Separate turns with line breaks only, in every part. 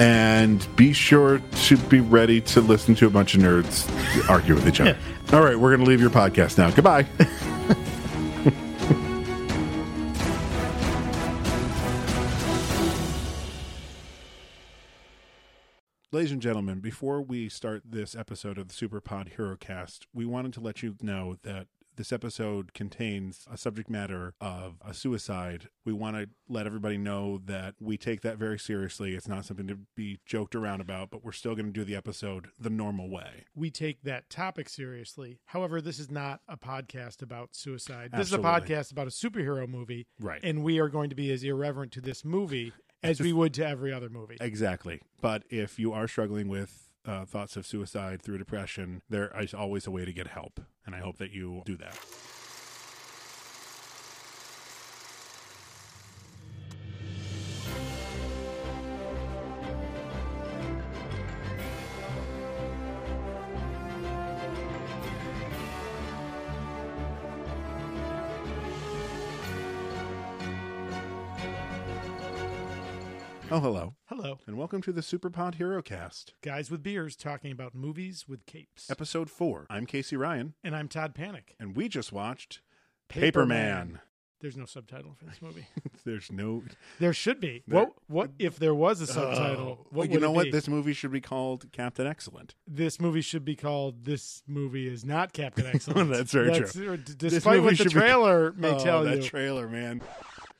and be sure to be ready to listen to a bunch of nerds argue with each other. All right, we're going to leave your podcast now. Goodbye. Ladies and gentlemen, before we start this episode of the Super Pod Hero Cast, we wanted to let you know that this episode contains a subject matter of a suicide. We want to let everybody know that we take that very seriously. It's not something to be joked around about, but we're still going to do the episode the normal way.
we take that topic seriously. However, this is not a podcast about suicide. This
Absolutely.
is a podcast about a superhero movie.
Right.
And we are going to be as irreverent to this movie as we would to every other movie.
Exactly. But if you are struggling with uh, thoughts of suicide through depression, there is always a way to get help. And I hope that you do that. Oh, hello.
Hello,
And welcome to the Superpod Hero Cast,
guys with beers talking about movies with capes.
episode four. I'm Casey Ryan,
And I'm Todd Panic.
and we just watched
Paper
Paperman.
There's no subtitle for this movie.
There's no
There should be.
There-
what what if there was a subtitle?
Oh.
what
you
would
know
it
what?
be?
This movie should be called Captain Excellent.
this movie should be called "This movie is not Captain Excellent."
That's very
true. Despite
movie
what the
should be-
trailer may
oh,
tell
that
you,
trailer, man.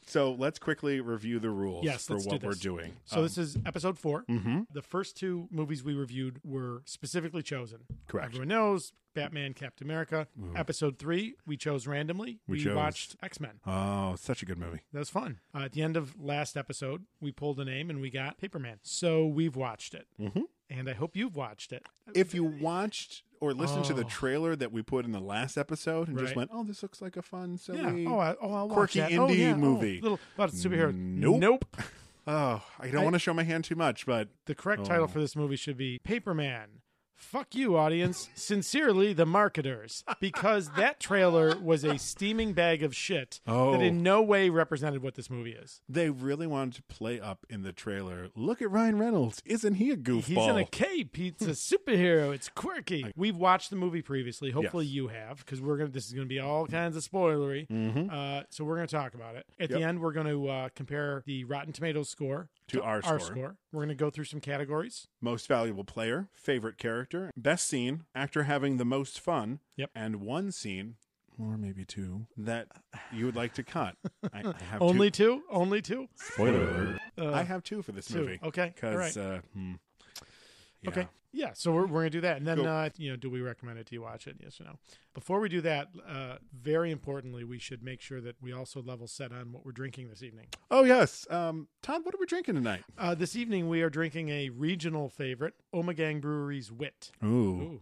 So let's quickly review the rules
Yes,
for
let's do
what we're
this.
doing.
So this is episode 4
mm-hmm.
The first two movies we reviewed were specifically chosen.
Correct. Mm-hmm.
Everyone knows Batman, Captain America. Episode three we chose randomly.
We
We,
chose-
watched X Men.
Oh, such a good movie.
That was fun. Uh, at the end of last episode, we pulled a name and we got Paperman. So we've watched it,
Mhm.
and I hope you've watched it.
If you watched or listened to the
Oh.
trailer that we put in the last episode and just
Right.
went, "Oh, this looks like a fun,
Yeah.
silly."
Oh, I, oh, I'll watch
quirky
that. Oh,
indie
yeah. Oh,
movie.
little about superheroes.
Nope.
Nope.
Oh, I don't
I-
want to show my hand too much, but
The correct title
Oh.
for this movie should be Paperman. Fuck you, audience. Sincerely, the marketers. Because that trailer was a steaming bag of shit
Oh.
that in no way represented what this movie is.
they really wanted to play up in the trailer. Look at Ryan Reynolds. Isn't he a goofball?
He's in a cape. He's a superhero. It's quirky. We've watched the movie previously. Hopefully,
Yes.
you have, because we're gonna. This is gonna be all kinds of spoilery. Uh, so we're gonna talk about it. At the
Mm-hmm. Yep.
end, we're gonna uh, compare the Rotten Tomatoes score
To our
our
score.
score. We're gonna go through some categories.
most valuable player, favorite character, best scene, actor having the most fun,
Yep.
and one scene, or maybe two, that you would like to cut. I, I have
Only
two.
two. Only two.
spoiler. alert.
Uh,
I have two for this
two.
movie.
Okay, all
because
right.
uh, hmm. Yeah.
Okay. Yeah. So we're, we're going to do that. And then,
Cool.
uh, you know, do we recommend it? Do you watch it? Yes or no? Before we do that, uh, very importantly, we should make sure that we also level set on what we're drinking this evening.
Oh yes, um, Todd. What are we drinking tonight?
Uh, this evening, we are drinking a regional favorite, Omegang Brewery's Wit.
Ooh,
Ooh.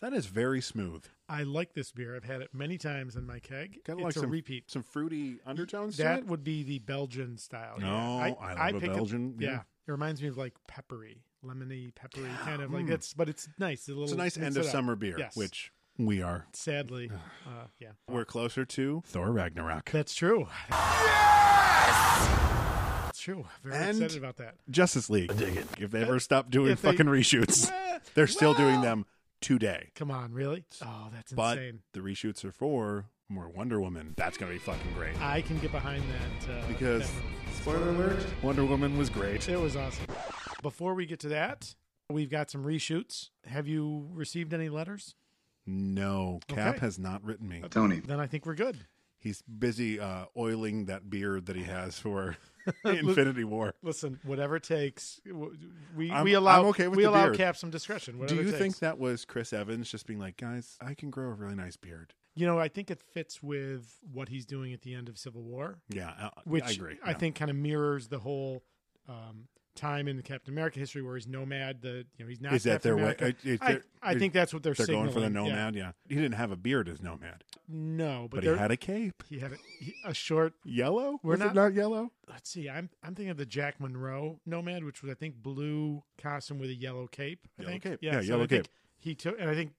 that is very smooth.
I like this beer. I've had it many times in my keg.
Got
it's
like
a
some
repeat.
Some fruity undertones. to
That
it?
would be the Belgian style.
No, I love a
pick up-
Belgian,
yeah.
yeah.
It reminds me of like peppery, lemony, peppery kind of like
Mm.
that's, but it's nice. It's a, little,
it's a nice
mix
end
it
of
up.
summer beer,
Yes.
which we are.
Sadly, uh, yeah.
We're closer to Thor Ragnarok.
That's true. Yes! That's true. Very
And-
excited about that.
Justice League. If they ever stop doing
If they-
fucking reshoots,
eh.
they're still doing them today.
Come on, really? Oh, that's
But
insane.
the reshoots are for more Wonder Woman. That's gonna be fucking great.
I can get behind that. Uh,
Because
that move.
spoiler alert, Wonder Woman was great.
it was awesome. Before we get to that, we've got some reshoots. Have you received any letters?
No, Cap
Okay.
has not written me.
Tony.
Then I think we're good.
He's busy uh, oiling that beard that he has for Infinity War.
Listen, whatever it takes. w- We
I'm-
we allow
I'm okay with
we
the
allow
beard.
Cap some discretion.
Do
Whatever
you
it
think
takes.
that was Chris Evans just being like, guys, I can grow a really nice beard?
you know? I think it fits with what he's doing at the end of Civil War,
Yeah, I,
which
I agree.
I
Yeah.
think kind of mirrors the whole um, time in Captain America history where he's nomad. The you know he's not
is that
Captain
their way?
America.
I, is
I,
there-
I
is-
think that's what they're,
they're going for the
signaling, yeah.
nomad. Yeah. he didn't have a beard as nomad,
No, but,
but,
they're-
he had a cape.
he had a, he, a short.
Yellow?
We're
Was
not-
it not yellow?
Let's see. I'm I'm thinking of the Jack Monroe Nomad, which was I think blue costume with a yellow cape. I
Yellow
think.
cape. Yeah,
so
yellow
I think He took, and I think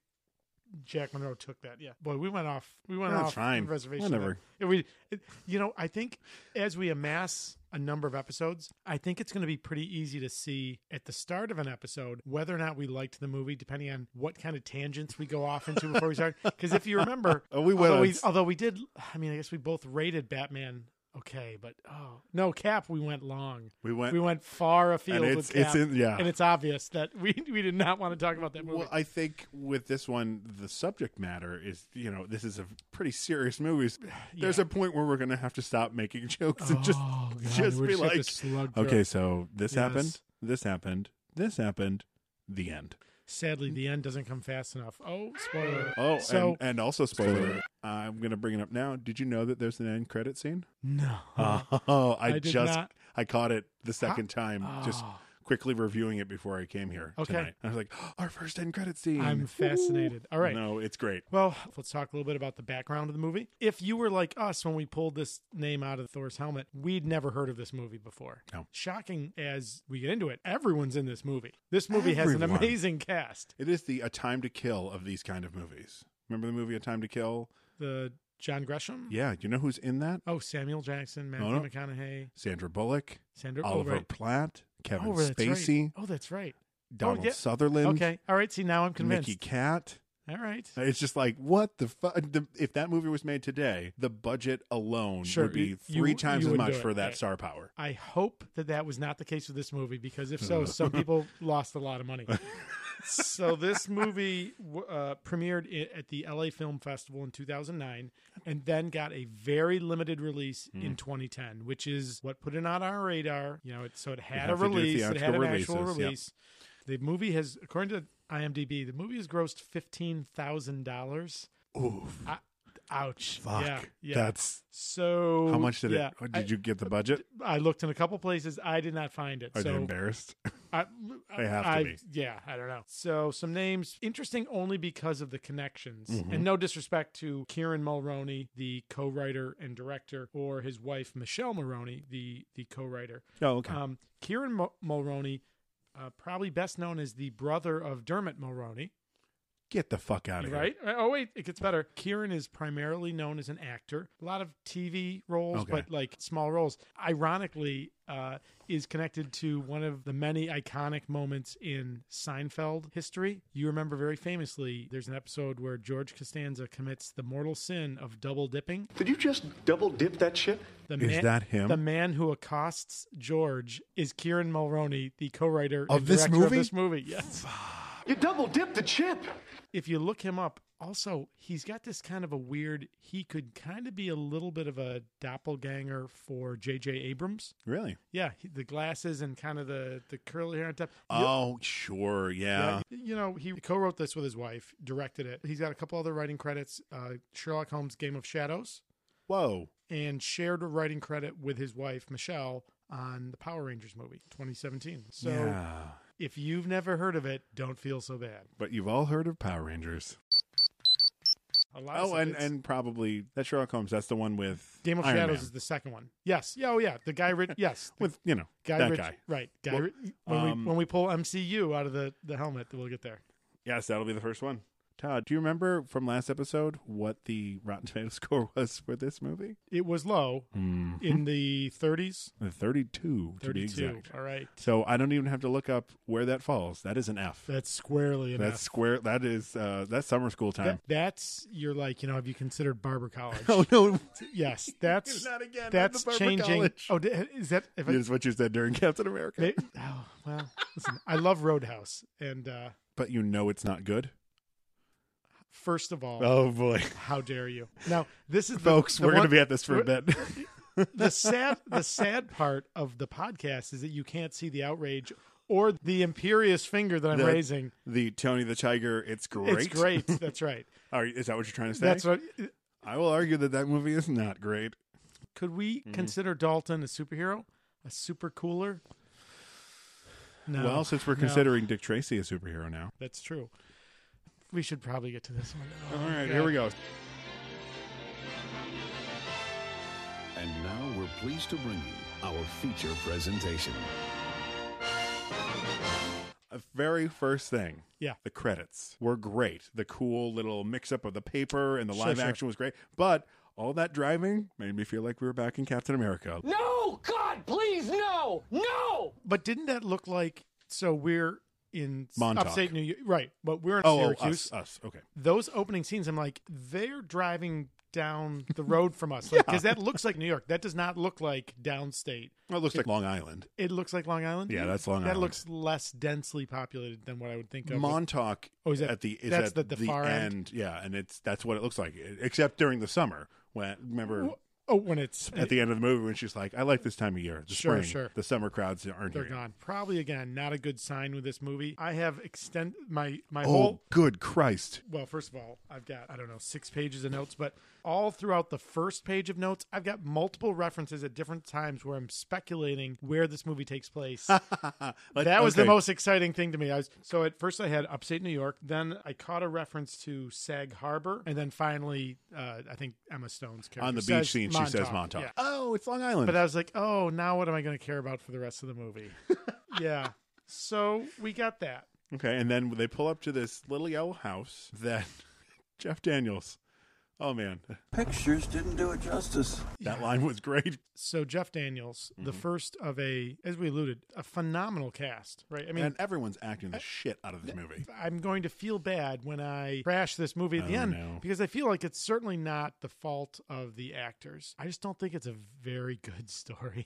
Jack Monroe took that. Yeah, boy, we went off. We went
No,
off
it's fine.
the reservation.
Whatever.
there. If we, it- you know, I think as we amass a number of episodes, I think it's going to be pretty easy to see at the start of an episode whether or not we liked the movie, depending on what kind of tangents we go off into before we start. Because if you remember,
Oh, we went
although
on
we,
s-
although we did, I mean, I guess we both rated Batman okay, but oh no, Cap, we went long.
We went.
We went far afield
and it's,
with
it's
Cap,
in, yeah.
and it's obvious that we we did not want to talk about that movie.
Well, I think with this one, the subject matter is, you know, this is a pretty serious movie. There's
Yeah.
a point where we're going to have to stop making jokes and just,
Oh, God,
just
we're
be
just gonna
like,
slug through
okay,
it.
so this happened,
Yes.
this happened, this happened, the end.
Sadly, the end doesn't come fast enough. Oh, spoiler!
Oh,
So-
and, and also, spoiler, I'm going to bring it up now. Did you know that there's an end credit scene?
No.
Oh, I,
I did
just,
not-
I caught it the second time, just
Oh.
quickly reviewing it before I came here
Okay.
tonight. I was like, our first end credit scene.
I'm fascinated. All right.
No, it's great.
Well, let's talk a little bit about the background of the movie. If you were like us when we pulled this name out of Thor's helmet, we'd never heard of this movie before.
No.
Shocking as we get into it, everyone's in this movie. This movie has an
Everyone.
amazing cast.
It is the a time to kill of these kind of movies. Remember the movie A Time to Kill?
The John Gresham.
Yeah, you know who's in that?
Oh, Samuel Jackson, Matthew
no.
McConaughey,
Sandra Bullock,
Sandra
Oliver
oh, right.
Platt, Kevin
oh, that's
Spacey,
Right. Oh, that's right.
Donald
yeah.
Sutherland,
Okay. All right. See, now I'm convinced.
Nicky Cat.
All right.
It's just like what the fu- uh, the, if that movie was made today, the budget alone
Sure,
would be
you- you-
three times
you
as
would
much
do it,
for that
right.
star power.
I hope that that was not the case with this movie because if so, some people lost a lot of money. so this movie w- uh, premiered i- at the LA Film Festival in 2009 and then got a very limited release
Hmm.
in 2010, which is what put it on our radar. You know, it, so it had a
have to do
release, it had an
theatrical
actual
releases, yep.
release. The movie has, according to IMDb, the movie has grossed fifteen thousand dollars.
Oof,
Ouch!
fuck.
Yeah, yeah.
That's
so.
how much did
yeah,
it? what- Did you get the budget?
I, I looked in a couple places. I did not find it.
Are
so
they embarrassed?
I,
They have to
I-
be.
Yeah, I don't know. So some names interesting only because of the connections,
Mm-hmm.
and no disrespect to Kieran Mulroney, the co-writer and director, or his wife Michelle Mulroney, the the co-writer.
Oh, okay.
Um, Kieran Mu- Mulroney, uh, probably best known as the brother of Dermot Mulroney,
get the fuck out of here.
right? Oh wait, it gets better. Kieran is primarily known as an actor, a lot of TV roles,
Okay.
but like small roles. Ironically, uh, is connected to one of the many iconic moments in Seinfeld history. You remember very famously, there's an episode where George Costanza commits the mortal sin of double dipping.
Did you just double dip that shit?
The
Is that him?
The man who accosts George is Kieran Mulroney, the co-writer
Of
and
this
director
movie?
Of this movie, yes.
You double dipped the chip.
if you look him up, also he's got this kind of a weird. He could kind of be a little bit of a doppelganger for J.J. Abrams.
Really?
Yeah, he, the glasses and kind of the the curly hair on top.
Oh, sure.
Yeah,
Yeah.
you know, he co-wrote this with his wife, directed it. He's got a couple other writing credits: uh, Sherlock Holmes' Game of Shadows,
Whoa.
and shared a writing credit with his wife Michelle on the Power Rangers movie, 2017. So,
yeah.
if you've never heard of it, don't feel so bad.
But you've all heard of Power Rangers.
A lot of
Oh,
stuff-
and,
it's-
and probably that Sherlock Holmes. That's the one with
Game of
Iron
Shadows
Man.
is the second one. Yes. Yeah. Oh, yeah. The guy. Ri- yes. The
with you know
guy.
that
Ritch-
guy.
Right. Guy.
Well,
Ri- when
um,
we when we pull MCU out of the the helmet, we'll get there.
Yes, that'll be the first one. Todd, do you remember from last episode what the Rotten Tomato score was for this movie?
It was low in the 30s.
Thirty-two, Hmm. to be
32.
exact.
All right.
So I don't even have to look up where that falls. That is an F.
That's squarely enough.
that's square. That is uh, that's summer school time.
That- that's you're like you know have you considered Barber College?
oh no,
yes, that's
Not again, not
That's
the Barber
changing.
College.
Oh, di- is that if I,
is what you said during Captain America.
may- oh, well, listen, I love Roadhouse, and uh,
But you know it's not good.
First of all,
Oh boy,
how dare you? Now, this is the-
folks,
the
we're going to
one-
be at this for a
we're-
bit.
the sad the sad part of the podcast is that you can't see the outrage or the imperious finger that I'm
The-
raising.
the Tony the Tiger, it's great.
It's great. That's right.
Are- is that what you're trying to say?
That's what.
I will argue that that movie is not great.
Could we
Mm-hmm.
consider Dalton a superhero? A super cooler? No.
well, since we're
no.
considering Dick Tracy a superhero now.
that's true. We should probably get to this one.
All right, here we go.
And now we're pleased to bring you our feature presentation.
A very first thing.
Yeah.
The credits were great. The cool little mix up of the paper and the
Sure,
live
sure.
action was great. But all that driving made me feel like we were back in Captain America.
No! God, please, no! No!
But didn't that look like so we're in
Montauk.
upstate New York, right? But we're in
Oh, oh,
Syracuse.
us, us. Okay.
those opening scenes, I'm like, they're driving down the road from us because that looks like New York. That does not look like downstate.
Well, it looks like Long Island.
It looks like Long Island.
Yeah, that's Long
that
Island.
looks less densely populated than what I would think of.
Montauk
Oh, is that-
at the is
that's
at
the- the far end?
Yeah, and it's that's what it looks like. Except during the summer when remember
oh, when it's
at the end of the movie when she's like, "I like this time of year, the
Sure,
spring.
sure.
The summer crowds aren't
they're
here."
gone. Probably again, not a good sign with this movie. I have extend my my
Oh,
whole.
good Christ!
Well, first of all, I've got I don't know six pages of notes, but all throughout the first page of notes, I've got multiple references at different times where I'm speculating where this movie takes place.
Like,
that was the
okay.
most exciting thing to me. I was, so at first I had upstate New York, then I caught a reference to Sag Harbor, and then finally uh, I think Emma Stone's character
on the
says
beach scene. She says Montauk.
yeah.
Oh, it's Long Island.
But I was like, oh, now what am I going to care about for the rest of the movie? yeah. So we got that.
okay, and then they pull up to this little yellow house that Jeff Daniels. Oh man,
Pictures didn't do it justice.
that line was great.
So Jeff Daniels, the
Mm-hmm.
first of a, as we alluded, a phenomenal cast, right? I mean,
and everyone's acting the shit out of this movie.
I'm going to feel bad when I crash this movie at the
Oh,
end
no.
because I feel like it's certainly not the fault of the actors. I just don't think it's a very good story.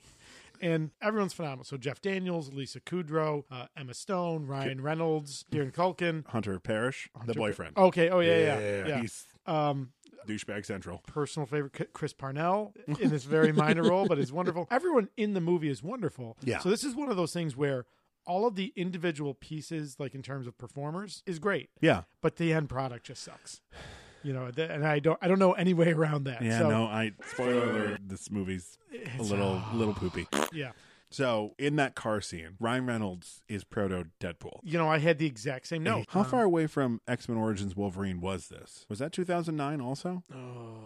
And everyone's phenomenal. So Jeff Daniels, Lisa Kudrow, uh, Emma Stone, Ryan Reynolds, Kieran Culkin.
Hunter Parrish, the boyfriend.
Okay. Oh yeah, yeah, yeah.
he's
Um,
douchebag central.
personal favorite, C- Chris Parnell, in this very minor role, but is wonderful. Everyone in the movie is wonderful.
Yeah.
So this is one of those things where all of the individual pieces, like in terms of performers, is great
Yeah,
but the end product just sucks. You know, th- and I don't I don't know any way around that.
yeah.
so,
no, I spoiler alert. This movie's a little little poopy.
uh, yeah.
So in that car scene, Ryan Reynolds is proto Deadpool.
You know, I had the exact same note.
How far away from X Men Origins Wolverine was this? Was that 2009 also?
Oh,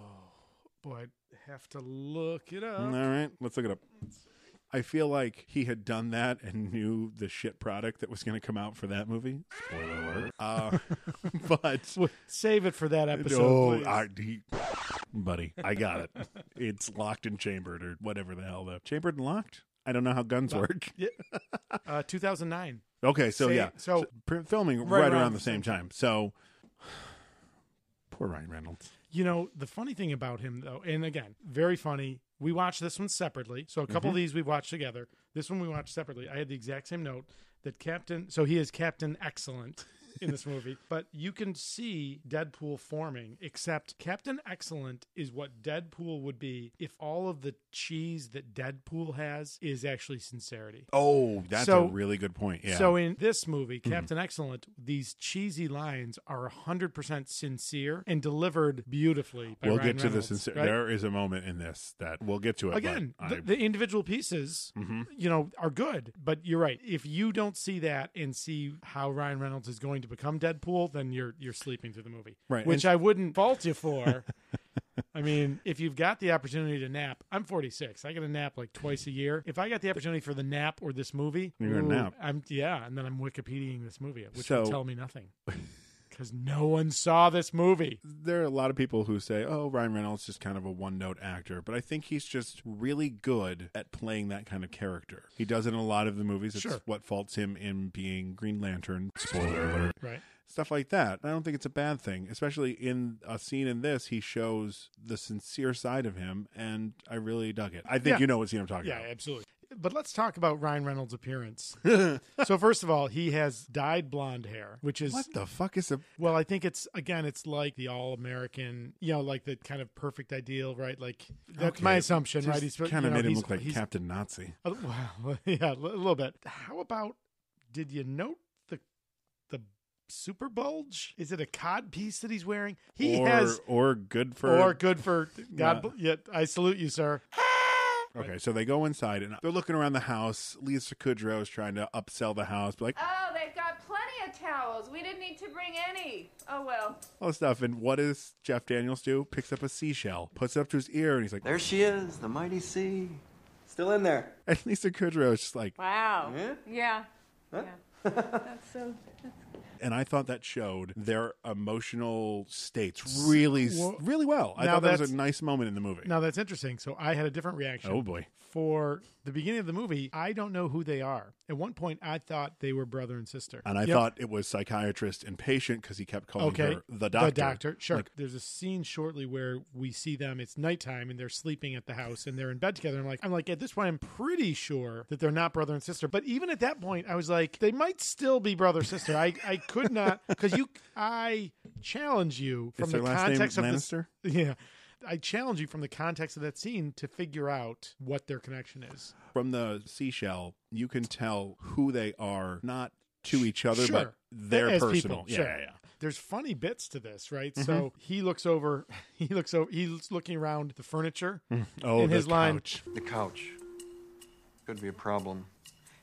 Boy, I'd have to look it up.
All right, let's look it up. I feel like he had done that and knew the shit product that was going to come out for that movie. Spoiler alert. Uh, but
W- Save it for that episode.
Uh, no,
please.
I, he- buddy, I got it. It's locked and chambered or whatever the hell. The chambered and locked. I don't know how guns work.
Yeah. Uh, 2009.
Okay, so
Same-
yeah,
so-
pr- filming right, around, the same time. So poor Ryan Reynolds.
You know, the funny thing about him though, and again, very funny. We watched this one separately. So a couple of these we watched together. This one we watched separately. I had the exact same note that Captain so he is Captain Excellent in this movie. But you can see Deadpool forming, except Captain Excellent is what Deadpool would be if all of the cheese that Deadpool has is actually sincerity.
Oh, that's
So-
a really good point. Yeah. Mm-hmm.
So in this movie, Captain Excellent, these cheesy lines are 100% sincere and delivered beautifully. By
we'll
Ryan
get to
Reynolds,
this. In,
right?
There is a moment in this that we'll get to it. but Mm-hmm.
Again,
I-
the, the individual pieces, you know, are good. But you're right. If you don't see that and see how Ryan Reynolds is going to become Deadpool, then you're you're sleeping through the movie.
Right,
Which
and-
I wouldn't fault you for. I mean, if you've got the opportunity to nap, I'm 46. I get a nap like twice a year. If I got the opportunity for the nap or this movie,
You're gonna
ooh,
nap.
I'm yeah, and then I'm Wikipediaing this movie, which
So-
will tell me nothing because no one saw this movie.
there are a lot of people who say, "Oh, Ryan Reynolds is kind of a one-note actor," but I think he's just really good at playing that kind of character. He does it in a lot of the movies. It's
Sure.
what faults him in being Green Lantern. Spoiler alert.
Right.
Stuff like that. I don't think it's a bad thing, especially in a scene in this. He shows the sincere side of him, and I really dug it. I think
Yeah.
you know what scene I'm talking
Yeah,
about.
absolutely. But let's talk about Ryan Reynolds' appearance. so first of all, he has dyed blonde hair, which is
What the fuck is a
well, I think it's again, it's like the all American, you know, like the kind of perfect ideal, right? Like that's
Okay,
my assumption, right? you
kind of
know,
made him
he's-
look like
he's-
Captain Nazi.
uh, well, yeah, a little bit. How about? Did you note the the super bulge? Is it a cod piece that he's wearing? He
or
has.
or good for
Or good for God.
Yeah.
bl- Yeah, I salute you, sir.
Okay, so they go inside and they're looking around the house. Lisa Kudrow is trying to upsell the house, be like
Oh, they've got plenty of towels. We didn't need to bring any. Oh well.
all this stuff. And what does Jeff Daniels do? Picks up a seashell, puts it up to his ear, and he's like,
There she is, the mighty sea. Still in there.
and Lisa Kudrow is just like,
Wow. Yeah. Yeah. That's uh, so.
and I thought that showed their emotional states really, really well. I
Now
thought that was
that's-
a nice moment in the movie.
Now that's interesting. So I had a different reaction.
Oh boy,
For the beginning of the movie, I don't know who they are. At one point, I thought they were brother and sister.
and I
Yep.
thought it was psychiatrist and patient because he kept calling
okay,
her the doctor.
The doctor, sure.
Like,
There's a scene shortly where we see them. It's nighttime and they're sleeping at the house and they're in bed together. I'm like, I'm like at this point, I'm pretty sure that they're not brother and sister. But even at that point, I was like, they might still be brother sister. I I could not because you. I challenge you from
is
the
their last name
context of this.
Lannister?
Yeah. I challenge you from the context of that scene to figure out what their connection is.
from the seashell, you can tell who they are, not to each other, but their
As
personal.
people,
yeah,
sure.
yeah, yeah. Mm-hmm.
There's funny bits to this, right? So he looks over, he looks over, he's looking around the furniture
Oh,
in
the
his line.
couch.
The couch. Could be a problem.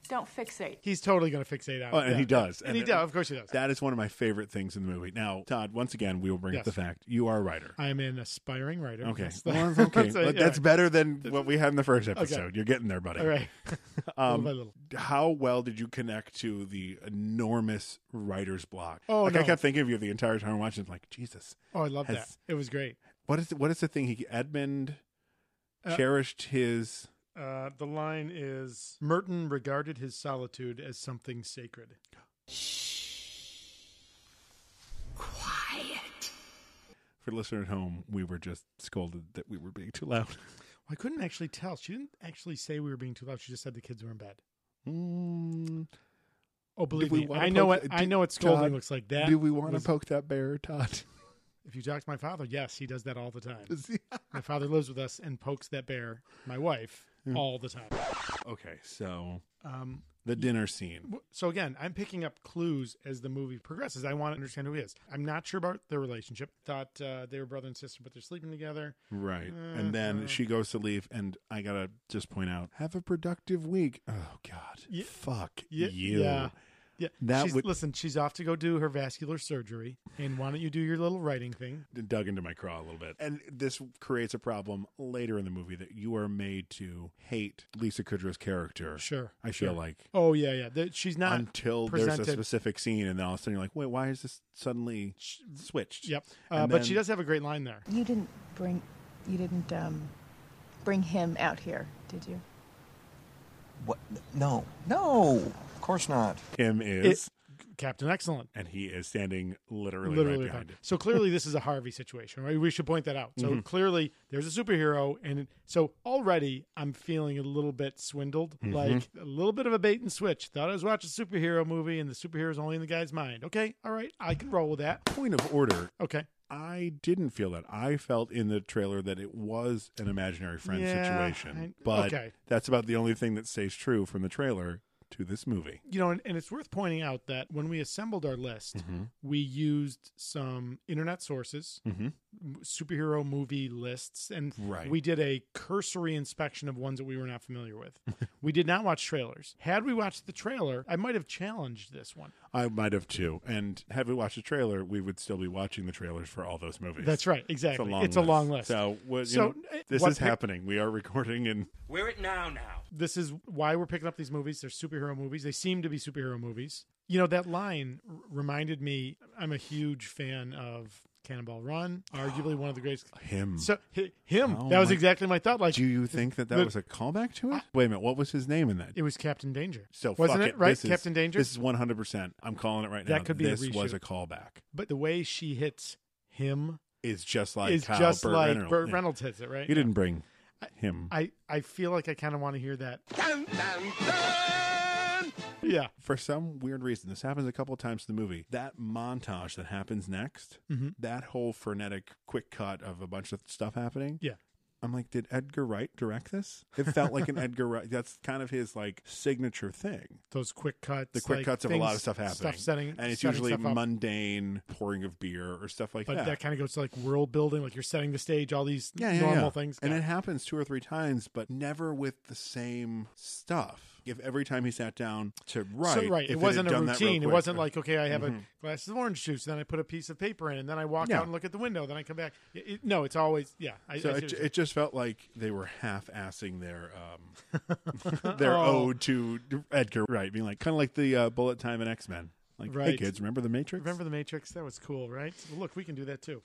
Don't fixate.
He's totally going to fixate on
Oh,
it.
and
Yeah.
he does.
And, he does. Of course he does.
That is one of my favorite things in the movie. Now, Todd, once again, we will bring up
Yes.
the fact you are a writer.
I am an aspiring writer.
Okay.
That's the-
Well, okay.
that's, a-
But
yeah.
That's better than what we had in the first episode. You're getting there, buddy.
All right.
Um,
little by little.
How well did you connect to the enormous writer's block?
Oh,
like I
no.
kept thinking of you the entire time watching. Like Jesus,
Oh, I love
Has-
that. It was great.
what is what is the thing? He Edmund
Uh,
cherished his
Uh, the line is Merton regarded his solitude as something sacred.
For the listener at home, we were just scolded that we were being too loud.
I couldn't actually tell. She didn't actually say we were being too loud. She just said the kids were in bed.
Mm,
Oh, believe
we
me,
wanna
I know
poke-
what I
do-
know what scolding
Todd,
looks like. That
do we want to
was-
poke that bear, Todd?
If you talk to my father, yes, he does that all the time. my father lives with us and pokes that bear, my wife, all the time.
okay, so
Um,
the dinner scene.
so again, I'm picking up clues as the movie progresses. I want to understand who he is. I'm not sure about their relationship. Thought uh, they were brother and sister, but they're sleeping together.
Right. And then she goes to leave, and I got to just point out Uh-huh. have a productive week. Oh, God.
Ye-
Fuck
Ye-
you.
Yeah. Yeah.
That
she's,
would-
listen, she's off to go do her vascular surgery, and why don't you do your little writing thing?
Dug into my craw a little bit. And this creates a problem later in the movie that you are made to hate Lisa Kudrow's character.
Sure,
I
sure.
feel like.
Oh yeah, yeah. That- she's not
Until
presented.
there's a specific scene, and then all of a sudden you're like, wait, why is this suddenly switched?
Yep. Uh,
And
but
then-
she does have a great line there.
You didn't bring, you didn't um, bring him out here, did you?
What? No. No! Of course not.
him is,
Captain Excellent.
and he is standing literally, right behind Mm-hmm.
fine.
him.
So clearly, this is a Harvey situation, right? We should point that out. So clearly, there's a superhero, and so already I'm feeling a little bit swindled,
Mm-hmm.
like a little bit of a bait and switch. Thought I was watching a superhero movie, and the superhero's only in the guy's mind. Okay, all right, I can roll with that.
Point of order:
Okay,
I didn't feel that. I felt in the trailer that it was an imaginary friend
Yeah,
situation,
I-
but
okay.
that's about the only thing that stays true from the trailer to this movie.
you know, and, and it's worth pointing out that when we assembled our list,
Mm-hmm.
we used some internet sources, m- superhero movie lists, and
Mm-hmm. Right.
we did a cursory inspection of ones that we were not familiar with. we did not watch trailers. Had we watched the trailer, I might have challenged this one.
I might have too, and had we watched the trailer, we would still be watching the trailers for all those movies.
That's right,
It's a
exactly.
long,
It's
list.
a long list.
So, what, you
So,
know,
eh,
this
what
is
pick-
happening. We are recording, and
Wear it now, now.
this is why we're picking up these movies. They're superhero movies. They seem to be superhero movies. You know, that line r- reminded me I'm a huge fan of Cannonball Run, arguably one of the greatest.
Him.
So, hi- him.
Oh
that was
my-
exactly my thought. Like,
do you think that that
the- Ah.
was a callback to it? Wait a minute, what was his name in that?
it was Captain Danger.
So
wasn't
fuck
it, right?
This is-
Captain Danger.
This is one hundred percent. I'm calling it right now.
That could be a
this was
reshoot.
a callback.
but the way she hits him
It's just like
is
how
just
Burt
like
Reynolds.
Burt
yeah.
Reynolds hits it, right?
He didn't bring him.
I, I feel like I kind of want to hear that. Yeah.
for some weird reason, this happens a couple times in the movie. That montage that happens next,
Mm-hmm.
that whole frenetic quick cut of a bunch of stuff happening.
Yeah.
I'm like, did Edgar Wright direct this? It felt like an Edgar Wright. That's kind of his like signature thing.
Those quick cuts.
The quick
like,
cuts of a lot
things-
of stuff happening.
Stuff setting.
and it's
setting
usually
stuff up.
mundane pouring of beer or stuff like
But
that.
that kind of goes to like world building. Like you're setting the stage, all these
yeah, yeah,
normal
yeah.
things.
And
Got
it
it.
happens two or three times, but never with the same stuff. If every time he sat down to write,
So, right.
if
It
had
wasn't a
done that real
routine.
quick- uh,
It
mm-hmm.
wasn't like, okay, I have a glass of orange juice, then I put a piece of paper in, and then I walk
Yeah.
out and look at the window, then I come back. It- it- no, it's always, yeah. I,
So
I see
it,
what you're
it just felt like they were half-assing their um, their
Oh.
ode to Edgar Wright, being like kind of like the uh, Bullet Time and X Men. Like, hey
Right.
kids, remember the Matrix?
Remember the Matrix? That was cool, right? Well, look, we can do that too.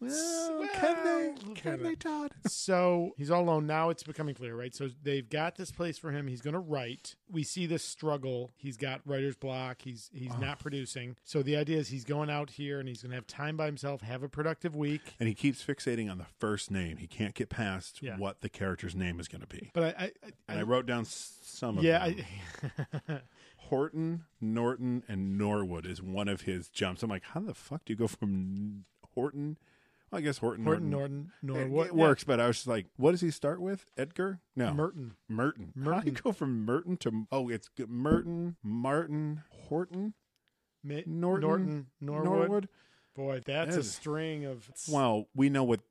Well, can they? Can,
Well, can
they,
they?
Todd?
so he's all alone. Now it's becoming clear, right? So they've got this place for him. He's going to write. We see this struggle. He's got writer's block. He's he's not producing. So the idea is he's going out here and he's going to have time by himself, have a productive week.
And he keeps fixating on the first name. He can't get past
Yeah.
what the character's name is going to be.
But I, I, I,
And I wrote down s- some of
yeah,
them.
I,
Horton, Norton, and Norwood is one of his jumps. I'm like, how the fuck do you go from Horton? Well, I guess Horton,
Horton Norton,
It-
Norwood
It Uh, works, but I was just like, what does he start with? Edgar? No.
Merton.
Merton. How do you
Merton.
go from Merton to, oh, it's g- Merton, Martin, Horton,
Ma-
Norton,
Norton, Norwood.
Norwood?
Boy, that's a
Yes.
string of
Well, we know what,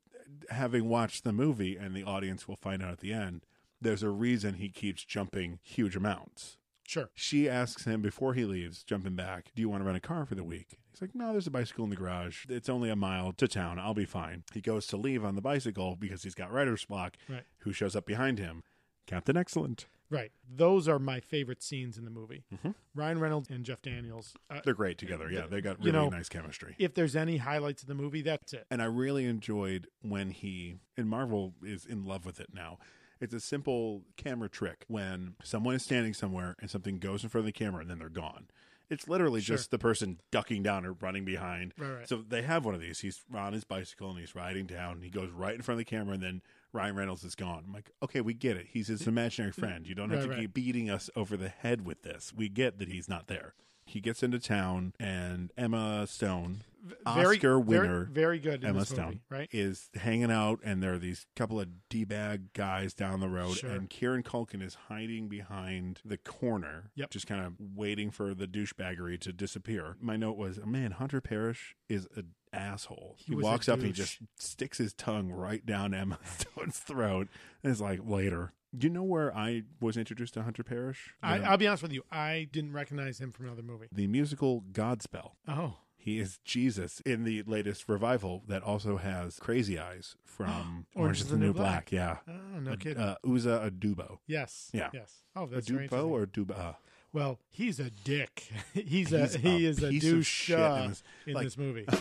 having watched the movie, and the audience will find out at the end, there's a reason he keeps jumping huge amounts.
sure.
She asks him before he leaves, jumping back, Do you want to rent a car for the week? He's like, No, there's a bicycle in the garage. It's only a mile to town. I'll be fine. He goes to leave on the bicycle because he's got writer's block.
Right.
Who shows up behind him? Captain Excellent.
Right. Those are my favorite scenes in the movie. Ryan Reynolds and Jeff Daniels. Uh,
Mm-hmm. They're great together. Yeah, they got really
You know,
nice chemistry.
if there's any highlights of the movie, that's it.
and I really enjoyed when he and Marvel is in love with it now. It's a simple camera trick when someone is standing somewhere and something goes in front of the camera and then they're gone. It's literally
Sure.
just the person ducking down or running behind.
Right, right.
So they have one of these. He's on his bicycle and he's riding down. And he goes right in front of the camera and then Ryan Reynolds is gone. I'm like, okay, we get it. He's his imaginary friend. You don't have
Right,
to
right.
keep beating us over the head with this. We get that he's not there. He gets into town and Emma Stone,
Very-
Oscar
very,
winner,
very good in
Emma
this movie,
Stone,
right?
is hanging out, and there are these couple of d bag guys down the road,
Sure.
and Kieran Culkin is hiding behind the corner,
Yep.
just kind of waiting for the douchebaggery to disappear. My note was, man, Hunter Parrish is an asshole. He,
was a
walks up and he just
douche.
sticks his tongue right down Emma Stone's throat, and is like, later. You know where I was introduced to Hunter Parrish?
I,
The-
I'll be honest with you. I didn't recognize him from another movie.
the musical Godspell.
Oh,
He is Jesus in the latest revival that also has Crazy Eyes from Orange, is the New Black. Yeah.
oh no kidding.
Uh, Uza Adubo.
yes.
yeah.
Yes. Oh, that's very
Adubo
interesting.
or Duba? uh,
well, he's a dick. he's a
He's a
he is a
piece of
douche
shit in
uh, in,
this-
this,
like-
movie.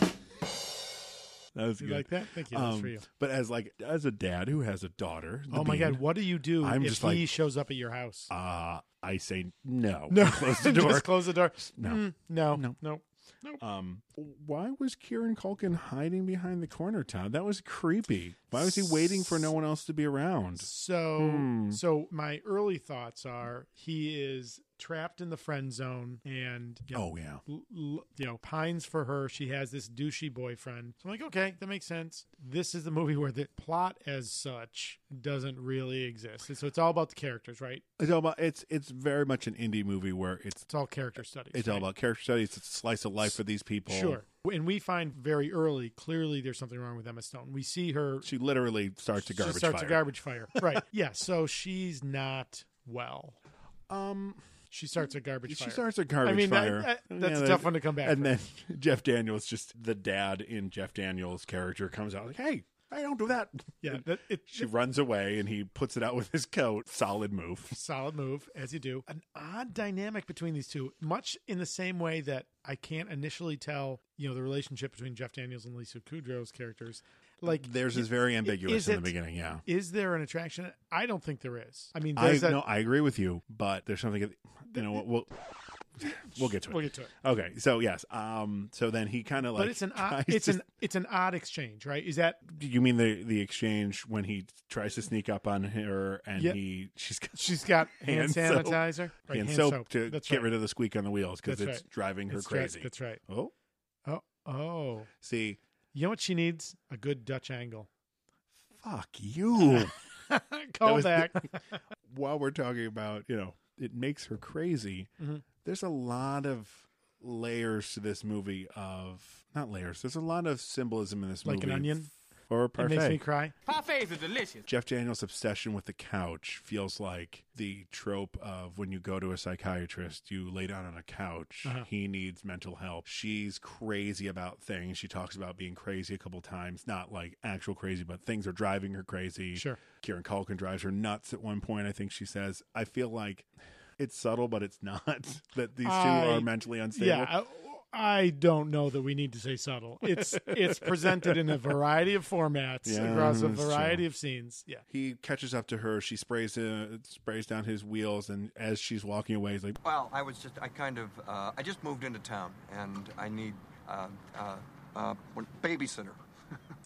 That was
You
good. Um,
like that? Thank you. That's for you.
But as like as a dad who has a daughter, the
Oh my
Bean,
God! What do you do
I'm
if
just
he
like-
shows up at your house?
Uh, I say no. No, close the door.
Just close the door.
No.
Mm, no.
No.
No. No.
um, why was Kieran Culkin hiding behind the corner, Todd? That was creepy. Why was he waiting for no one else to be around?
So,
Hmm.
so my early thoughts are he is trapped in the friend zone, and you know,
Oh yeah.
l- l- you know pines for her. She has this douchey boyfriend. So I'm like, okay, that makes sense. This is the movie where the plot as such doesn't really exist. So it's all about the characters, right?
It's all about it's it's very much an indie movie where it's
It's all character studies.
It's all
right?
about character studies. It's a slice of life for these people.
sure. And we find very early, clearly, there's something wrong with Emma Stone. We see her
She literally starts a garbage
she starts
fire.
a garbage fire, right? yeah. So she's not well.
um,
She starts a garbage
she
fire.
starts a garbage
I mean, that-
fire.
that- that's a
that-
tough one to come back
And
from.
then Jeff Daniels, just the dad in Jeff Daniels' character, comes out like, "Hey, I don't do that."
Yeah,
And
that, it,
she runs away, and he puts it out with his coat. Solid move.
solid move as you do. An odd dynamic between these two, much in the same way that I can't initially tell, you know, the relationship between Jeff Daniels and Lisa Kudrow's characters. Like
Theirs is very
i-
ambiguous
is
in
it-
the beginning. Yeah.
Is there an attraction? I don't think there is. I mean,
I
there's a
no, I agree with you, but there's something. You know what? We'll We'll get to it.
We'll get to it.
Okay, so yes, um, so then he kind of like,
but it's an odd,
tries
it's
to-
an it's an odd exchange, right? Is that
You mean the the exchange when he tries to sneak up on her and
Yeah.
he she's got
she's got
Hand
hand,
soap.
sanitizer, Right,
hand soap, to
That's
get
right.
rid of the squeak on the wheels because
That's
it's
right.
driving her
It's dra-
crazy.
That's right.
Oh,
Oh, oh,
see,
you know what she needs? A good Dutch angle.
fuck you.
Call
was the-
back.
While we're talking about you know it makes her crazy.
Mm-hmm.
There's a lot of layers to this movie of not layers. There's a lot of symbolism in this
Like
movie.
an onion?
or a
it
parfait.
makes me cry.
Parfaits are delicious.
Jeff Daniels' obsession with the couch feels like the trope of when you go to a psychiatrist, you lay down on a couch.
Uh-huh.
He needs mental help. She's crazy about things. She talks about being crazy a couple times, not like actual crazy, but things are driving her crazy.
Sure.
Kieran Culkin drives her nuts at one point. I think she says, "I feel like it's subtle, but it's not that these two
I-
are mentally unstable."
Yeah, I, I don't know that we need to say subtle. It's it's presented in a variety of formats
Yeah,
across a
that's true.
variety of scenes. Yeah.
He catches up to her. She sprays uh, sprays down his wheels, and as she's walking away, he's like,
Well, I was just, I kind of, uh, I just moved into town and I need uh, uh, uh, one- babysitter.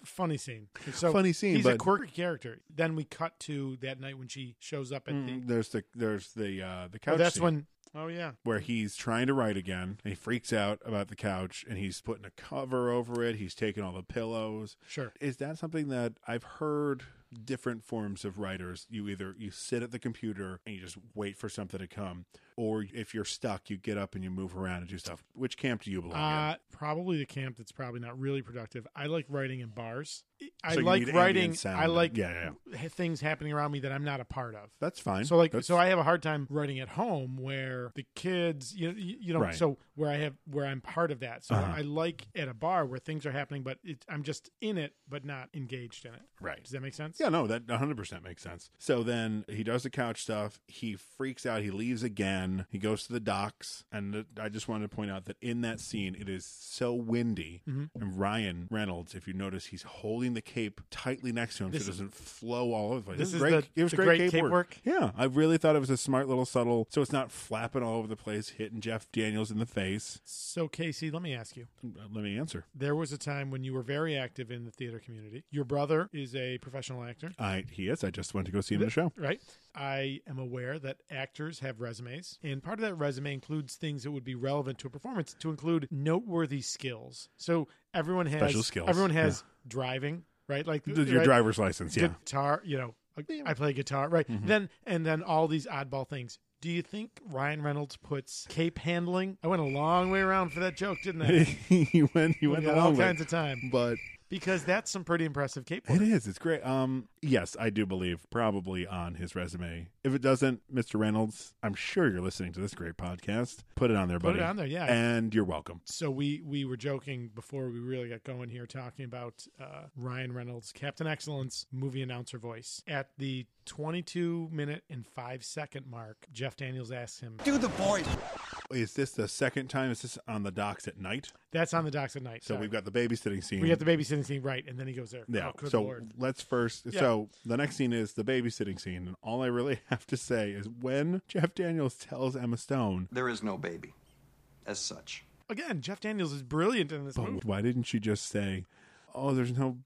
funny scene. So
Funny scene,
He's a
but-
quirky character. Then we cut to that night when she shows up at the.
there's the there's the uh the Hmm. couch
Oh, Mm-hmm. that's
scene
when. Oh yeah.
where he's trying to write again and he freaks out about the couch and he's putting a cover over it he's taking all the pillows
Sure.
is that something that i've heard different forms of writers you either you sit at the computer and you just wait for something to come or if you're stuck you get up and you move around and do stuff which camp do you belong
Uh, probably the camp that's probably not really productive. I like writing in bars. I
So you need
like
ambient
writing.
sound
I
and-
like
yeah,
h- things happening around me that I'm not a part of.
in that's fine
So like
That's-
so I have a hard time writing at home where the kids you you, you know
Right. Uh-huh.
so where I have where I'm part of that. So I like at a bar where things are happening but it, I'm just in it but not engaged in it.
Right.
Does that make sense?
Yeah, no, that 100% makes sense. So then he does the couch stuff. He freaks out. He leaves again. He goes to the docks. And th- I just wanted to point out that in that scene, it is so windy.
Mm-hmm.
And Ryan Reynolds, if you notice, he's holding the cape tightly next to him so it doesn't flow all over the place.
this
It was
is
great,
the-
it was
the
great, cape, work.
work.
Yeah, I really thought it was a smart little subtle. So it's not flapping all over the place, hitting Jeff Daniels in the face.
So Casey, let me ask you.
Let me answer.
There was a time when you were very active in the theater community. Your brother is a professional actor,
I He is. I just went to go see him in the show.
right? I am aware that actors have resumes, and part of that resume includes things that would be relevant to a performance, to include noteworthy skills. So everyone has
Special skills,
Everyone has driving, right? Like
Your
right?
driver's license, yeah. Mm-hmm.
guitar. You know, I play guitar, right? Then and then all these oddball things. Do you think Ryan Reynolds puts cape handling? I went a long way around for that joke, didn't I?
you went, you went
got
the
all
long way.
kinds of time.
But
because that's some pretty impressive cape work.
It is. It's great. Um, yes, I do believe probably on his resume. If it doesn't, Mr. Reynolds, I'm sure you're listening to this great podcast. Put it on there,
Put it
buddy.
on there, yeah.
And you're welcome.
So we we were joking before we really got going here, talking about uh, Ryan Reynolds, Captain Excellence movie announcer voice at the 22 minute and five second mark. Jeff Daniels asks him,
Do the voice.
Is this the second time? Is this on the docks at night?
"That's on the docks at night."
So
sorry.
we've got the babysitting scene.
we got the babysitting scene right, and then he goes there.
Yeah.
Oh, good
so
lord.
let's first. So the next scene is the babysitting scene, and all I really have to say is when Jeff Daniels tells Emma Stone,
There is no baby as such.
Again, Jeff Daniels is brilliant in this movie.
"But why didn't you just say, oh, there's no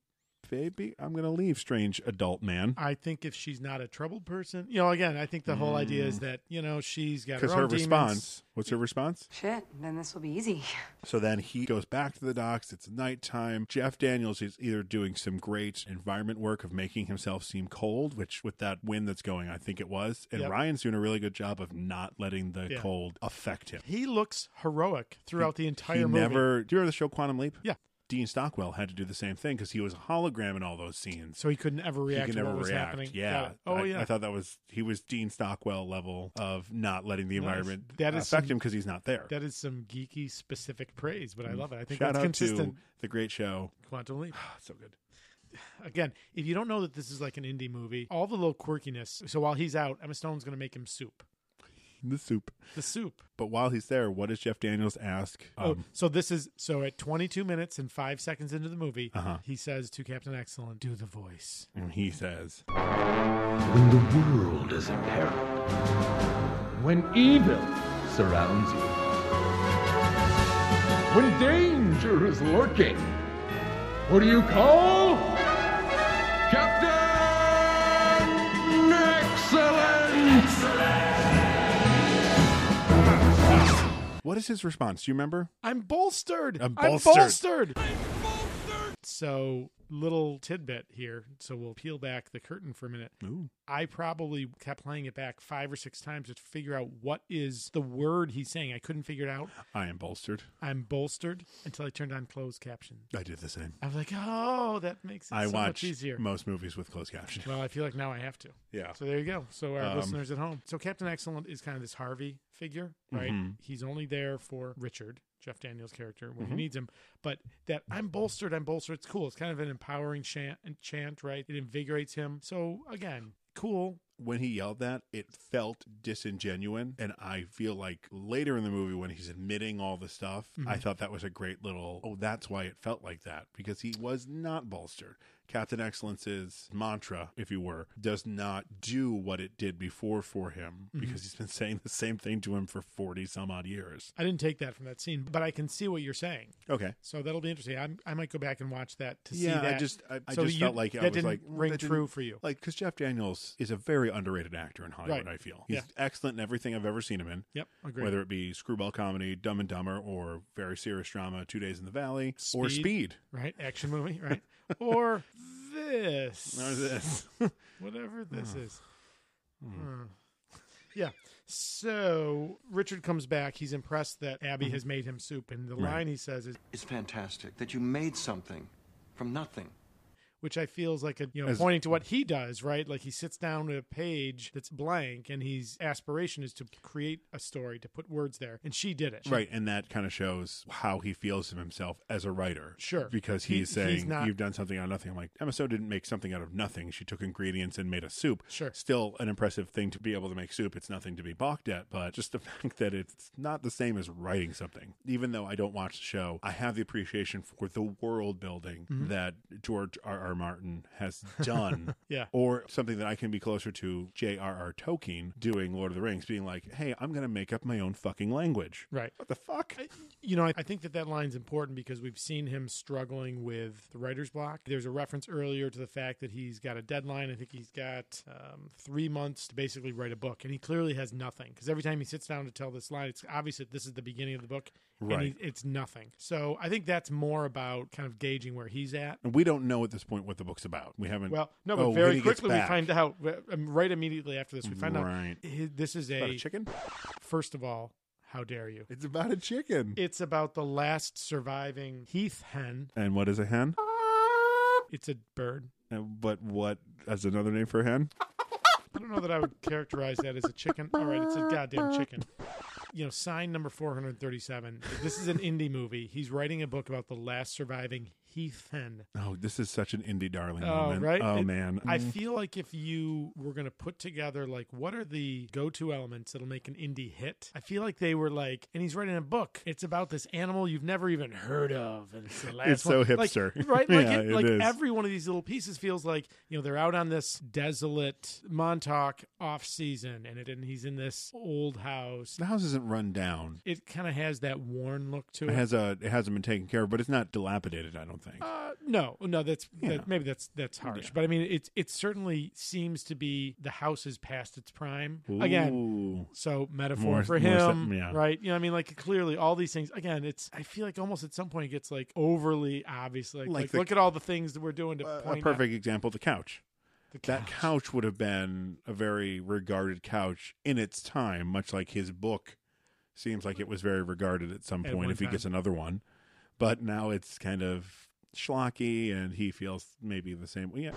baby? I'm gonna leave, strange adult man."
I think if she's not a troubled person, you know, again, I think the whole idea is that you know she's got
Because
own
Mm. her
demons.
response, what's her response?
Shit, then this will be easy.
So then he goes back to the docks. It's nighttime. Jeff Daniels is either doing some great environment work of making himself seem cold, which with that wind that's going, I think it was. And
Yep.
Ryan's doing a really good job of not letting the
Yeah.
cold affect him.
He looks heroic throughout the entire
he
movie.
never. Do you remember the show Quantum Leap?
Yeah.
Dean Stockwell had to do the same thing because he was a hologram in all those scenes.
so he couldn't ever react
he could
to
never
what was
react.
happening. Got
Yeah.
it. Oh
I,
yeah.
I thought that was he was Dean Stockwell level of not letting the
Nice.
environment
That is
affect
some-
him because he's not there.
that is some geeky specific praise, but I love it. I think
Mm. Shout
that's
out
consistent.
to the great show.
Quantum Leap.
so good.
Again, if you don't know that this is like an indie movie, all the little quirkiness. So while he's out, Emma Stone's going to make him soup.
The soup.
The soup.
But while he's there, what does Jeff Daniels ask? um,
oh, so this is so at 22 minutes and five seconds into the movie,
Uh-huh.
he says to Captain Excellent, "Do the voice."
and he says,
When the world is in peril, when evil surrounds you, When danger is lurking, what do you call? Captain Excellence!
What is his response? Do you remember?
I'm bolstered.
I'm bolstered.
So, little tidbit here. So, we'll peel back the curtain for a minute.
Ooh.
I probably kept playing it back five or six times to figure out what is the word he's saying. I couldn't figure it out.
I am bolstered.
I'm bolstered until I turned on closed caption.
I did the same.
I was like, oh, that makes it
I
so
watch
much easier.
most movies with closed caption.
well, I feel like now I have to.
Yeah.
So there you go. So our
Um,
listeners at home. So Captain Excellent is kind of this Harvey figure, right?
Mm-hmm.
He's only there for Richard, Jeff Daniels' character, when
Mm-hmm.
he needs him. But that I'm bolstered, I'm bolstered. It's cool. It's kind of an empowering chant, chant right? It invigorates him. So again, cool.
When he yelled that, it felt disingenuine. And I feel like later in the movie, when he's admitting all the stuff,
Mm-hmm.
I thought that was a great little, oh, that's why it felt like that, because he was not bolstered. Captain Excellence's mantra, if you were, does not do what it did before for him
Mm-hmm.
because he's been saying the same thing to him for 40 some odd years.
I didn't take that from that scene, but I can see what you're saying.
Okay.
So that'll be interesting. I'm, I might go back and watch that to see
yeah,
that.
I just I, I
So
just
you-
felt like
that
I was
didn't
like
ring
that didn't-
true for you.
Like because Jeff Daniels is a very underrated actor in Hollywood.
Right.
I feel he's
Yeah.
excellent in everything I've ever seen him in.
Yep, agree.
Whether it be screwball comedy, Dumb and Dumber, or very serious drama, Two Days in the Valley, or
Speed.
Speed,
right? Action movie, right? or this.
or this.
whatever this
Mm.
is. Huh. Yeah. So Richard comes back. He's impressed that
Mm-hmm.
Abby has made him soup. And the line he says is,
It's fantastic that you made something from nothing.
which I feel is like a, you know,
As-
pointing to what he does, right? Like he sits down at a page that's blank and his aspiration is to create a story, to put words there. And she did it.
Right, and that kind of shows how he feels of himself as a writer.
Sure.
because
He-
he's
he's
saying
not-
you've done something out of nothing. I'm like Emma Stone didn't make something out of nothing. She took ingredients and made a soup.
Sure.
still an impressive thing to be able to make soup. It's nothing to be balked at, but just the fact that it's not the same as writing something. Even though I don't watch the show, I have the appreciation for the world building
Mm-hmm.
that George R. R. Martin has done.
Yeah.
or something that I can be closer to J.R.R. Tolkien doing Lord of the Rings, being like, hey, I'm going to make up my own fucking language.
Right.
What the fuck?
I- you know, I, I think that that line's important because we've seen him struggling with the writer's block. There's a reference earlier to the fact that he's got a deadline. I think he's got um, three months to basically write a book, and he clearly has nothing because every time he sits down to tell this line, it's obvious that this is the beginning of the book, and
Right.
he, it's nothing. So I think that's more about kind of gauging where he's at.
And we don't know at this point what the book's about. We haven't.
Well, no, but
Oh, when
very
he gets
quickly we
back.
find out. um, Right immediately after this, we find
Right.
out eh, this is
About a
a
chicken?
first of all. How dare you?
It's about a chicken.
It's about the last surviving heath hen
and what is a hen?
It's a bird.
Uh, But what as another name for a hen?
I don't know that I would characterize that as a chicken. All right, it's a goddamn chicken. You know, sign number 437. This is an indie movie. He's writing a book about the last surviving heath hen.
Oh, this is such an indie darling
Oh,
moment.
right?
Oh,
It-
man.
I
Mm.
feel like if you were going to put together, like, what are the go to elements that'll make an indie hit? I feel like they were like, and he's writing a book. It's about this animal you've never even heard of. And it's the last
It's so
one. Like,
hipster.
right? Like,
Yeah,
it,
it
like
is.
every one of these little pieces feels like, you know, they're out on this desolate Montauk off season and, it, and he's in this old house.
the house isn't run down.
It kind of has that worn look to it.
It has a. It hasn't been taken care of, but it's not dilapidated. I don't think.
Uh, no, no, that's
Yeah.
that, maybe that's that's harsh, but I mean, it it certainly seems to be the house is past its prime again.
Ooh.
So metaphor
More-
for
more so-
him,
yeah.
right? You know, I mean, like clearly all these things. Again, it's I feel like almost at some point it gets like overly obvious. Like,
Like
like,
the-
look at all the things that we're doing to
A-
point
a
out
perfect example: the couch.
the
That couch would have been a very regarded couch in its time, much like his book seems like it was very regarded at some
At
point
one
if he gets
time.
another one. But now it's kind of schlocky and he feels maybe the same. Yeah.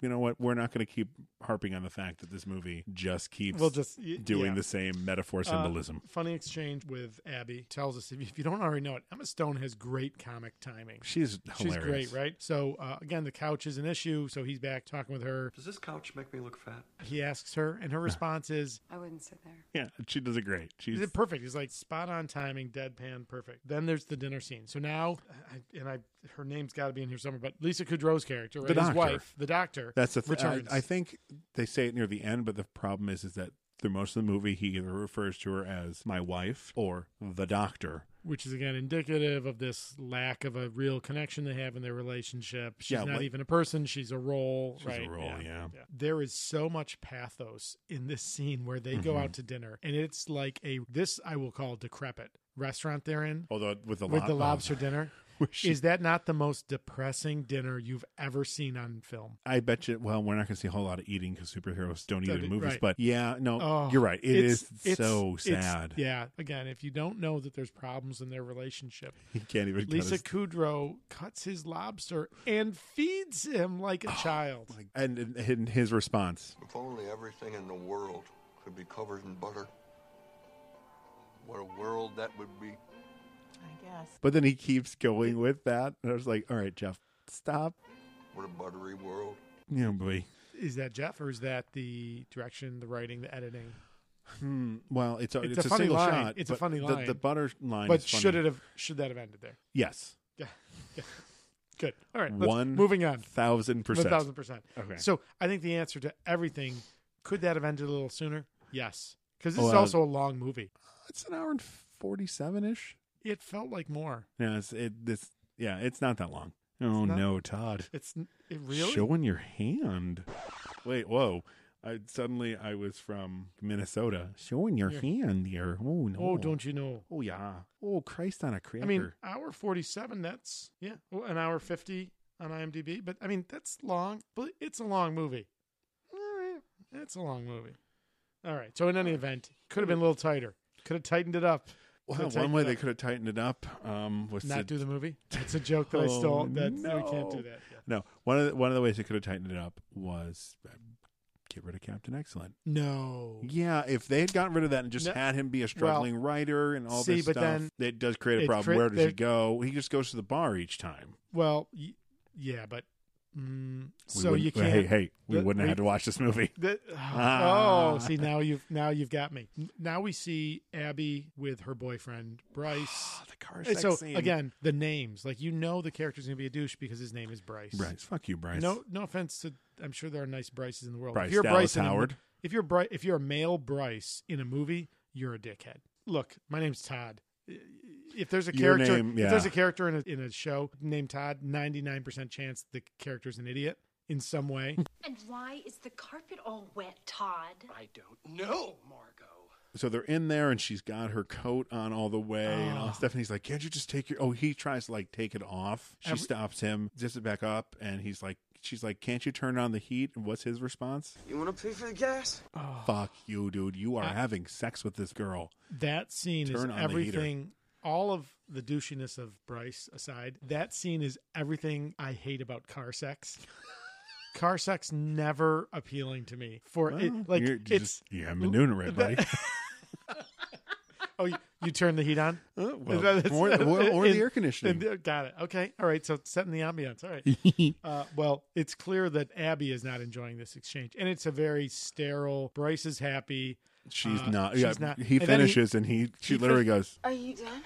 You know what? We're not going to keep harping on the fact that this movie just keeps
We'll just- y-
doing
yeah.
the same metaphor
Uh,
symbolism.
funny exchange with Abby tells us if you, if you don't already know it, Emma Stone has great comic timing.
She's
She's
hilarious.
great, right? So uh, again, the couch is an issue. So he's back talking with her.
Does this couch make me look fat?
He asks her, and her
Uh-huh.
response is,
I wouldn't sit there.
Yeah, she does it great. She's
He's perfect. He's like spot on timing, deadpan, perfect. Then there's the dinner scene. So now, I, and I, her name's got to be in here somewhere. But Lisa Kudrow's character, right?
The
his
doctor.
wife, the doctor.
That's the thing.
returns.
I, I think they say it near the end, but the problem is, is that Through most of the movie, he either refers to her as my wife or the doctor.
which is again indicative of this lack of a real connection they have in their relationship. She's
Yeah,
not
what-
even a person; she's a role.
a
right?
role, yeah.
There is so much pathos in this scene where they
Mm-hmm.
go out to dinner, and it's like a this I will call decrepit restaurant they're in
Although with the,
with
lo-
the
oh,
lobster dinner.
which-
Is that not the most depressing dinner you've ever seen on film?
I bet you. Well, we're not going to see a whole lot of eating because superheroes don't eat
Don't
in
eat,
movies.
right.
But yeah, no,
Oh,
you're right. It
it's-
is
it's-
so
it's-
sad.
yeah. Again, if you don't know that there's problems in their relationship,
He can't even. cut
Lisa
his-
Kudrow cuts his lobster and feeds him like
Oh,
a child.
and, and- and his response.
If only everything in the world could be covered in butter. What a world that would be.
I guess.
But then he keeps going with that, and I was like, "All right, Jeff, stop."
What a buttery world.
Yeah, boy.
Is that Jeff or is that the direction, the writing, the editing?
Well, it's a,
It's
it's,
a funny
single
line.
shot.
It's a
but
funny
the-
line.
The, butter line.
But
is funny.
should it have should that have ended there?
Yes,
Yeah. Yeah. Good. All right. Let's,
one.
moving on.
Thousand
One
percent.
thousand percent.
Okay.
So I think the answer to everything could that have ended a little sooner? Yes. Because this is
Well, uh,
also a long movie.
It's an hour and forty-seven ish.
It felt like more.
Yeah, it's it. This. Yeah, it's not that long. Oh
not-
no, Todd.
It's n- it really
showing your hand. Wait, whoa. I suddenly I was from Minnesota. Showing your hand here. Oh no.
Oh, don't you know?
Oh yeah. Oh Christ on a cracker.
I mean, hour forty-seven. That's yeah, well, an hour fifty on IMDb. But I mean, that's long. But it's a long movie. All right, it's a long movie. All right. So in any event, could have been a little tighter. Could have tightened it up.
Well,
Could've
one
tightened
way
it
they
up.
could have tightened it up um, was to,
not do the movie. That's a joke that I stole.
Oh,
That we can't
no.
do that. Yeah.
no one of the, one of the ways they could have tightened it up was uh, get rid of Captain Excellent.
No.
Yeah, if they had gotten rid of that and just
No.
had him be a struggling writer and all
see,
this
but
stuff,
then-
it does create
it
a problem.
crea-
Where does he
there-
go? He just goes to the bar each time.
Well, y- yeah, but mm,
We
so you
wouldn't-
can't.
Hey, hey, we
the-
wouldn't have had to watch this movie.
The,
Ah.
Oh, see now you've now you've got me. N- Now we see Abby with her boyfriend Bryce.
the car
And so again, the names like you know the character's gonna be a douche because his name is Bryce.
Bryce, fuck you, Bryce.
No, no offense to. I'm sure there are nice Bryces in the world.
Bryce
if you're
Dallas
Bryce in a mo-
Howard.
if you're Bryce, if you're a male Bryce in a movie, you're a dickhead. Look, my name's Todd. If there's a
Your
character,
name-
if there's
yeah.
a character in a, in a show named Todd, 99 percent chance the character's an idiot in some way.
And why is the carpet all wet, Todd?
I don't know, Margot.
So they're in there, and she's got her coat on all the way, and all
Oh.
this stuff. And he's like, "Can't you just take your?" Oh, he tries to like take it off. She
Every-
stops him, zips it back up, and he's like, "She's like, can't you turn on the heat?" And what's his response?
You want to pay for the gas?
Oh.
Fuck you, dude. You are having sex with this girl.
That scene
Turn on
is
the heater.
everything. All of the douchiness of Bryce aside, that scene is everything I hate about car sex. car sex never appealing to me. For
Well,
it, like
you're
it's
just- you haven't been doing it right, buddy.
oh, you, you turn the heat on.
Uh, well,
Is that-
or, or, or
in-
the air conditioning.
in- got it. Okay. All right. So setting the ambiance. All right. uh, well, it's clear that Abby is not enjoying this exchange, and it's a very sterile. Bryce is happy,
she's
uh,
not.
she's
yeah,
not.
He
And then he-
finishes, and he, she
he
literally
fin-
goes,
Are you done?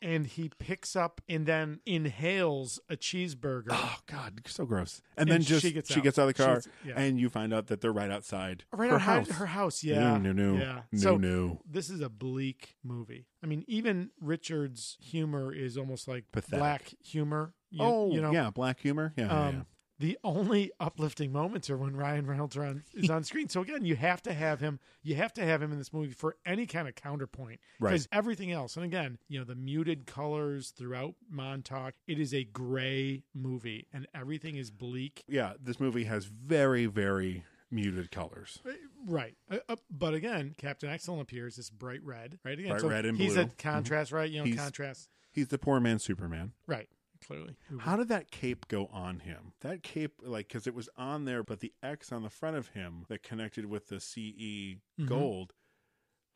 and he picks up and then inhales a cheeseburger.
Oh God, so gross! And,
And
then just
she
she
gets
gets,
out.
out. of the car,
She's- yeah.
and you find out that they're right outside
Right
her
on
house.
her house, yeah,
No, no, no.
yeah.
No,
so
no.
this is a bleak movie. I mean, even Richard's humor is almost like
Pathetic.
black humor. You,
oh,
you know,
yeah, black humor. Yeah, yeah,
Um,
yeah.
The only uplifting moments are when Ryan Reynolds are on, is on screen. So again, you have to have him. You have to have him in this movie for any kind of counterpoint.
Right.
Because everything else, and again, you know, the muted colors throughout Montauk. It is a gray movie, and everything is bleak.
yeah. This movie has very, very muted colors.
Right. Uh, uh, but again, Captain Excellent appears this bright red. Right again.
Bright red and
he's
blue. Mm-hmm.
a contrast, right? You know,
He's-
contrast.
He's the poor man Superman.
Right. Clearly.
How did that cape go on him? That cape, like, because it was on there, but the X on the front of him that connected with the CE
Mm-hmm.
gold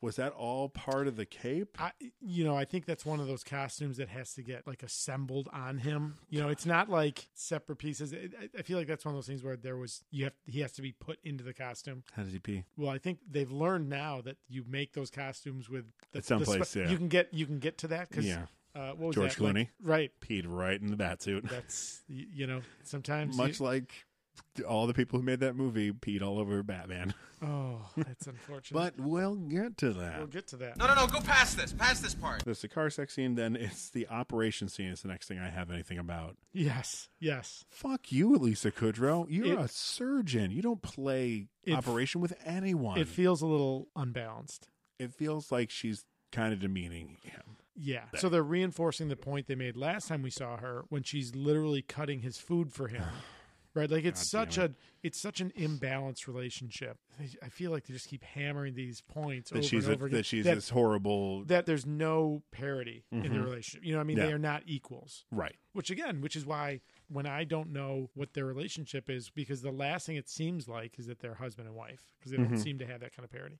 was that all part of the cape?
I, you know, I think that's one of those costumes that has to get like assembled on him. You know, it's not like separate pieces. It, I, I feel like that's one of those things where there was you have he has to be put into the costume.
How does he pee?
Well, I think they've learned now that you make those costumes with the,
At some
the
place, yeah.
You can get you can get to that because
Yeah.
uh, what was
George
that? Like,
Clooney.
right?
Peed right in the batsuit.
That's y- you know sometimes
Much
you-
like all the people who made that movie peed all over Batman.
Oh, that's unfortunate.
But we'll get to that.
we'll get to that.
No, no, no. Go past this. Past this part.
There's the car sex scene, then it's the operation scene. It's the next thing I have anything about.
Yes, yes.
Fuck you, Elisa Kudrow. You're
It-
a surgeon. You don't play
It-
operation with anyone.
It feels a little unbalanced.
it feels like she's kind of demeaning him.
Yeah. So they're reinforcing the point they made last time we saw her when she's literally cutting his food for him. Right? Like it's
God damn
such a it's such an imbalanced relationship. I feel like they just keep hammering these points
That
over
she's
and
a,
over again.
that she's
that,
this horrible
that there's no parity in
Mhm.
their relationship. You know what I mean?
Yeah.
They are not equals.
right.
Which again, which is why when I don't know what their relationship is, because the last thing it seems like is that they're husband and wife, because they don't
Mhm.
seem to have that kind of parity.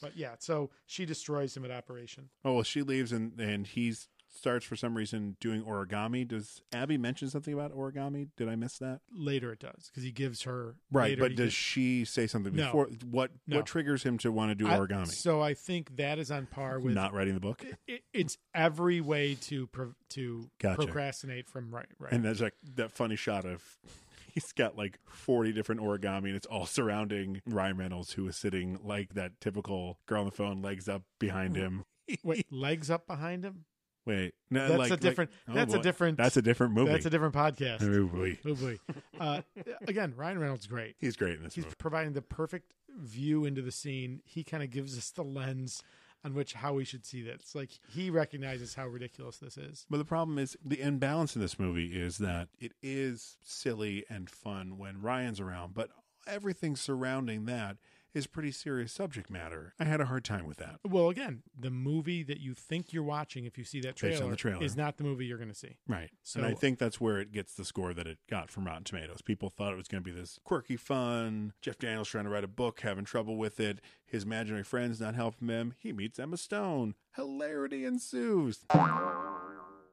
But yeah, so she destroys him at Operation.
Oh well, she leaves and and he starts for some reason doing origami. Does Abby mention something about origami? Did I miss that?
later it does because he gives her
Right,
later
but
he
does
gives-
she say something
No.
before? What
No.
what triggers him to want to do
I-
origami?
so I think that is on par with
Not writing the book,
it, it's every way to pro, to
Gotcha.
procrastinate from right right
and there's like that funny shot of he's got like 40 different origami, and it's all surrounding Ryan Reynolds, who is sitting like that typical girl on the phone, legs up behind
Hmm.
him.
wait legs up behind him
Wait, no,
That's
like-
a
like-
different- that's a
boy.
different-
That's a different movie.
that's a different podcast
movie.
Oh, boy. Uh, again Ryan Reynolds great
He's great in this
he's
movie.
providing the perfect view into the scene he kind of gives us the lens on which how we should see this like he recognizes how ridiculous this is
But the problem is the imbalance in this movie is that it is silly and fun when Ryan's around, but everything surrounding that is pretty serious subject matter. I had a hard time with that.
well again the movie that you think you're watching if you see that
Based on the trailer.
is not the movie you're going to see
Right.
So-
and I think that's where it gets the score that it got from Rotten Tomatoes. People thought it was going to be this quirky fun, Jeff Daniels trying to write a book, having trouble with it, his imaginary friends not helping him. He meets Emma Stone. Hilarity ensues.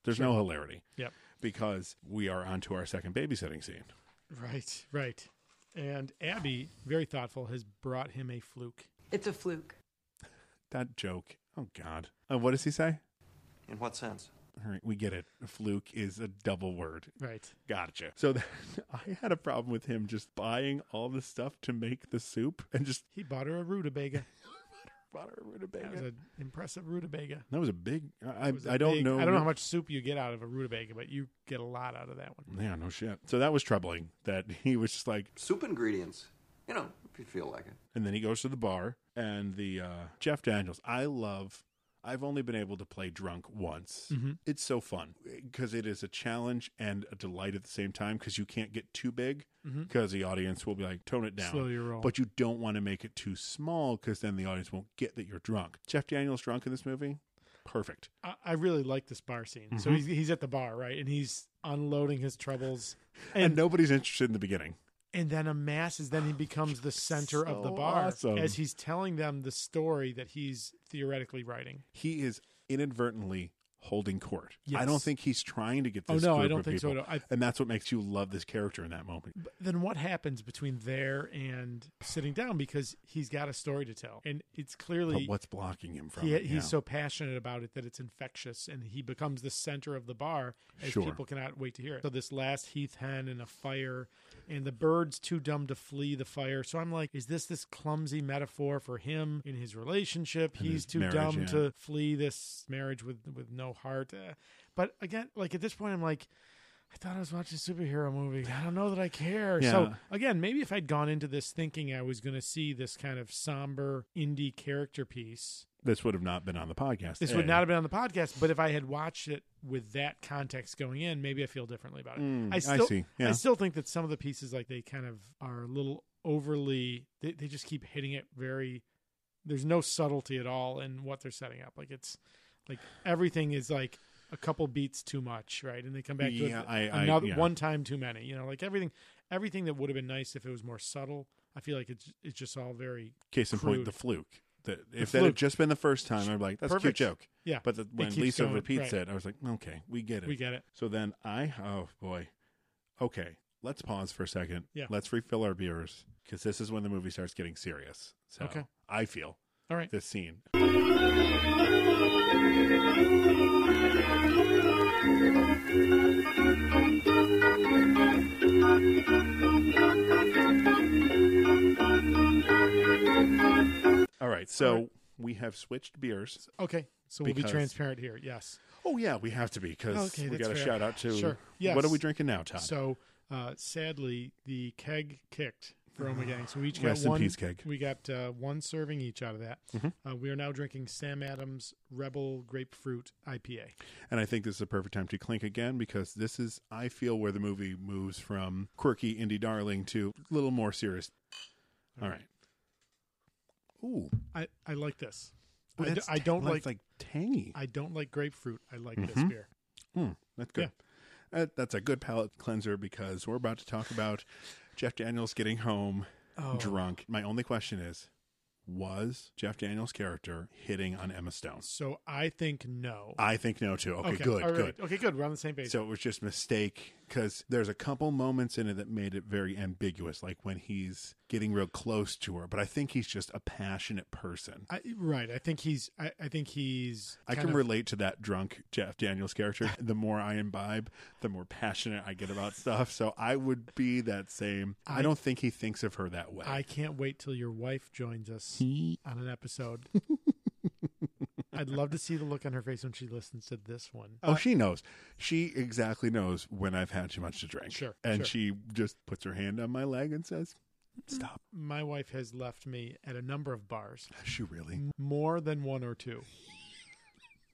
There's no hilarity
yep
because we are onto our second babysitting scene.
Right, right. And Abby, very thoughtful, has brought him a fluke.
It's a fluke.
That joke. Oh God. Uh, what does he say?
In what sense?
All right, we get it. A fluke is a double word.
Right.
Gotcha. So then I had a problem with him just buying all the stuff to make the soup and just
He bought her a rutabaga.
bought her a
That
rutabaga.
was an impressive rutabaga.
That was a big. I, I
It was a
don't
big-
know.
I don't know how much soup you get out of a rutabaga, but you get a lot out of that one.
Yeah, no shit. So that was troubling. That he was just like,
Soup ingredients. You know, if you feel like it.
and then he goes to the bar and the uh, Jeff Daniels. I love. I've only been able to play drunk once.
Mm-hmm.
It's so fun because it is a challenge and a delight at the same time because you can't get too big because the audience will be like, tone it down.
Mm-hmm. Slow your roll.
But you don't want to make it too small because then the audience won't get that you're drunk. Jeff Daniels drunk in this movie? Perfect.
I, I really like this bar scene.
Mm-hmm.
So he's, he's at the bar, right? And he's unloading his troubles.
And,
And,
nobody's interested in the beginning.
and then amasses, then he becomes the center of the
So
bar
awesome.
as he's telling them the story that he's theoretically writing.
he is inadvertently holding court. I
Yes.
don't think he's trying to get
Oh,
this.
no, I
group
don't
of
think so
people.
at all. I-
and that's what makes you love this character in that moment.
then what happens between there and sitting down because he's got a story to tell and it's
But
clearly
what's blocking him from?
he,
it?
he's
Yeah.
so passionate about it that it's infectious and he becomes the center of the bar as
Sure.
people cannot wait to hear it so this last heath hen and a fire and the bird's too dumb to flee the fire so i'm like is this this clumsy metaphor for him in his relationship
And his
he's too
marriage,
dumb
yeah.
to flee this marriage with with no heart Uh, but again like at this point i'm like I thought I was watching a superhero movie. I don't know that I care. So
Yeah.
again, maybe if I'd gone into this thinking I was going to see this kind of somber indie character piece,
This would have not been on the podcast.
this
A.
would not have been on the podcast. But if I had watched it with that context going in, maybe I feel differently about it.
Mm, I
I still,
see. Yeah.
I still think that some of the pieces, like they kind of are a little overly. They, they just keep hitting it very. There's no subtlety at all in what they're setting up. Like it's like everything is like a couple beats too much, right? And they come back to
Yeah,
it
I- I-
another
yeah.
one time too many. You know, like everything, everything that would have been nice if it was more subtle. I feel like it's it's just all very
Case in point,
crude.
the fluke. That if that had
fluke.
just been the first time, I'd be like, "That's
Perfect.
a cute joke."
Yeah.
But the,
It
when
keeps
Lisa
going,
repeats
right.
it, I was like, "Okay, we get it.
We get it.
So then I, oh boy, okay. Let's pause for a second.
Yeah.
Let's refill our beers because this is when the movie starts getting serious. So
Okay.
I feel
all right.
this scene. So we have switched beers.
Okay. So we'll be
Because-
transparent here. Yes.
Oh yeah, we have to be because
Okay,
we
that's
got a
fair.
shout out to.
Sure. Yes.
What are we drinking now, Todd?
So uh, sadly, the keg kicked for Roma Gang. So we each got
Rest in
one.
peace, keg. Mm-hmm.
We got uh, one serving each out of that. Uh, we are now drinking Sam Adams Rebel Grapefruit IPA.
and I think this is a perfect time to clink again because this is, I feel, where the movie moves from quirky indie darling to a little more serious. All right. Ooh,
I, I like this.
Ooh,
I, d-
that's
I don't
ta-
like,
that's, like tangy.
I don't like grapefruit. I like this beer.
Mm, that's good. Uh, that's a good palate cleanser because we're about to talk about Jeff Daniels getting home drunk. My only question is was Jeff Daniels' character hitting on Emma Stone?
So I think no.
I think no, too. Ah, Okay, good,
all
good.
right. Okay, good. We're on the same page.
So it was just mistake because there's a couple moments in it that made it very ambiguous, like when he's getting real close to her. But I think he's just a passionate person.
I, right. I think he's. I, I think he's.
I
kind
can
of-
relate to that drunk Jeff Daniels character. The more I imbibe, the more passionate I get about stuff. So I would be that same. I, don't think he thinks of her that way.
I can't wait till your wife joins us on an episode. I'd love to see the look on her face when she listens to this one. Uh,
oh, she knows. She exactly knows when I've had too much to drink.
Sure,
And
sure.
she just puts her hand on my leg and says, Stop.
My wife has left me at a number of bars,
Is she really?
Mm. more than one or two.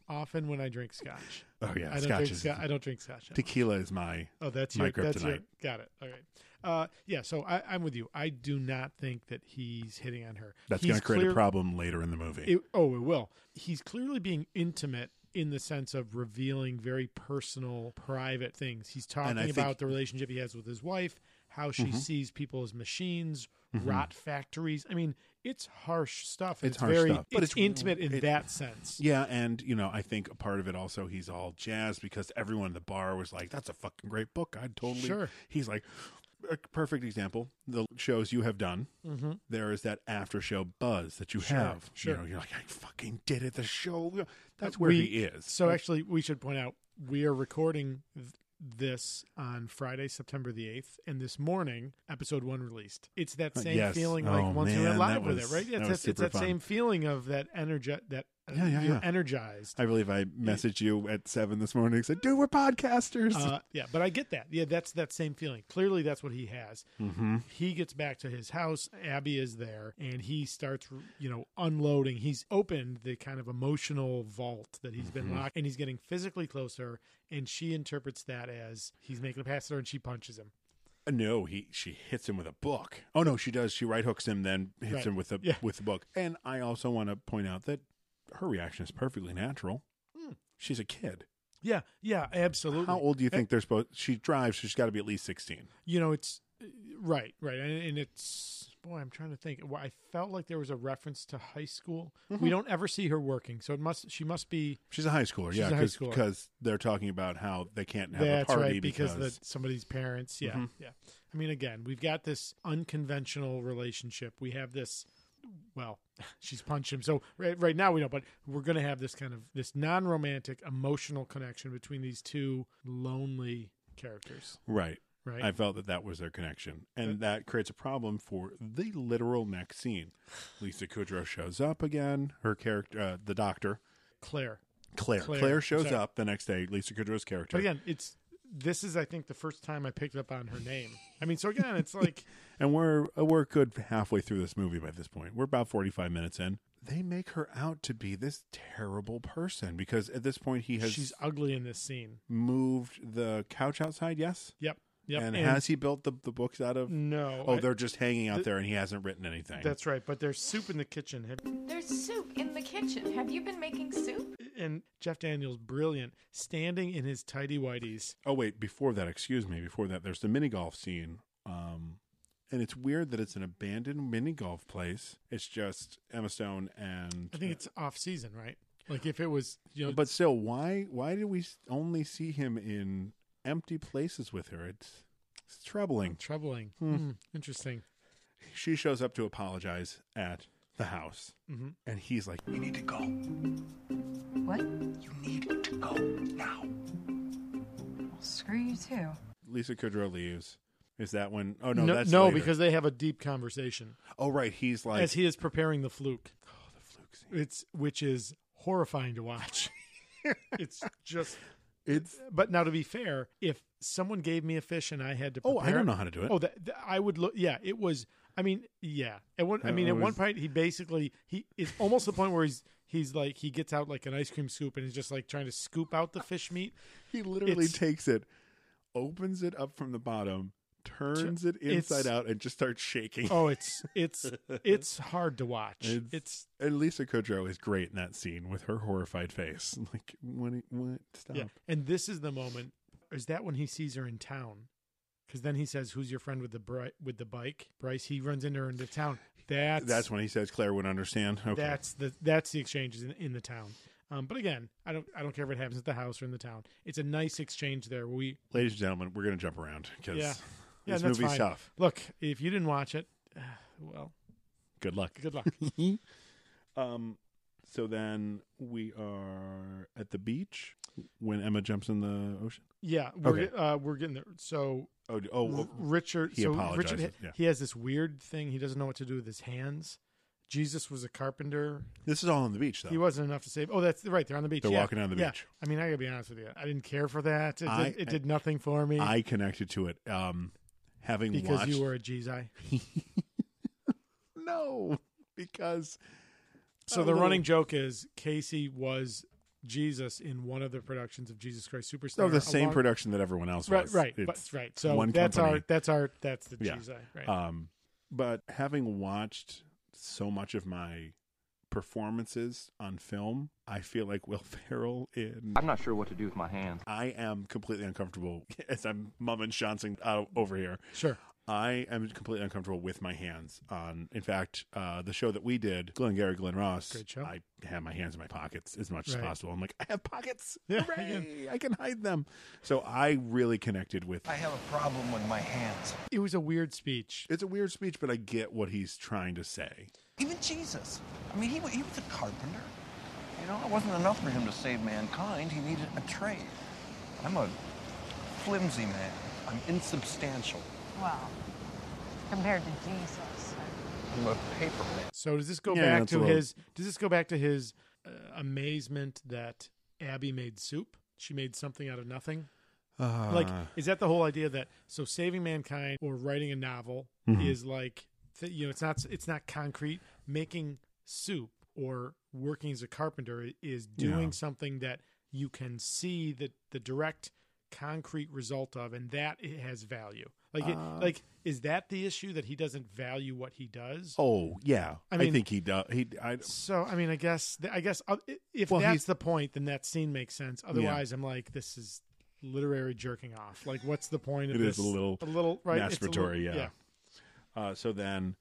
Often when I drink scotch.
Oh, yeah.
I don't
Scotch
drink
is.
scotch. I don't drink scotch. that much.
Tequila is my
Oh, that's
my
your, that's your,
kryptonite.
got it. All right. Uh, yeah, so I, I'm with you. I do not think that he's hitting on her.
That's
He's
going to create a
clear-
problem later in the movie.
It, oh, it will. He's clearly being intimate in the sense of revealing very personal, private things. He's talking
And I
about
think- Mm-hmm.
the relationship he has with his wife, how she sees people as machines, rot factories. I mean, it's harsh stuff. and
It's harsh
very,
stuff, but
it's,
it's-
intimate in
it-
that sense.
yeah, and you know, I think a part of it also he's all jazzed because everyone in the bar was like, "That's a fucking great book. I'd totally."
Sure.
He's like, a perfect example: the shows you have done. There is that after show buzz that you have.
sure.
You know, you're like, "I fucking did it." The show. That's where
We-
he is.
So actually, we should point out we are recording th- this on Friday, September the eighth, and this morning, episode one released. It's that
Uh,
same
yes.
feeling
Oh,
like once we
man,
went live
that
with
was-
it, right? It's
that
that,
was
it's
super
that
fun.
same feeling of that energy that uh,
Yeah, yeah,
you're
yeah.
energized.
I believe I messaged you at seven this morning. and Said, "Dude, we're podcasters."
Uh, yeah, but I get that. Yeah, that's that same feeling. Clearly, that's what he has. Mm-hmm. He gets back to his house. Abby is there, and he starts, you know, unloading. He's opened the kind of emotional vault that he's been locked, and he's getting physically closer. And she interprets that as he's making a pass at her, and she punches him.
Uh, No, he she hits him with a book. Oh no, she does. She right hooks him, then hits
Right.
him with a
Yeah.
with the book. And I also want to point out that her reaction is perfectly natural. She's a kid.
Yeah, yeah, Hmm. absolutely.
How old do you think they're supposed? She drives. She's got to be at least sixteen.
you know it's right right and, and it's boy i'm trying to think well, i felt like there was a reference to high school we don't ever see her working so it must she must be
She's a high schooler.
She's
yeah,
a high
because
schooler.
they're talking about how they can't have
that's
a party
right because,
because, Mm-hmm.
the, somebody's parents yeah yeah i mean again we've got this unconventional relationship we have this well she's punched him so right, right now we don't but we're going to have this kind of this non-romantic emotional connection between these two lonely characters
right.
right
I felt that that was their connection, and that creates a problem for the literal next scene. Lisa Kudrow shows up again. Her character, uh, the doctor,
claire
Claire.
Claire.
Claire, shows
Sorry.
up the next day. Lisa Kudrow's character.
But again, it's this is I think the first time I picked up on her name. I mean, so again, it's like
and we're uh, we're good halfway through this movie by this point. We're about forty five minutes in. They make her out to be this terrible person because at this point he has
she's ugly in this scene.
moved the couch outside. Yes.
Yep, yep.
And, has he built the, the books out of?
No,
Oh,
I-
they're just hanging out there, and he hasn't written anything.
That's right. But there's soup in the kitchen, Have-
There's soup in the kitchen. Have you been making soup?
and Jeff Daniels brilliant standing in his tidy whities.
oh wait, before that, excuse me, before that, there's the mini golf scene. Um, and it's weird that it's an abandoned mini golf place. It's just Emma Stone and
I think it's off season, right? Like if it was, you know,
But still, why why did we s- only see him in empty places with her? It's it's troubling.
troubling. Hmm, interesting.
She shows up to apologize at the house,
Mm-hmm.
and he's like,
You need to go.
What?
You need to go now.
Screw you too.
"Lisa Kudrow leaves." Is that when? Oh no,
no,
that's
no
later.
because they have a deep conversation
oh right, he's like Oh,
as he is preparing the fluke.
Roxy.
It's which is horrifying to watch. it's just
It's
but now to be fair, if someone gave me a fish and I had to
Oh, I
prepare
don't know how to do it.
Oh, that, that- I would look. Yeah, it was. I mean, yeah. At one, I
That
mean, at one
was-
point, he basically he it's almost the point where he's he's like he gets out like an ice cream scoop and he's just like trying to scoop out the fish meat.
he literally
it's-
takes it, opens it up from the bottom, turns it
it's-
inside out, and just starts shaking.
Oh, it's it's it's hard to watch. It's,
It's- And Lisa Kudrow is great in that scene with her horrified face. Like, what? What? Stop.
yeah. And this is the moment. Is that when he sees her in town? Because then he says, "Who's your friend with the bri- with the bike?" Bryce. He runs into her into town. That's
That's when he says Claire would understand. Okay.
That's the that's the exchanges in, in the town. Um, but again, I don't I don't care if it happens at the house or in the town. It's a nice exchange there. We
Ladies and gentlemen, we're going to jump around because
yeah, yeah,
this
that's
movie's
fine.
tough.
Look, if you didn't watch it, uh, well,
Good luck.
good luck.
Um, so then we are at the beach when Emma jumps in the ocean.
yeah, we're
Okay.
uh, we're getting there. So
Oh, oh,
R-
well,
Richard,
he
so
apologizes,
Richard,
yeah.
he has this weird thing. He doesn't know what to do with his hands. Jesus was a carpenter.
this is all on the beach though.
He wasn't enough to save. Oh, that's right. They're on the beach.
They're
yeah.
walking down the
Yeah.
beach.
I mean, I gotta be honest with you. I didn't care for that. It,
I-
did, it did nothing for me
I connected to it. Um, having
because
watched
you were a G's eye.
no because
So
a
the
little-
running joke is Casey was Jesus in one of the productions of Jesus Christ Superstar.
no Oh, the same
along-
production that everyone else
Right,
was.
right,
It's-
but, right. So
one
that's
company.
our that's our that's the
Yeah.
cheese eye, right?
Um, but having watched so much of my performances on film, I feel like Will Ferrell in.
I'm not sure what to do with my hands.
I am completely uncomfortable as I'm mum and chancing out over here.
sure.
I am completely uncomfortable with my hands. On, in fact, uh, the show that we did, Glenn Gary, Glenn Ross.
Great show.
I had my hands in my pockets as much as
Right.
possible. I'm like, I have pockets.
Yeah, I can-
Hooray! I can hide them. So I really connected with.
I have a problem with my hands.
It was a weird speech.
It's a weird speech, but I get what he's trying to say.
Even Jesus. I mean, he, wa- he was a carpenter. You know, it wasn't enough for him to save mankind. He needed a trade. I'm a flimsy man. I'm insubstantial.
Well, compared to Jesus.
I'm a paper man.
So does this go
Yeah,
back
that's a
to
little-
his? Does this go back to his uh, amazement that Abby made soup? She made something out of nothing.
Uh,
like, is that the whole idea that so saving mankind or writing a novel
Mm-hmm.
is like th- you know it's not it's not concrete. Making soup or working as a carpenter i- is doing
Yeah.
something that you can see the the direct concrete result of, and that it has value. Like, it,
Uh.
like is that the issue that he doesn't value what he does?
Oh yeah, I,
I mean-
think he does. He, I,
So I mean, I guess I guess uh, i- if
Well,
that's
he's-
the point, then that scene makes sense. Otherwise, I'm like, this is literary jerking off. Like, what's the point of
It
this?
is a little
a little right, it's a
masturbatory,
little-
yeah. uh, so then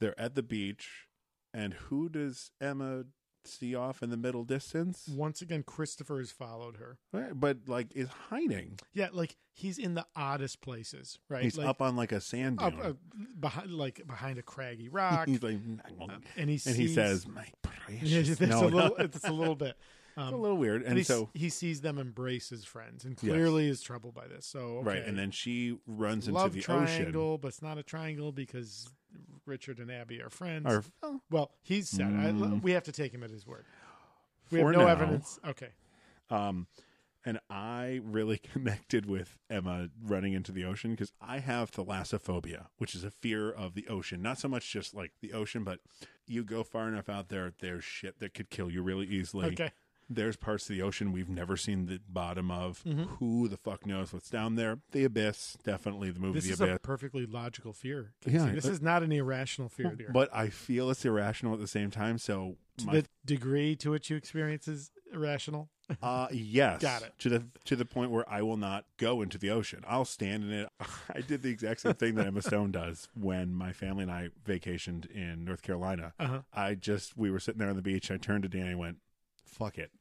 they're at the beach, and who does Emma see off in the middle distance?
Once again, Christopher has followed her.
Right, But like, is hiding.
Yeah, like he's in the oddest places, right?
He's
like,
up on like a sand dune.
up, uh, behind, like behind a craggy rock. uh,
He's like, "Mm, and
and he sees-
says, "My
Yeah,
precious."
it's
No,
a little,
no.
it's a little bit. Um,
It's a little weird. And
he s-
so,
he sees them embrace his friends, and clearly is troubled by this. So okay.
right, and then she runs into
love
the
triangle, but it's not a triangle because Richard and Abby are friends.
ocean. Or,
well, he's said I, we have to take him at his word. We
Mm. For
have no
now.
evidence. Okay,
Um, and I really connected with Emma running into the ocean because I have thalassophobia, which is a fear of the ocean. Not so much just like the ocean, but you go far enough out there, there's shit that could kill you really easily.
Okay.
There's parts of the ocean we've never seen the bottom of.
Mm-hmm.
Who the fuck knows what's down there? The abyss, definitely the movie
this
The
is
Abyss.
a perfectly logical fear.
Yeah,
Yeah, this
but-
is not an irrational fear. dear.
but I feel it's irrational at the same time. So
To
my
the degree to which you experience is irrational.
Uh yes.
Got it.
To the to the point where I will not go into the ocean. I'll stand in it. I did the exact same thing that Emma Stone does when my family and I vacationed in North Carolina.
Uh-huh.
I just we were sitting there on the beach. I turned to Danny and went, "Fuck it."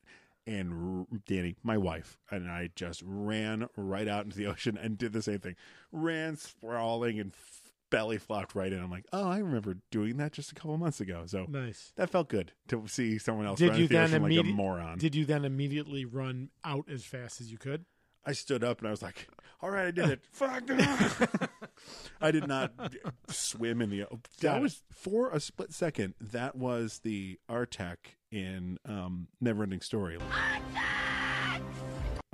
And r- Danny, my wife, and I just ran right out into the ocean and did the same thing. Ran sprawling and f- belly flopped right in. I'm like, "Oh, I remember doing that just a couple months ago." So
Nice.
that felt good Oh. to see someone else run
Did you
into the
then
ocean like a
immediately?
moron.
Did you then immediately run out as fast as you could?
I stood up and I was like, all right, I did it. Fuck. I did not d- swim in the. That
it.
was for a split second. That was the Artek in um, Neverending Story.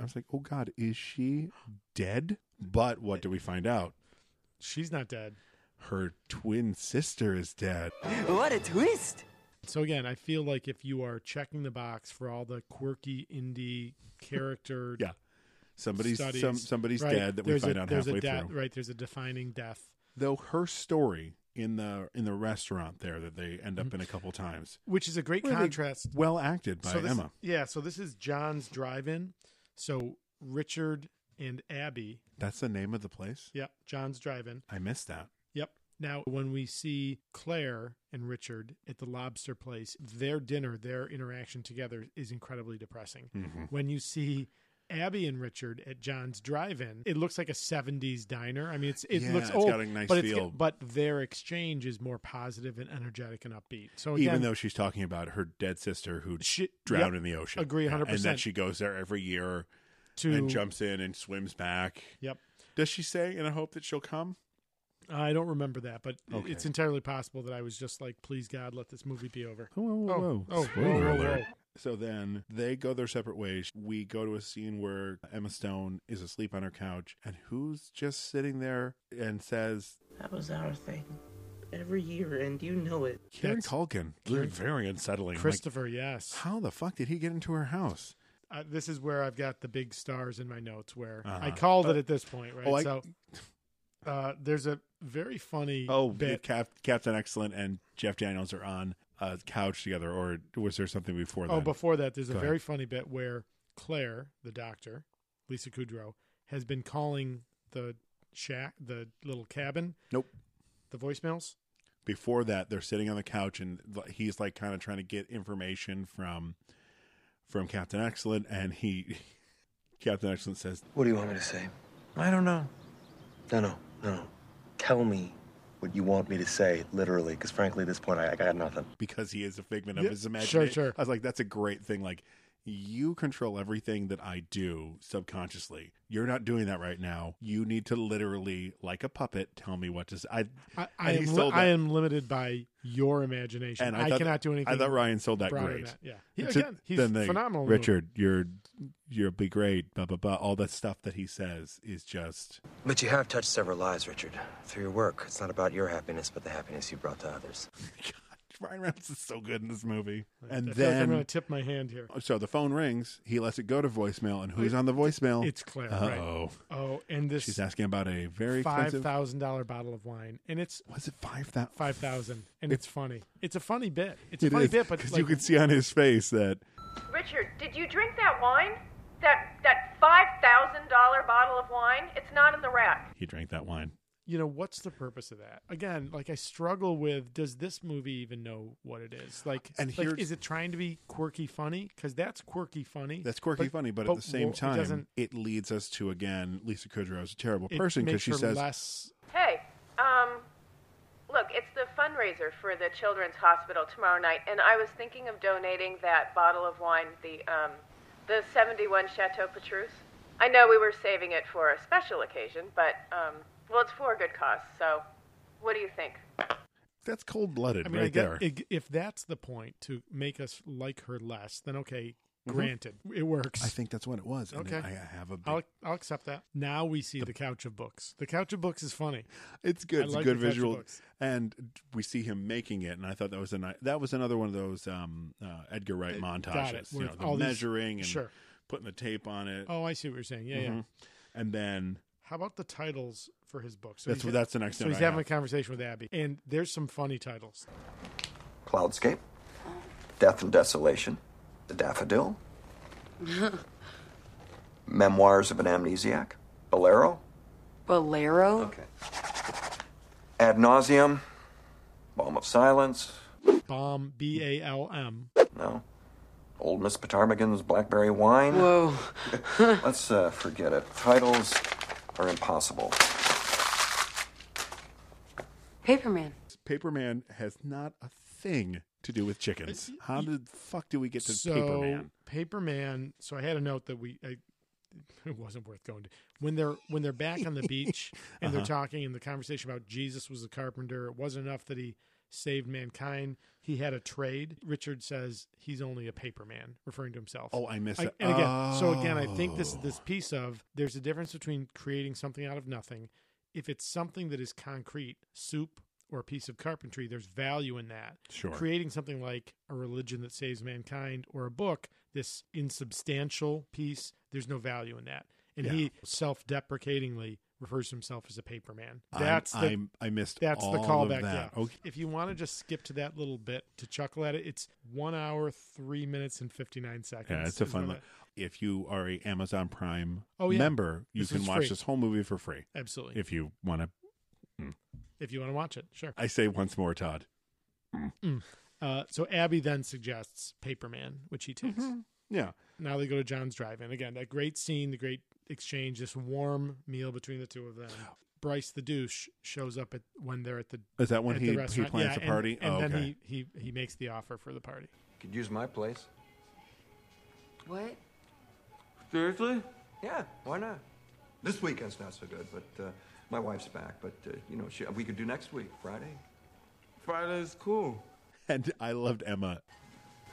I was like, oh God, is she dead? But what do we find out?
She's not dead.
Her twin sister is dead.
What a twist!
So again, I feel like if you are checking the box for all the quirky indie character,
Yeah. Somebody's
studies,
some, somebody's
right,
dead that we
there's
find
a,
out
there's
halfway
a death,
through.
Right, there's a defining death.
Though her story in the in the restaurant there that they end
Mm-hmm.
up in a couple times,
Which is a great
really
contrast.
well acted by
so this,
Emma.
Yeah, so this is John's drive-in. So Richard and Abby.
That's the name of the place.
Yep, John's drive-in.
I missed that.
Yep. Now, when we see Claire and Richard at the lobster place, their dinner, their interaction together is incredibly depressing.
Mm-hmm.
When you see Abby and Richard at John's drive-in, it looks like a '70s diner. I mean, it's it
Yeah,
looks
it's
old,
got a nice
but it's-
feel.
but their exchange is more positive and energetic and upbeat. So Oh, again,
Even though she's talking about her dead sister who
She-
drowned in
yep,
the ocean.
agree
Yeah, And
100%.
that she goes there every year
To-
and jumps in and swims back.
Yep.
Does she say, and I hope that she'll come?
I don't remember that, but
Okay.
it's entirely possible that I was just like, "Please God, let this movie be over."
Whoa, whoa, whoa.
Oh, oh,
Spoiler
whoa, whoa,
alert.
whoa.
So then they go their separate ways. We go to a scene where Emma Stone is asleep on her couch, and who's just sitting there and says,
That was our thing. Every year, and you know it.
Karen
That's-
Culkin.
Karen-
very unsettling. Like,
Christopher, yes.
how the fuck did he get into her house?
uh, this is where I've got the big stars in my notes where I
Uh-huh.
called it at this point, right?
Oh, I-
so uh, there's a very funny
Oh,
bit.
Cap- Captain Excellent and Jeff Daniels are on a couch together, or was there something before that?
Oh, before that, there's a
Go
very
ahead.
funny bit where Claire, the doctor, Lisa Kudrow, has been calling the shack, the little cabin,
Nope.
the voicemails.
Before that, they're sitting on the couch, and he's like kind of trying to get information from from Captain Excellent, and he Captain Excellent says,
What do you want me to say? I don't know. No, no, no. Tell me what you want me to say, literally, because frankly, at this point, I, I got nothing.
because he is a figment of
Yeah,
his
sure,
imagination.
sure.
I was like, that's a great thing. Like, you control everything that I do subconsciously. You're not doing that right now. You need to literally, like a puppet, tell me what to say. I,
I,
and
I,
he
am, li-
sold
I
that.
am limited by your imagination. I,
thought-
cannot do anything.
I thought Ryan sold that
broader than
great.
that. Yeah. He-
To-
again, he's
then they-
phenomenal in the
Richard, you're you'll be great. Blah blah blah. All that stuff that he says is just
But you have touched several lives, Richard, through your work. It's not about your happiness, but the happiness you brought to others.
Ryan Reynolds is so good in this movie. And
I feel like I'm
then
going to tip my hand here.
so the phone rings. He lets it go to voicemail, and who's on the voicemail?
It's Claire.
Uh
right?
oh.
Oh, and this
She's asking about a very
five
expensive.
thousand dollar bottle of wine, and it's
Was it five thousand?
five thousand, and it's funny. It's a funny bit. It's a
It
funny
is
bit, but
because
like,
you could see on his face that
Richard, did you drink that wine? That that five thousand dollar bottle of wine? It's not in the rack.
he drank that wine.
you know what's the purpose of that? Again, like I struggle with: does this movie even know what it is? Like,
And
like,
here's-
is it trying to be quirky funny? Because that's quirky funny.
That's quirky funny, but, at the same
wo- it
time,
doesn't.
it, leads us to again Lisa Kudrow is a terrible
It
person because
makes
she
her
says
less.
Hey, um, look, it's the fundraiser for the Children's Hospital tomorrow night, and I was thinking of donating that bottle of wine, the um, the '71 Chateau Petrus. I know we were saving it for a special occasion, but um, well, it's for a good cause. So, what do you think?
that's cold blooded
I mean, I
right
get-
there.
ig- if that's the point to make us like her less, then okay, granted, it works.
Mm-hmm. I think that's what it was. And
Okay.
I have a. Big,
I'll, I'll accept that. Now we see the, couch of books. The couch of books is funny.
it's good.
I
It's
like
a good
the touch
visual,
books.
and we see him making it. And I thought that was a ni- that was another one of those um, uh, Edgar Wright
Eh, got it.
montages. You
Where
know, the
all these-
measuring and
sure.
putting the tape on it,
Oh, I see what you're saying. Yeah, yeah.
Mhm. and then
How about the titles for his books? So
That's
he's-
what- that's the next
So
note
he's
I
having
have.
a conversation with Abby, and there's some funny titles.
Cloudscape. Death and Desolation. The Daffodil. Memoirs of an Amnesiac. Bolero.
Bolero?
Ad nauseum. Balm of Silence.
Bomb, B A L M.
No. Old Miss Patarmigan's Blackberry Wine.
Whoa.
Let's uh, forget it. Titles are impossible.
Paperman.
Paperman has not a thing to do with chickens. How the fuck do we get to
So
Paperman?
Paperman. So I had a note that we I it wasn't worth going to when they're when they're back on the beach and they're
Uh-huh.
talking and the conversation about Jesus was a carpenter. It wasn't enough that he saved mankind. He had a trade. Richard says he's only a paper man, referring to himself.
Oh, I missed that. Oh.
And again, so again, I think this this piece of there's a difference between creating something out of nothing. If it's something that is concrete, soup or a piece of carpentry, there's value in that.
Sure.
Creating something like a religion that saves mankind or a book, this insubstantial piece, there's no value in that. And
Yeah.
he self deprecatingly refers to himself as a paper man.
I'm-
That's the,
I'm- I missed
That's the
all of
callback.
that.
Yeah.
Okay.
If you want to just skip to that little bit to chuckle at it, it's one hour, three minutes, and fifty nine seconds.
Yeah, it's a
is
fun.
what
Li-
I-
if you are a Amazon Prime
Oh, yeah.
member, you
This
can
is
watch
free.
this whole movie for free.
Absolutely.
If you want to,
If you want to watch it, sure.
I say once more, Todd.
Mm. Uh, so Abby then suggests Paperman, which he takes.
Mhm. Yeah.
Now they go to John's drive-in again. That great scene, the great exchange, this warm meal between the two of them. Bryce the douche shows up at when they're at the.
Is that when
at
he- he
restaurant.
plans
Yeah,
the
and-
party?
And,
Oh,
then
okay.
he, he he makes the offer for the party.
Could use my place.
What?
Seriously? Yeah, why not? This weekend's not so good, but uh, my wife's back. But uh, you know, she, we could do next week, Friday.
Friday's cool.
And I loved Emma.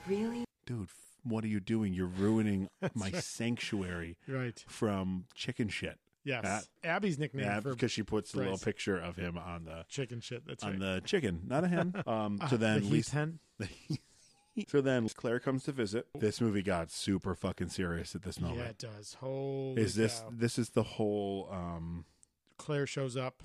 Really?
Dude, f- what are you doing? You're ruining
That's
my
right.
sanctuary
Right.
from chicken shit.
Yes.
That-
Abby's nickname
Yeah,
for
because she puts the little
Bryce.
picture of him on the
chicken shit. That's
on
right.
the chicken, not a him. Um,
Uh,
so then
the heat hen?
so then Claire comes to visit. This movie got super fucking serious at this
Yeah,
moment.
it does. Holy
oh, is this
cow.
this is the whole um
Claire shows up,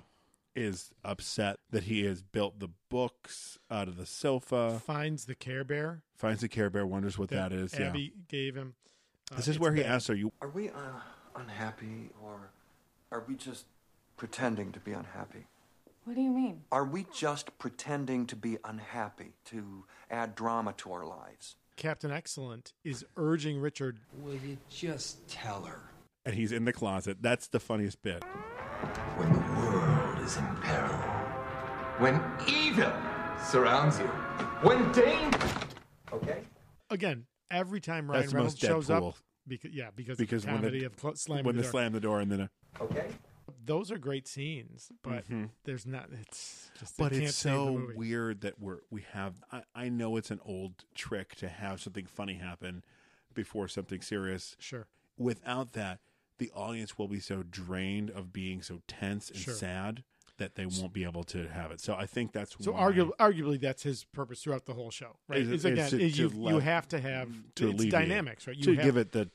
is upset that he has built the books out of the sofa,
finds the Care Bear
finds the Care Bear, wonders Uh, what that is.
Abby uh, gave him.
yeah. This is where he asks, "Are you
Are we uh, unhappy, or are we just pretending to be unhappy?
What do you mean?
Are we just pretending to be unhappy to add drama to our lives?
Captain Excellent is urging Richard.
Will you just tell her?
and he's in the closet. That's the funniest bit.
world is in peril, when evil surrounds you, when danger. Okay.
Again, every time Ryan
That's the
Reynolds
most
shows up,
Deadpool.
because yeah, because,
Because
of the
when
comedy
the
of cl- slamming
when
the
they
door.
slam the door and then a,
Okay.
Those are great scenes, but
Mhm.
there's not. It's just.
but
it can't
it's
save the
so
movie.
weird that we're we have I, I know it's an old trick to have something funny happen before something serious
sure
without that the audience will be so drained of being so tense and
Sure.
sad that they won't be able to have it so i think that's
So
why
arguably, arguably, that's his purpose throughout the whole show, right?
Is-
Is,
is
again,
to-
is
to
you, you
let-
have to have
to
it's
alleviate
dynamics, right? You
to
have,
give it the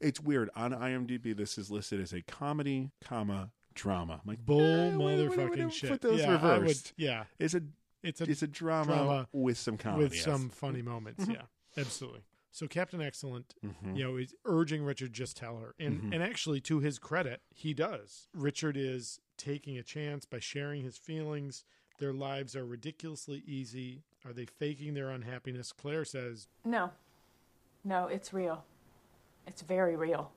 it's weird on imdb this is listed as a comedy comma drama I'm like
bull
eh, wait, wait, wait,
motherfucking
wait, wait,
shit.
put those
yeah, I would-
reversed
yeah,
it's a it's
it's a
a it's a drama,
drama
with some comedy
with
yes. Mm-hmm.
some funny moments. Yeah, absolutely. So Captain Excellent,
Mhm.
you know, is urging Richard just tell her, and
Mhm.
and actually to his credit, he does. Richard is taking a chance by sharing his feelings. Their lives are ridiculously easy. Are they faking their unhappiness? Claire says,
No. No, it's real. It's very real.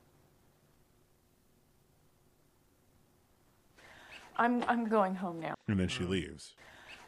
I'm I'm going home now.
and then she leaves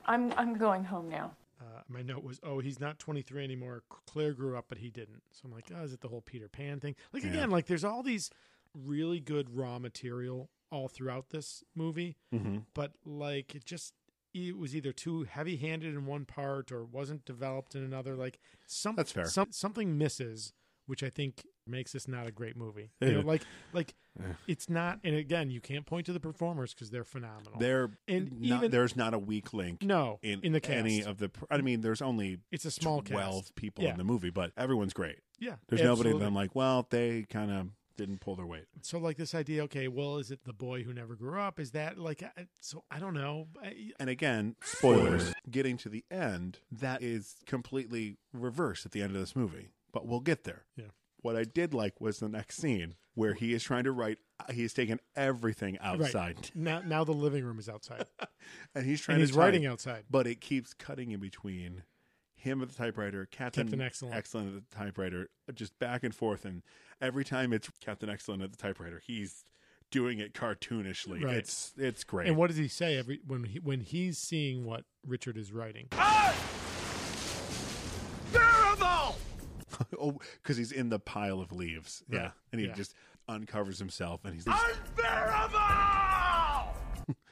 I'm I'm going home now.
uh, my note was, oh, he's not 23 anymore. C- Claire grew up, but he didn't. So I'm like, oh, is it the whole Peter Pan thing? Like,
Yeah.
again, like there's all these really good raw material all throughout this movie,
Mhm.
but like it just, it was either too heavy handed in one part or wasn't developed in another. Like, some,
That's fair.
some- something misses, which I think makes this not a great movie.
Yeah.
You know, like, like
Yeah.
it's not, and again, you can't point to the performers because they're phenomenal.
There
and
not,
even-
there's not a weak link.
No,
in,
in the
any
cast.
of the. pr- I mean, there's only
It's a small cast.
twelve people
Yeah.
in the movie, but everyone's great.
Yeah,
there's nobody that
absolutely.
I'm like, well, they kind of didn't pull their weight.
so like this idea okay well is it the boy who never grew up is that like I, so i don't know I,
And again, spoilers. Getting to the end, that is completely reversed at the end of this movie, but we'll get there.
Yeah.
What I did like was the next scene where he is trying to write. He has taken everything outside,
right. now now the living room is outside
and he's trying.
And he's
to type,
writing outside.
but it keeps cutting in between him at the typewriter, Captain,
Captain Excellent.
Excellent at the typewriter, just back and forth. And every time it's Captain Excellent at the typewriter, he's doing it cartoonishly.
Right.
It's it's great.
and what does he say every when he when he's seeing what richard is writing
oh, because he's in the pile of leaves. Yeah,
Right.
and he
Yeah.
just uncovers himself and he's
Unbearable!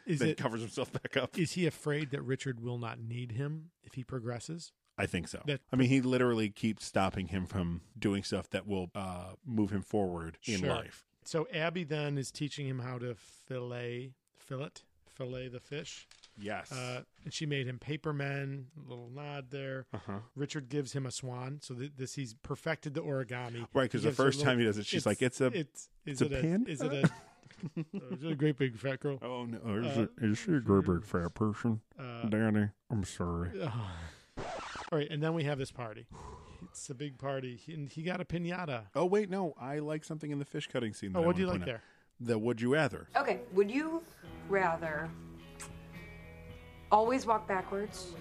Is
then
it-
covers himself back up.
Is he afraid that Richard will not need him if he progresses?
I think so.
That-
I mean, he literally keeps stopping him from doing stuff that will uh, move him forward in
Sure.
life.
So Abby then is teaching him how to fillet, fillet, fillet the fish.
Yes.
Uh, and she made him paper men. Little nod there.
Uh-huh.
Richard gives him a swan. So th- this he's perfected the origami.
Right, 'cause the
gives her a
first time he does it, she's like, "It's a- it's
is
a
it
pin?"
Is it a? is it a great big fat girl?
Oh no!
Uh,
is she a Gerber fat person,
Uh,
Danny? I'm sorry.
Oh. All right, and then we have this party. It's a big party. He, and he got a pinata.
Oh wait, no, I like something in the fish cutting scene.
Oh,
that I
what do you
wanna
like
point out.
there?
The would you rather?
Okay, would you rather always walk backwards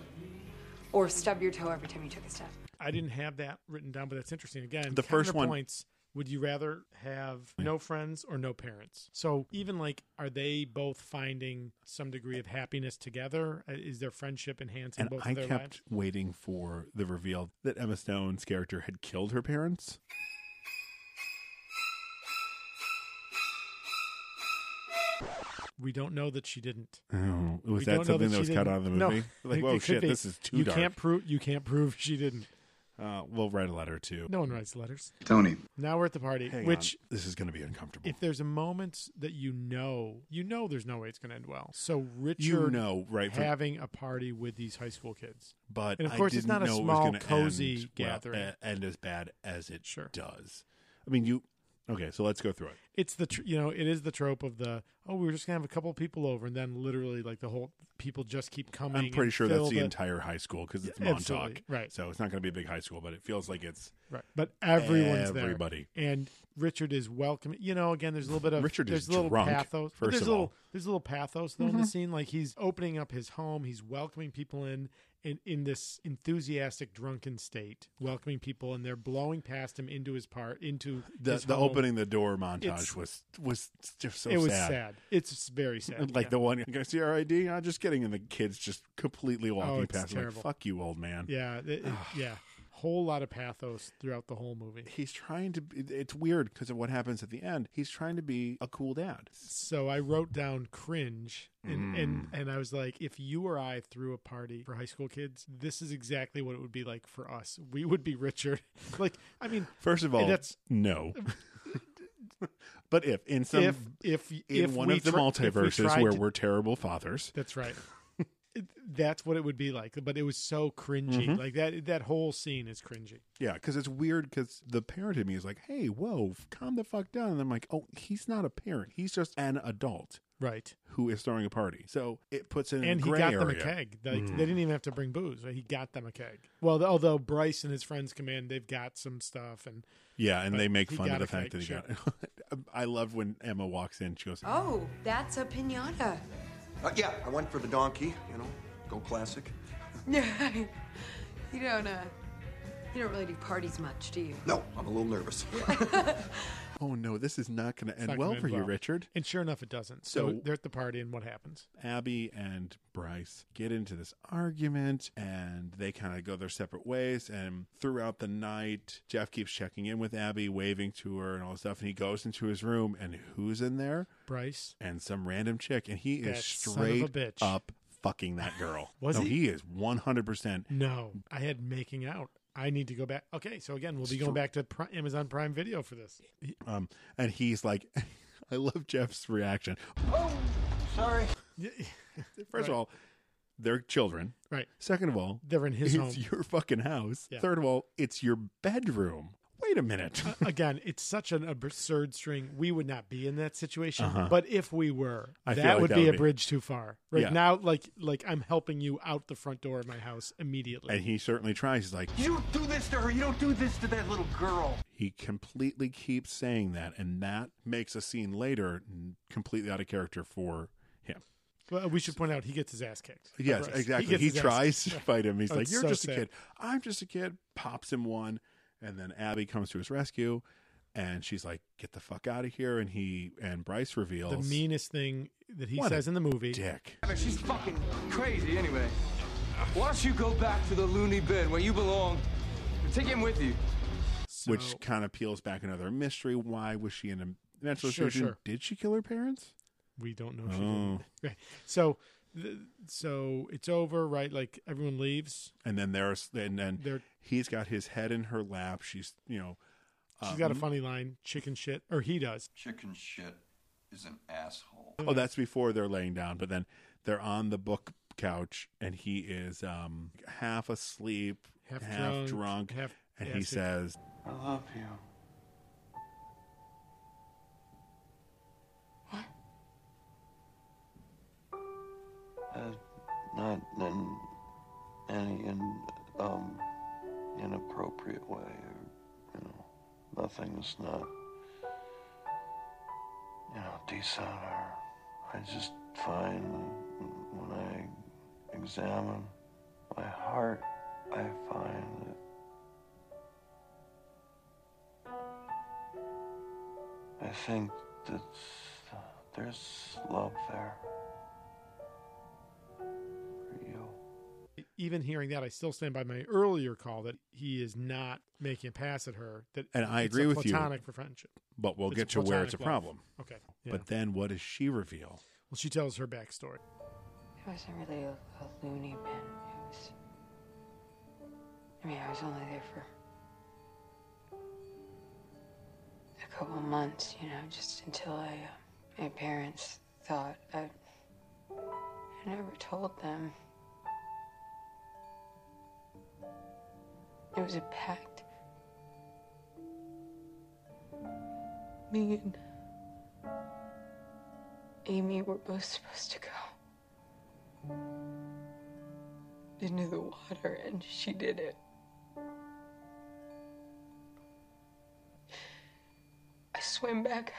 or stub your toe every time you took a step?
I didn't have that written down, but that's interesting. Again,
The first one-
points. Would you rather have no friends or no parents? So even like, are they both finding some degree of happiness together? Uh, Is their friendship enhancing
And
both
I
of their
kept
lives?
waiting for the reveal that Emma Stone's character had killed her parents.
We don't know that she didn't.
Oh, was that
We don't know
something that
she
was cut
didn't.
out of the
No,
movie? Like,
it-
whoa,
it could
shit,
be.
this is too
you
dark.
Can't prove, you can't prove she didn't.
Uh, we'll write a letter to
No one writes letters.
Tony.
Now we're at the party,
Hang
which
on. this is going to be uncomfortable.
if there's a moment that you know, you know there's no way it's going to end well. So Richard,
know, right, from-
having a party with these high school kids,
But
and of
I
course it's
didn't
not a
know it was
small,
gonna
cozy
end well-
gathering.
uh, end as bad as it does. I mean, you. Okay, so let's go through it.
it's the tr- you know it is the trope of the oh we were just gonna have a couple people over and then literally like the whole people just keep coming.
I'm pretty
and
sure
fill
that's the, entire high school because it's Montauk,
absolutely, right.
So it's not going to be a big high school, but it feels like it's
Right. But everyone's there.
everybody.
And Richard is welcoming. You know, again, there's a little bit of
Richard is
there's a little
drunk,
pathos.
first
but there's
of
a little
all.
there's a little pathos though in the
Mhm.
scene. Like he's opening up his home, he's welcoming people in and in this enthusiastic drunken state, welcoming people and they're blowing past him into his part into
The,
his
the
home.
opening the door montage
It's-
was was just so
it was
sad.
sad. It's very sad.
like
yeah.
the one, you see our ID? I'm just kidding. And the kid's just completely walking
Oh, it's
past. him, Like,
terrible.
Fuck you, old man.
Yeah, it- it- yeah. Whole lot of pathos throughout the whole movie.
He's trying to. it- It's weird because of what happens at the end. He's trying to be a cool dad.
So I wrote down cringe, and,
Mm.
and and I was like, if you or I threw a party for high school kids, this is exactly what it would be like for us. We would be Richard. Like, I mean,
First of all,
that's
no. but if in some
If- if-
in
if
one
we
of the
tr- if we
multiverses
tried
where
to-
we're terrible fathers,
that's right. It- that's what it would be like. But it was so cringy.
Mhm.
Like that that whole scene is cringy.
yeah, because it's weird because the parent in me is like, "Hey, whoa, calm the fuck down," and I'm like, "Oh, he's not a parent. He's just an adult."
Right.
Who is throwing a party? So it puts it in
and
a
he
gray
got them a
area.
keg. Like,
Mm.
They didn't even have to bring booze. He got them a keg. Well, although Bryce and his friends come in, they've got some stuff, and
Yeah, and
but
they make
he
fun of
got
the
a
fact that
keg,
he
sure.
got. I love when Emma walks in. She goes,
Oh, that's a pinata.
Uh, yeah, I went for the donkey, you know, go classic.
you don't uh you don't really do parties much, do you?
No, I'm a little nervous.
"Oh no, this is not going to end
not
well
gonna end
for you,
well."
Richard."
and sure enough, it doesn't. So,
So-
they're at the party, and what happens?
Abby and Bryce get into this argument and they kind of go their separate ways. And throughout the night, Jeff keeps checking in with Abby, waving to her and all this stuff. And he goes into his room and who's in there?
Bryce.
And some random chick. And he is
That son of a
straight
bitch.
up fucking that girl.
Was
no,
he?
he is 100%.
No, I had making out. I need to go back. Okay, so again, we'll be
Str-
going back to Pri- Amazon Prime Video for this.
Um, and he's like, I love Jeff's reaction.
Oh, sorry.
First of all, they're children.
Right.
Second of all,
They're in his
it's
home.
your fucking house.
Yeah.
Third of all, it's your bedroom. Wait a minute.
Uh, again, it's such an absurd string. We would not be in that situation,
Uh-huh.
but if we were,
I feel
that
like
would
that
be
would
a
be-
bridge too far. Right
Yeah.
now, like like I'm helping you out the front door of my house immediately.
And he certainly tries. He's like,
You don't do this to her. You don't do this to that little girl.
he completely keeps saying that. And that makes a scene later n- completely out of character for him.
Well, we should point out he gets his ass kicked. by
Yes,
Bryce.
exactly.
gets
He,
his ass
tries to
kicked.
fight him. He's
Oh,
like,
it's
You're
so
just
sad.
a kid. I'm just a kid. Pops him one. And then Abby comes to his rescue. And she's like, Get the fuck out of here. And he and Bryce reveals
The meanest thing that he
What a
says in the movie.
dick.
She's fucking crazy anyway. Why don't you go back to the loony bin where you belong and take him with you?
which kind of peels back another mystery. Why was she in a Natural
Sure,
solution.
sure.
Did she kill her parents?
We don't know. if She
Oh.
did. Right. So, th- so it's over, right? Like everyone leaves.
And then there's and then
They're-
he's got his head in her lap. She's you know.
She's
um,
got a funny line, chicken shit, or he does.
Chicken shit is an asshole.
Oh, that's before they're laying down, but then they're on the book couch and he is um half asleep,
Half
half
drunk,
drunk,
half
and he
acid.
says,
I love you.
Uh, not in any in, um, inappropriate way, or you know, nothing that's not you know decent. Or I just find when I examine my heart, I find that I think that there's love there.
Even hearing that, I still stand by my earlier call that he is not making a pass at her. That
And I
it's
agree
a
with you.
platonic for friendship.
but we'll
It's
get to where it's a
platonic love.
problem.
Okay. Yeah.
But then what does she reveal?
well, she tells her backstory.
I wasn't really a, a loony bin. It was. I mean, I was only there for a couple months, you know, just until I, uh, my parents thought I. I never told them. It was a pact. Me and Amy were both supposed to go into the water and she did it. I swim back.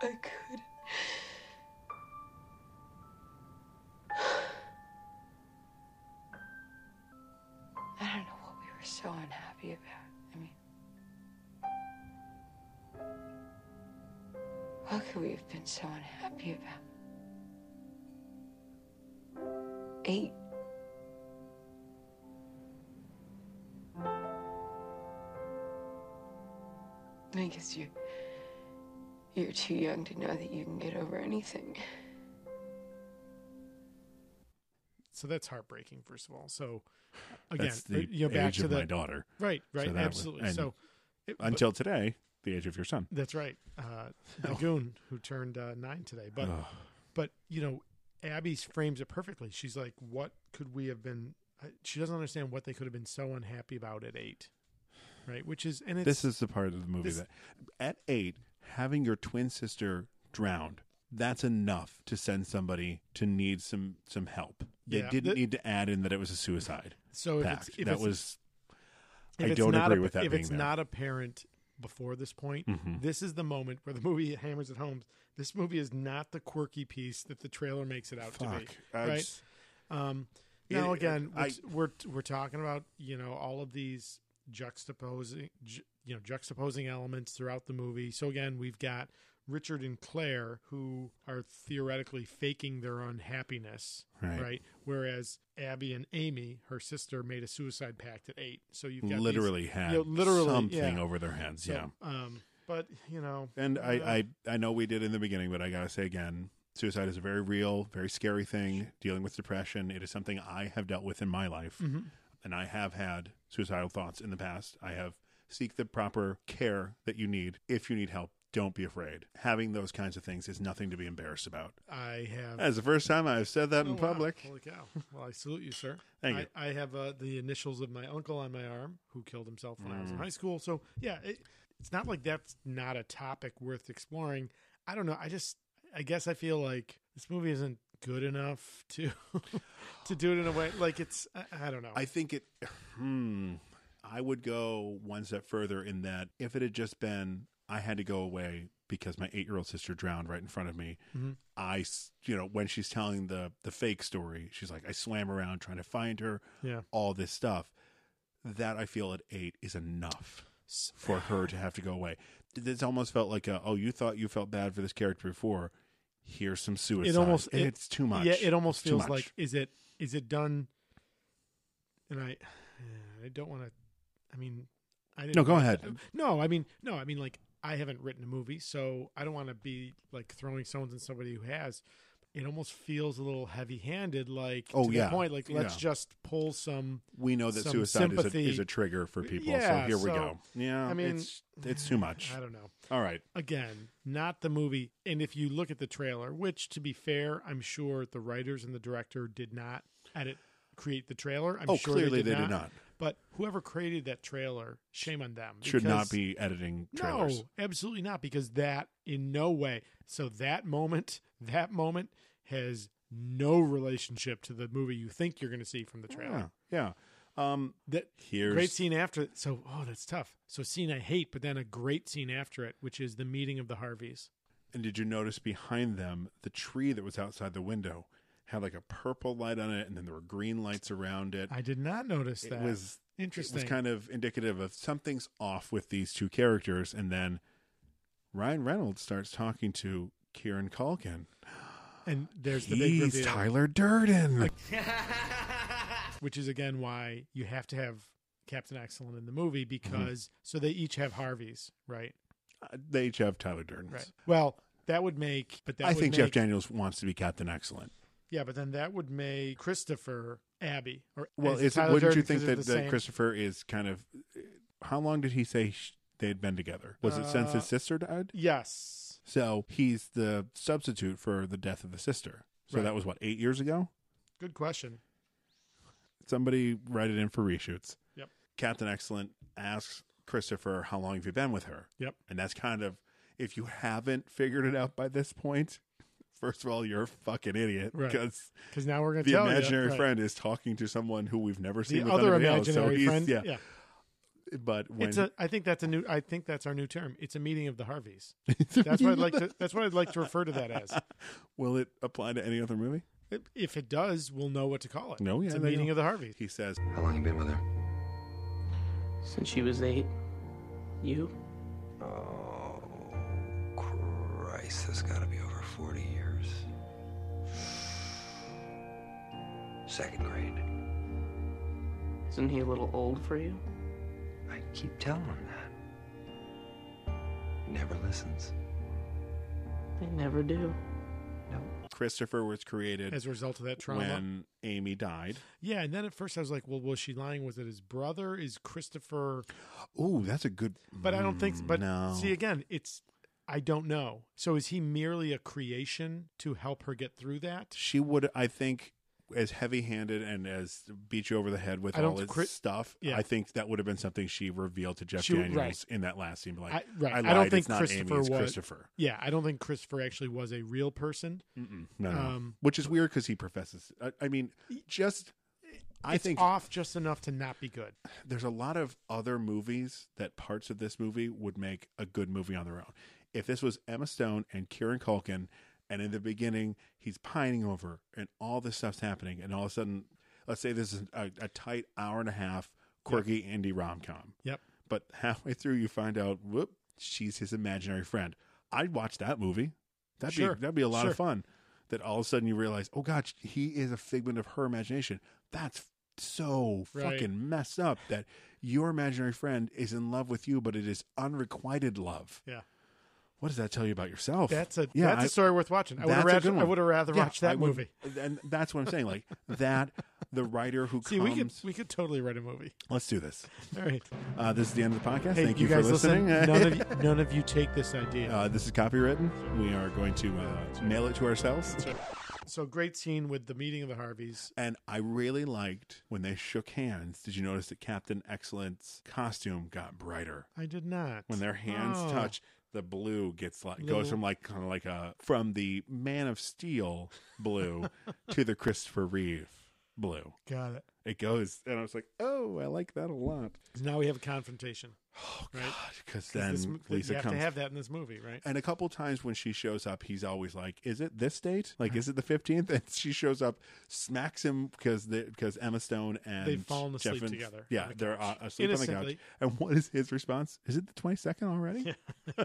I could. I could. I don't know what we were so unhappy about. I mean, what could we have been so unhappy about? eight. I guess you you're too young to know that you can get over anything.
So that's heartbreaking, first of all. So again,
that's the
you know, back
age
to
of
the,
my daughter.
Right, right,
that was-
absolutely.
and
so it- but-
until today, the age of your son.
That's right. Uh, the goon who turned uh, nine today, but
Ugh.
but you know, Abby frames it perfectly. She's like, "What could we have been?" uh, She doesn't understand what they could have been so unhappy about at eight, right? Which is and it's,
this is the part of the movie
this-
that at eight having your twin sister drowned that's enough to send somebody to need some some help they
Yeah,
didn't
the-
need to add in that it was a suicide
So if it's-
pact.
if
that
it's-
was
if
i
it's
don't
not
agree
a-
with that
If
being
it's
there.
not apparent before this point,
Mhm.
this is the moment where the movie hammers it home. This movie is not the quirky piece that the trailer makes it out to be.
Fuck. I
right?
just-
um, now
It-
again,
I-
we're- we're we're talking about you know all of these juxtaposing ju- you know juxtaposing elements throughout the movie. So again, we've got Richard and Claire who are theoretically faking their unhappiness,
Right.
right? Whereas Abby and Amy, her sister, made a suicide pact at eight. So you've got these-
Literally
you
had
know, literally
something
yeah.
over their heads,
So,
yeah.
Um, but you know,
and
uh,
I, I i know we did in the beginning but i gotta say again suicide is a very real very scary thing dealing with depression it is something i have dealt with in my life
Mhm.
and i have had suicidal thoughts in the past i have seek the proper care that you need if you need help don't be afraid having those kinds of things is nothing to be embarrassed about
I have
that's the first time i've said that
Oh,
in
wow.
public
Holy cow. Well, I salute you, sir.
Thank
I,
you.
I have uh, the initials of my uncle on my arm who killed himself when I was in
Mm.
high school. So, yeah, it, it's not like that's not a topic worth exploring. I don't know. I just, I guess I feel like this movie isn't good enough to to do it in a way like it's I, I don't know
I think it. Hmm. I would go one step further in that if it had just been I had to go away because my eight year old sister drowned right in front of me.
Mhm.
I, s- you know, when she's telling the the fake story, she's like, I swam around trying to find her.
Yeah.
All this stuff that I feel at eight is enough for her to have to go away. This almost felt like a, oh, you thought you felt bad for this character before. Here's some suicide.
it almost it-
it's too much.
Yeah, it almost
It's too
feels
much.
like is it is it done? And I, I don't want to. I mean, I didn't
No, go ahead.
No, I mean, no, I mean, like I haven't written a movie, so I don't want to be like throwing stones at somebody who has. It almost feels a little heavy-handed, like
Oh,
to the
yeah.
point, like let's
Yeah.
just pull some.
We know that
some
suicide is a,
sympathy.
is a trigger for people.
Yeah,
so here we
so,
go. Yeah.
I mean,
it's, it's too much.
I don't know.
All right.
Again, not the movie. And if you look at the trailer, which to be fair, I'm sure the writers and the director did not edit create the trailer. I'm
Oh,
sure
clearly
they did,
they
not.
did not.
But whoever created that trailer, shame on them.
Should not
because-
be editing trailers.
No, absolutely not. Because that in no way. So that moment, that moment has no relationship to the movie you think you're going to see from the trailer.
Yeah. yeah. Um,
that
here's
great scene after. So oh, that's tough. So scene I hate, but then a great scene after it, which is the meeting of the Harveys.
And did you notice behind them the tree that was outside the window had like a purple light on it, and then there were green lights around it.
I did not notice
it
that.
was
interesting.
It was kind of indicative of something's off with these two characters, and then Ryan Reynolds starts talking to Kieran Culkin.
and there's the big
He's
reveal.
Tyler Durden.
which is again why you have to have Captain Excellent in the movie
Mm-hmm.
because so they each have Harveys, right?
Uh, they each have Tyler Durden.
Right. Well, that would make, but that
I
would
think Jeff
make-
Daniels wants to be Captain Excellent.
Yeah, but then that would make Christopher Abby. Or
Well,
as
is it,
Tyler
wouldn't you
Durden,
think
'cause they're
that,
the
that
same-
Christopher is kind of? How long did he say sh- they had been together? Was it since
Uh,
his sister died?
Yes.
So he's the substitute for the death of the sister. So
Right.
that was what eight years ago.
Good question.
Somebody write it in for reshoots.
Yep.
Captain Excellent asks Christopher, "How long have you been with her?"
Yep.
And that's kind of if you haven't figured it out by this point. First of all, you're a fucking idiot
Right.
because
Because now we're going to
the
tell you,
imaginary
Oh, right.
friend is talking to someone who we've never seen
The
with
other
anybody else. So
imaginary
he's-
friend,
yeah.
yeah.
But when
It's a. I think that's a new. I think that's our new term. It's a meeting of the Harveys. that's what I'd like to. That's what I'd like to refer to that as.
will it apply to any other movie?
If it does, we'll know what to call it.
No, yeah,
it's a
they
meeting
know.
of the Harveys.
He says,
How long you been with her?
Since she was eight. You?
Oh, Christ, that's gotta be over 40 years. Second grade.
Isn't he a little old for you?
I keep telling him that. He never listens.
They never do.
Christopher was created
As a result of that trauma.
when Amy died.
Yeah, and then at first I was like, well, was she lying? Was it his brother? Is Christopher?
Ooh, that's a good.
But I don't think.
Mm,
But
no.
see, again, it's I don't know. So is he merely a creation to help her get through that?
she would. I think as heavy-handed and as beat you over the head with
I don't
all this
cri-
stuff.
Yeah.
I think that would have been something she revealed to Jeff
She-
Daniels
right.
in that last scene. Like,
I, right.
I,
I,
lied,
don't think
it's not
Christopher
Amy, it's
was.
Christopher.
Yeah, I don't think Christopher actually was a real person.
No, no, no.
Um,
which is weird because he professes. I, I mean, just I
it's
think
off just enough to not be good.
there's a lot of other movies that parts of this movie would make a good movie on their own. If this was Emma Stone and Kieran Culkin, and in the beginning he's pining over, and all this stuff's happening, and all of a sudden, let's say this is a, a tight hour and a half quirky indie rom com.
Yep.
But halfway through, you find out, whoop, she's his imaginary friend. I'd watch that movie. That'd
Sure.
be that'd be a lot
Sure.
of fun. That all of a sudden you realize, oh gosh, he is a figment of her imagination. That's so
Right.
fucking messed up that your imaginary friend is in love with you, but it is unrequited love.
Yeah.
What does that tell you about yourself?
That's a
Yeah,
that's a
I-
story worth watching. I would
that's
have
a
rather
good
I
one.
would have rather
Yeah,
watched that
I would-
movie.
and that's what I'm saying. Like that, the writer who
See,
comes.
we could we could totally write a movie.
Let's do this.
All right.
Uh, this is the end of the podcast.
Hey,
Thank
you
you,
guys
for
listen.
listening.
None of you- none of you take this idea.
Uh, this is copywritten. We are going to uh, mail it to ourselves.
So great scene with the meeting of the Harveys.
And I really liked when they shook hands. Did you notice that Captain Excellent's costume got brighter
I did not.
when their hands
Oh.
touch? The blue gets like
Little-
goes from like kind of like a from the Man of Steel blue to the Christopher Reeve blue.
Got it.
It goes, and I was like, oh, I like that a lot.
Now we have a confrontation.
Oh
right?
Because
'Cause
then
this m-
Lisa
you have
comes.
to have that in this movie, right?
And a couple times when she shows up, he's always like, "Is it this date? Like,
Uh-huh.
is it the 15th? And she shows up, smacks him because because Emma Stone and
They've fallen asleep
Jeff and-
together
Yeah,
on the
they're
couch.
uh, asleep on the
Innocently.
couch. And what is his response? Is it the 22nd already?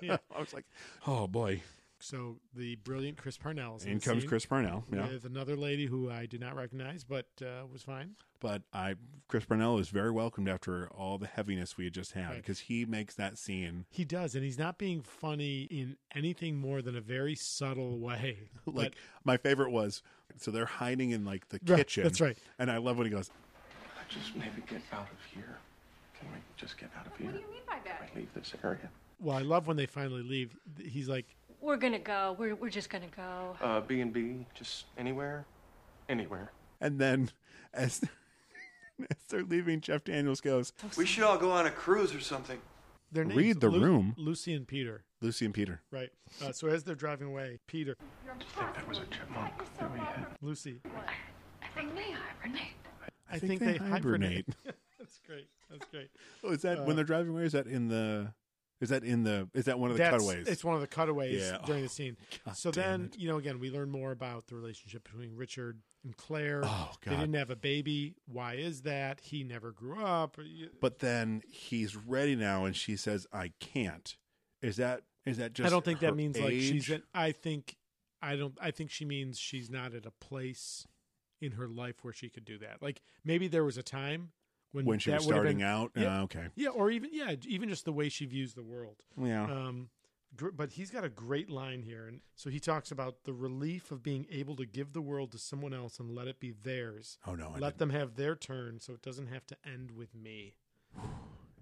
Yeah.
I was like, oh boy.
So the brilliant Chris Parnell. is in
In
the
comes
scene
Chris Parnell, yeah.
With another lady who I did not recognize, but uh, was fine.
But I, Chris Parnell is very welcomed after all the heaviness we had just had
Right.
because he makes that scene
He does, and he's not being funny in anything more than a very subtle way.
like my favorite was so they're hiding in like the
Right,
kitchen.
that's right.
And I love when he goes,
I just maybe get out of here. Can we just get out of here?
What do you mean by that?
Leave this area.
But, well, I love when they finally leave. He's like,
We're gonna go. We're, we're just gonna go.
Uh, B and B, just anywhere, anywhere.
and then as, as they're leaving, Jeff Daniels goes,
We should all go on a cruise or something.
their names,
Read the room.
Lucy and Peter,
Lucy and Peter.
right? Uh, so as they're driving away, Peter,
That was a chipmunk. that we had.
Lucy,
I think they hibernate.
I, think, they, hibernate. That's great. That's great.
Oh, is that
Uh,
when they're driving away? Is that in the? Is that in the? Is that one of the
That's-
cutaways?
It's one of the cutaways
Yeah.
during
Oh,
the scene.
God
so
damn
then, you know, again, we learn more about the relationship between Richard and Claire.
Oh,
They
God.
didn't have a baby. Why is that? He never grew up. You-
But then he's ready now, and she says, "I can't." Is that? Is that just?
I don't think
her
that means like she's
age?
in, I think I don't I think she means she's not at a place in her life where she could do that. Like maybe there was a time when
When she
that
was
would have
starting
been-
out?
Yeah,
Ah, okay.
Yeah, or even yeah, even just the way she views the world.
Yeah.
Um gr- but he's got a great line here and so he talks about the relief of being able to give the world to someone else and let it be theirs.
Oh, no, I
Let them have their turn so it doesn't have to end with me.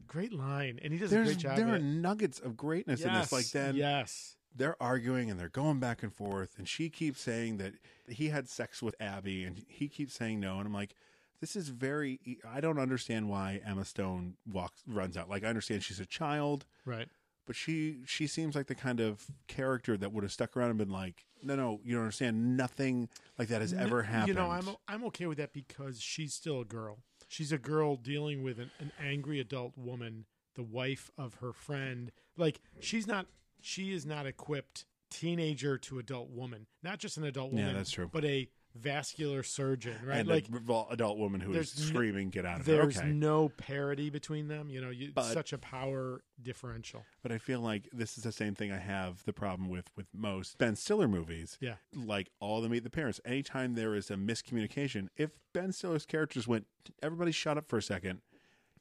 Great line. And he does a
There's,
great job.
there
at
are
it.
nuggets of greatness in this. Like
Yes,
then,
yes,
they're arguing and they're going back and forth, and she keeps saying that he had sex with Abby, and he keeps saying no, and I'm like. This is very. e- I don't understand why Emma Stone walks runs out. Like I understand she's a child,
Right.
but she she seems like the kind of character that would have stuck around and been like, no, no, you don't understand. Nothing like that has
No,
ever happened.
You know, I'm I'm okay with that because she's still a girl. She's a girl dealing with an, an angry adult woman, the wife of her friend. Like she's not she is not equipped teenager to adult woman. Not just an adult
Yeah,
woman.
that's true.
But a vascular surgeon, right?
and
like
a revol- adult woman who is
there's n-
screaming, "Get out of here!"
There's
Okay,
no parity between them. You know, you, it's
But-
such a power differential.
but I feel like this is the same thing I have the problem with with most Ben Stiller movies.
Yeah.
like all the Meet the Parents. Anytime there is a miscommunication, if Ben Stiller's characters went, "Everybody, shut up for a second.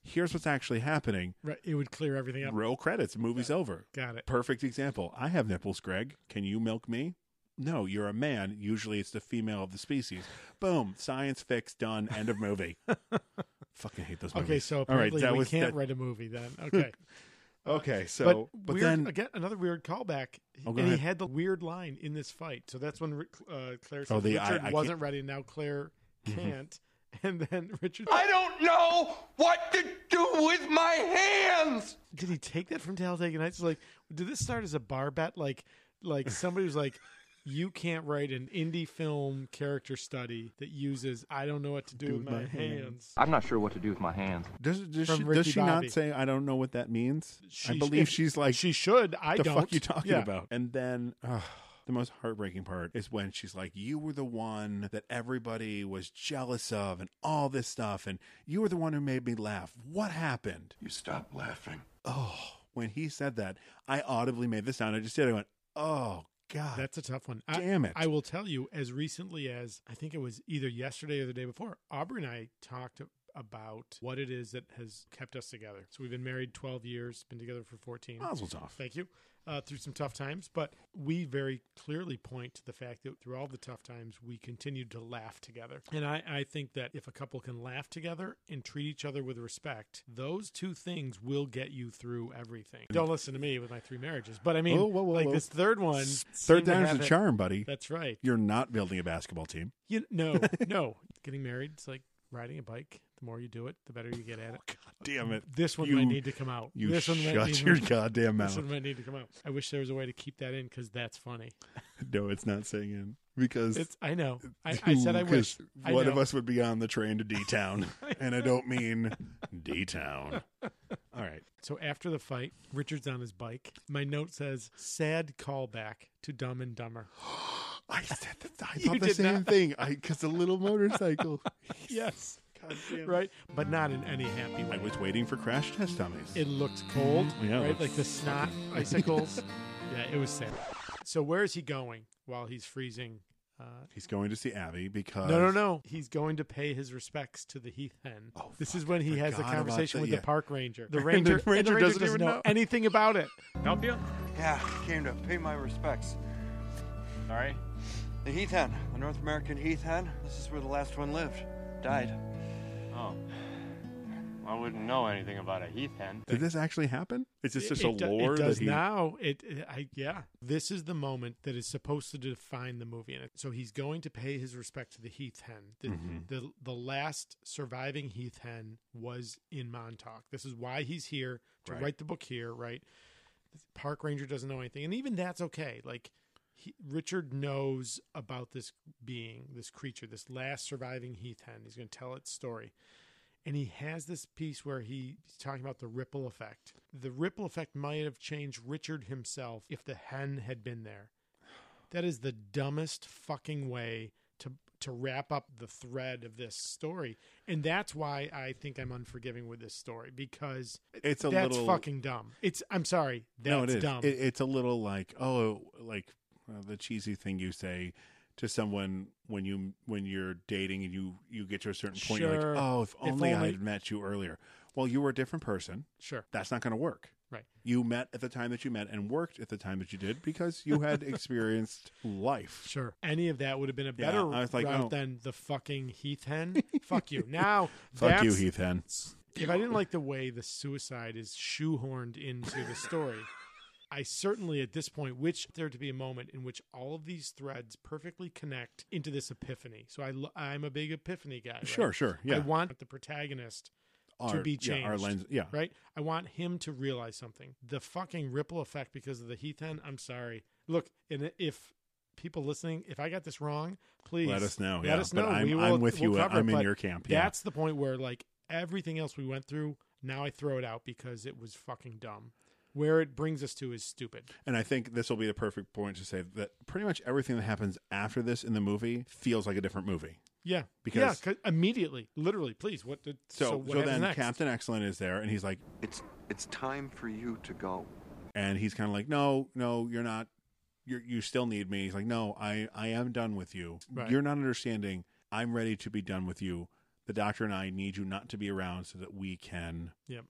Here's what's actually happening."
Right. It would clear everything up.
Roll credits. Movie's over.
Got it.
Perfect example. I have nipples, Greg. Can you milk me? No, you're a man. Usually it's the female of the species. Boom. Science fix done. End of movie. Fucking hate those movies.
Okay, so apparently we can't write a movie then. Okay.
Okay, so-
but,
but
weird,
then-
again another weird callback,
Oh,
and
go
he
ahead.
had the weird line in this fight. So that's when uh, Claire said
Oh, the I-
Richard
I can't- Mm-hmm.
wasn't ready. Now Claire can't, and then Richard.
I don't know what to do with my hands.
Did he take that from Talladega Nights? Like, did this start as a bar bet? Like, like somebody was like. You can't write an indie film character study that uses "I don't know what to do, with my, hands."
I'm not sure what to do with my hands.
Does, does
From
she, does
Ricky
she
Bobby.
not say, I don't know what that means? I believe
if-
she's like,
she should. I
the
don't.
fuck you talking
Yeah.
about? And then ugh, the most heartbreaking part is when she's like, "You were the one that everybody was jealous of, and all this stuff, and you were the one who made me laugh. What happened?"
You stopped laughing.
Oh, when he said that, I audibly made the sound I just did. I went, "Oh God,
That's a tough one.
Damn
I,
it.
I will tell you, as recently as I think it was either yesterday or the day before, Aubrey and I talked about what it is that has kept us together. So we've been married 12 years, been together for 14.
Mazel tov.
Thank you. Uh, through some tough times, but we very clearly point to the fact that through all the tough times, we continued to laugh together. And I, I think that if a couple can laugh together and treat each other with respect, those two things will get you through everything. Don't listen to me with my three marriages, but I mean,
Whoa, whoa, whoa,
like
whoa.
this third one,
third
seemed to
time's
have
the
it-
charm, buddy.
That's right.
You're not building a basketball team."
You no, no. Getting married is like riding a bike. The more you do it, the better you get at it. God
damn it.
This one
You-
might need to come out.
you
this one
shut
might need
your goddamn mouth.
This one might need to come out. I wish there was a way to keep that in because that's funny.
No, it's not saying in because
It's- I know. I- I said I wish.
'Cause
I
one
know.
of us would be on the train to D Town, and I don't mean D Town. All right.
So after the fight, Richard's on his bike. My note says, "Sad callback to Dumb and Dumber."
I said that. I
You
thought the
did
same
not.
thing. I because the little motorcycle.
yes.
damn.
Right, but not in any happy way.
I was waiting for crash test dummies.
It looked cold,
Mm-hmm. Yeah, it
right?
looked
Like the snot icicles. yeah, it was sad. So where is he going while he's freezing? Uh,
He's going to see Abby because
no, no, no. He's going to pay his respects to the heath hen. Oh, this is when he has a
forgot about
conversation
that,
with
yeah.
the park ranger. The
And the
ranger, and the
ranger
ranger
doesn't
doesn't
even
know,
know.
anything about it. Help you?
Yeah, I came to pay my respects. All right. The heath hen, the North American heath hen. This is where the last one lived, died.
Oh. I wouldn't know anything about a heath hen.
Did this actually happen? Is this
It-
just
it
a
do-
lore
It does
that he
now. It, it- I, yeah. This is the moment that is supposed to define the movie. And so he's going to pay his respect to the heath hen. The,
Mhm.
the the last surviving heath hen was in Montauk. This is why he's here to
Right.
write the book here. Right. The park ranger doesn't know anything, and even that's okay. Like. He, Richard knows about this being, this creature, this last surviving heath hen. He's going to tell its story and he has this piece where he, he's talking about the ripple effect. The ripple effect might have changed Richard himself if the hen had been there. That is the dumbest fucking way to to wrap up the thread of this story, and that's why I think I'm unforgiving with this story because
It's a
that's
little-
fucking dumb. It's I'm sorry, that's
no, it is.
dumb.
It, it's a little like oh, like uh, the cheesy thing you say to someone when you when you're dating and you you get to a certain point. You're
Sure.
like, oh, if
If
only, I
only-
had met you earlier. Well, you were a different person.
Sure.
that's not going to work.
Right.
You met at the time that you met and worked at the time that you did because you had experienced life.
Sure. Any of that would have been a
Yeah,
better
I was like,
route
oh.
than the fucking heath hen. Fuck you. Now,
Fuck you,
that's-
Heath Hen.
if I didn't like the way the suicide is shoehorned into the story, I certainly at this point wish there to be a moment in which all of these threads perfectly connect into this epiphany. So I, lo- I'm a big epiphany guy. right?
Sure, sure, yeah.
I want the protagonist to
Our-
be
yeah,
changed.
our lens- yeah.
Right? I want him to realize something. The fucking ripple effect because of the Heath Hen, I'm sorry. Look, and if people listening, if I got this wrong, please
Let us know,
Let
yeah.
us
But
know.
I'm-
we will,
I'm with
we'll
you.
cover
I'm
it,
in
but
your camp, yeah.
That's the point where like everything else we went through, now I throw it out because it was fucking dumb. Where it brings us to is stupid.
And I think this will be the perfect point to say that pretty much everything that happens after this in the movie feels like a different movie.
Yeah.
Because-
yeah, 'cause immediately, literally, please. What did
So, so,
what happens
then
next?
Captain Excellent is there, and he's like,
It's it's time for you to go.
and he's kind of like, no, no, you're not. You you still need me. He's like, no, I I am done with you.
Right.
You're not understanding. I'm ready to be done with you. The doctor and I need you not to be around so that we can
Yep.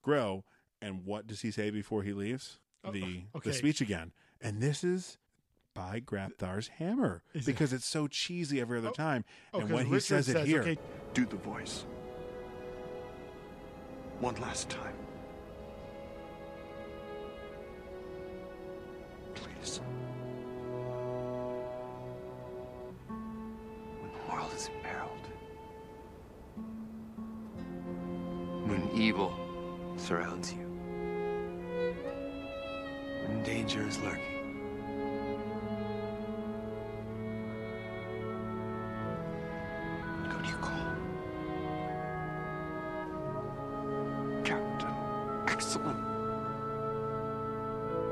grow. And what does he say before he leaves?
Oh,
the
okay.
the speech again. And this is by Grapthar's hammer
Is it-
because it's so cheesy every other time.
oh,
and
'cause
when he
Richard
says it
says,
here,
okay.
Do the voice.
One last time. Please.
When the world is imperiled. When evil surrounds you. When danger is lurking. Who do you call?
Captain. Excellent.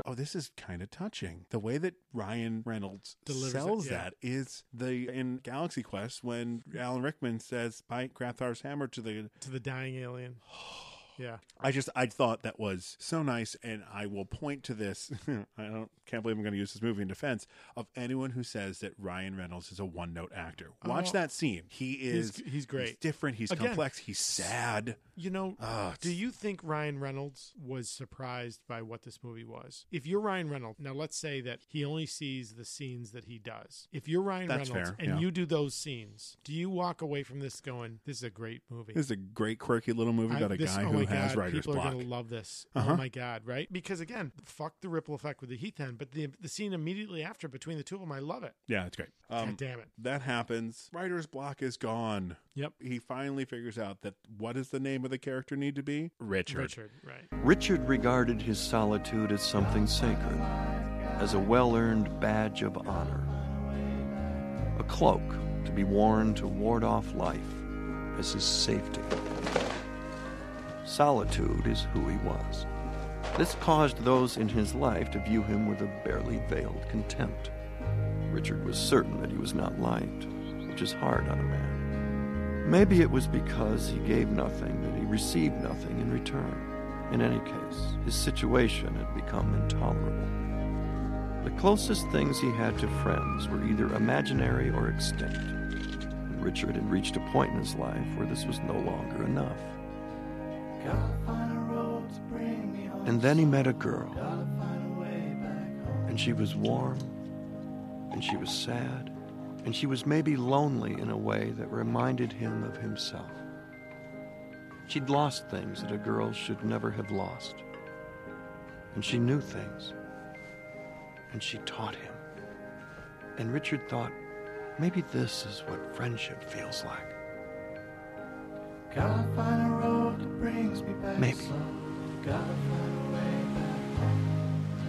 Oh, this is kind of touching. The way that Ryan Reynolds
Delivers it,
sells
yeah.
that is the in Galaxy Quest when Alan Rickman says "Bite Grathar's hammer" to the.
to the dying alien. Yeah.
I just I thought that was so nice, and I will point to this. I don't can't believe I'm going to use this movie in defense of anyone who says that Ryan Reynolds is a one note actor. Watch
Oh.
that scene. He is.
He's- he's great.
different. He's
Again,
complex. He's sad.
You know,
Ah,
do you think Ryan Reynolds was surprised by what this movie was? If you're Ryan Reynolds, now let's say that he only sees the scenes that he does. If you're Ryan
That's
Reynolds
fair,
and
yeah.
you do those scenes, do you walk away from this going, "This is a great movie"?
This is a great quirky little movie
I-
about a
this-
guy
oh
who
my
has
God,
writer's
people
block.
are gonna love this.
Uh-huh.
Oh my god, right? Because again, fuck the ripple effect with the Heath Hen, but the the scene immediately after between the two of them, I love it.
Yeah, it's great. Um,
God damn it.
That happens. Writer's block is gone.
Yep.
He finally figures out that what does the name of the character need to be? Richard.
Richard, right.
Richard regarded his solitude as something sacred, as a well earned badge of honor, a cloak to be worn to ward off life as his safety. Solitude is who he was. This caused those in his life to view him with a barely veiled contempt. Richard was certain that he was not liked, which is hard on a man. Maybe it was because he gave nothing that he received nothing in return. In any case, his situation had become intolerable. The closest things he had to friends were either imaginary or extinct. And Richard had reached a point in his life where this was no longer enough. And then he met a girl. And she was warm, and she was sad, and she was maybe lonely in a way that reminded him of himself. She'd lost things that a girl should never have lost. And she knew things. And she taught him. And Richard thought, maybe this is what friendship feels like.
Gotta find a road that brings me back.
Maybe.
some. Gotta find a way back.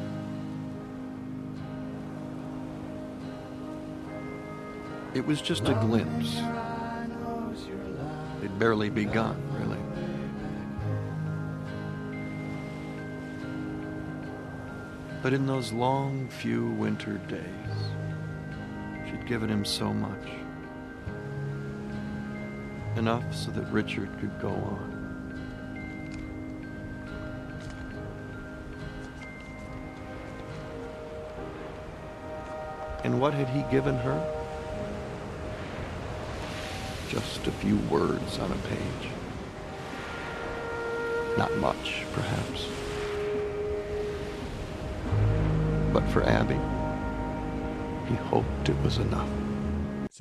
It was just a glimpse. It'd barely begun, really. But in those long, few winter days, she'd given him so much. Enough so that Richard could go on. And what had he given her? just a few words on a page. Not much, perhaps. But for Abby, he hoped it was enough.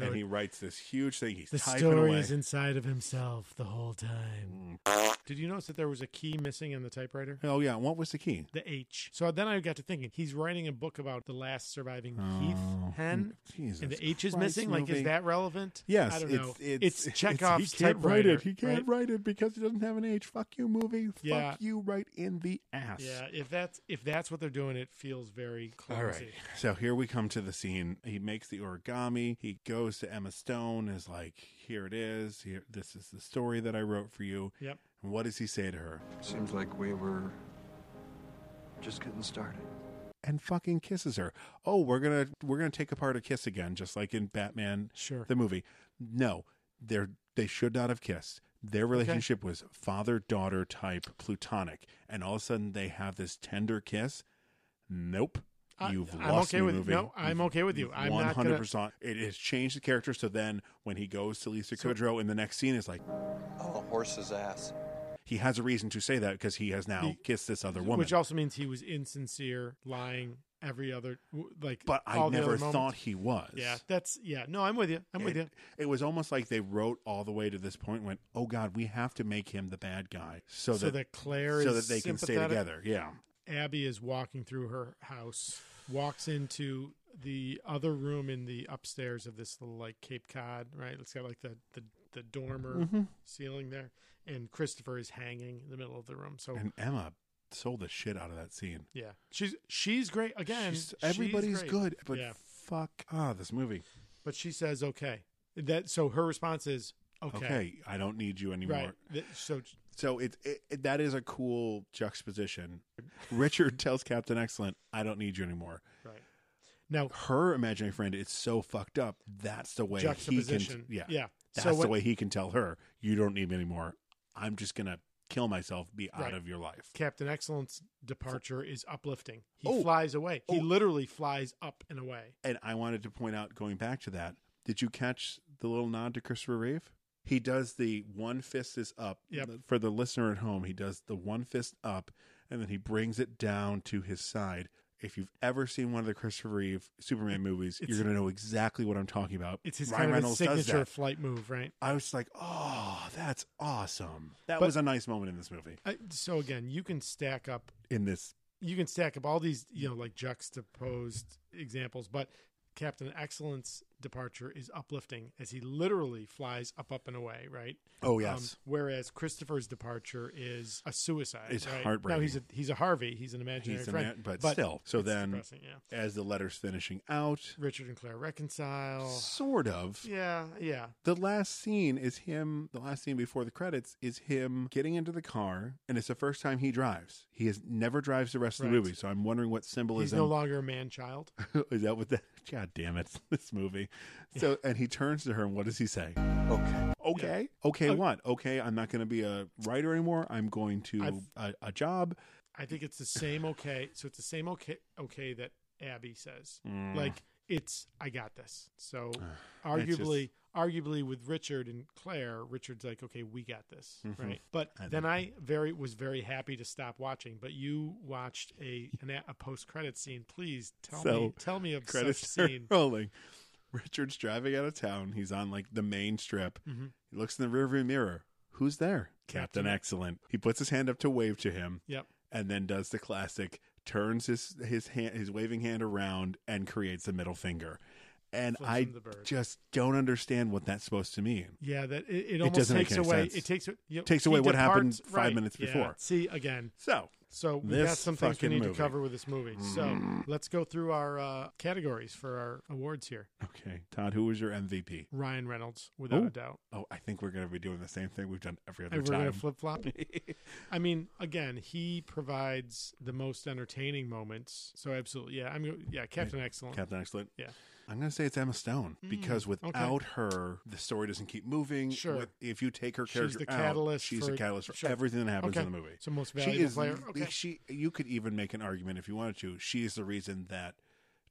and he writes this huge thing. He's
The
typing
story
away.
is inside of himself the whole time. Did you notice that there was a key missing in the typewriter?
oh yeah, what was the key?
The H. So then I got to thinking, he's writing a book about the last surviving
Oh.
Heath Hen,
Jesus
and the H is
Christ,
missing. Like,
movie.
is that relevant?
Yes,
I don't
it's-
know.
It's,
It's, Chekhov's
he can't write
typewriter,
it. He can't
right?
write it because he doesn't have an H. Fuck you, movie.
Yeah.
Fuck you, right in the ass.
Yeah, if that's if that's what they're doing, it feels very clumsy.
All right. So here we come to the scene. He makes the origami. He goes to Emma Stone. Is like, here it is. Here, this is the story that I wrote for you.
Yep.
And what does he say to her?
Seems like we were just getting started.
And fucking kisses her. Oh, we're gonna we're gonna take apart a kiss again, just like in Batman,
sure,
the movie. No, they're they should not have kissed. Their relationship was father daughter type plutonic, and all of a sudden they have this tender kiss. Nope.
I-
You've
I'm
lost
okay
me,
with-
movie.
no, I'm okay with you. I'm
One
not
hundred
gonna-
percent. It has changed the character. So then, when he goes to Lisa Kudrow in the next scene, it's like
On Oh, a horse's ass.
he has a reason to say that because he has now
He-
kissed this other woman.
which also means he was insincere, lying every other w- like.
But I
all the
never
other moments.
thought he was.
Yeah, that's yeah. No, I'm with you. I'm with
it,
you.
It was almost like they wrote all the way to this point. And went, oh God, we have to make him the bad guy so,
So that Claire
so
is
that they can stay together.
sympathetic?
Yeah,
Abby is walking through her house, walks into the other room in the upstairs of this little like Cape Cod, right? It's got like the the, the dormer
Mhm.
ceiling there, and Christopher is hanging in the middle of the room. So
and Emma sold the shit out of that scene.
yeah, she's she's great again.
She's-
she's
everybody's
great.
good, but
yeah,
fuck ah, this movie.
but she says okay. That so her response is okay.
Okay, I don't need you anymore.
Right. Th- So
So it, it, it- that is a cool juxtaposition. Richard tells Captain Excellent, "I don't need you anymore."
Right. Now-
her imaginary friend is so fucked up. That's the way he can.
Juxtaposition.
Yeah,
Yeah. So
That's the
what-
way he can tell her, "You don't need me anymore. I'm just gonna kill myself, be out
Right.
of your life."
Captain Excellent's departure is uplifting. He
Oh.
flies away. He
Oh.
literally flies up and away.
And I wanted to point out, going back to that, did you catch the little nod to Christopher Reeve? He does the one fist is up.
Yep.
For the listener at home, he does the one fist up and then he brings it down to his side. If you've ever seen one of the Christopher Reeve Superman movies,
It's-
you're going to know exactly what I'm talking about.
It's his
Ryan
kind of his
Reynolds does
signature
that.
flight move, right?
I was like, oh, that's awesome. That
But-
was a nice moment in this movie.
I, so again, you can stack up.
In this,
You can stack up all these, you know, like juxtaposed examples, but Captain Excellence departure is uplifting as he literally flies up, up and away, right? Um,
Oh, yes.
whereas Christopher's departure is a suicide.
It's
right?
heartbreaking.
Now he's a he's a Harvey. He's an imaginary
he's the
friend,
man, but, still. So
it's
then,
depressing, yeah.
as the letter's finishing out,
Richard and Claire reconcile.
sort of.
Yeah, yeah.
The last scene is him, the last scene before the credits is him getting into the car, and it's the first time he drives. He has never drives the rest of the
Right.
movie, so I'm wondering what
He's
symbolism
no longer a man child.
is that what that God damn it, this movie. So and he turns to her and what does he say?
Okay.
Okay.
Uh,
Okay, what? Okay, I'm not gonna be a writer anymore. I'm going to
I've-
a, a job.
I think it's the same okay. So it's the same okay okay that Abby says.
Mm.
Like it's I got this. So
It's just-
arguably arguably with Richard and Claire, Richard's like, okay, we got this,
Mhm.
right? But
I
then I very was very happy to stop watching. But you watched a an, a post credit scene. Please tell me tell me of such
credits are
scene.
rolling. Richard's driving out of town. He's on like the main strip.
Mhm.
He looks in the rearview mirror. Who's there?
Captain.
Captain Excellent. He puts his hand up to wave to him.
Yep.
And then does the classic turns his his hand his waving hand around and creates a middle finger. And
Flips
I
him the bird.
just don't understand what that's supposed to mean.
Yeah, that it, it
It
almost
doesn't make
takes
any
away.
sense.
It takes you know,
Takes
he
away what happened
departs-
five
right,
minutes
yeah.
before.
See again.
So,
so we
this
got some things we
fucking
need to
movie.
cover with this movie. So
Mm.
let's go through our uh, categories for our awards here.
Okay, Todd, who was your MVP?
Ryan Reynolds, without
Oh.
a doubt.
Oh, I think we're going to be doing the same thing we've done every other
And we're
time.
gonna flip flop. I mean, again, he provides the most entertaining moments. So absolutely, yeah. I'm mean, yeah, Captain
Right.
Excellent.
Captain Excellent.
Yeah.
I'm going to say it's Emma Stone
Mm,
because
okay.
without her, the story doesn't keep moving.
Sure.
With- if you take her
She's
character
the
out,
catalyst
she's
for-
the catalyst for
sure.
everything that happens
Okay.
in the movie.
So most
she
valuable
is,
player.
the-
Okay.
She, you could even make an argument if you wanted to. She is the reason that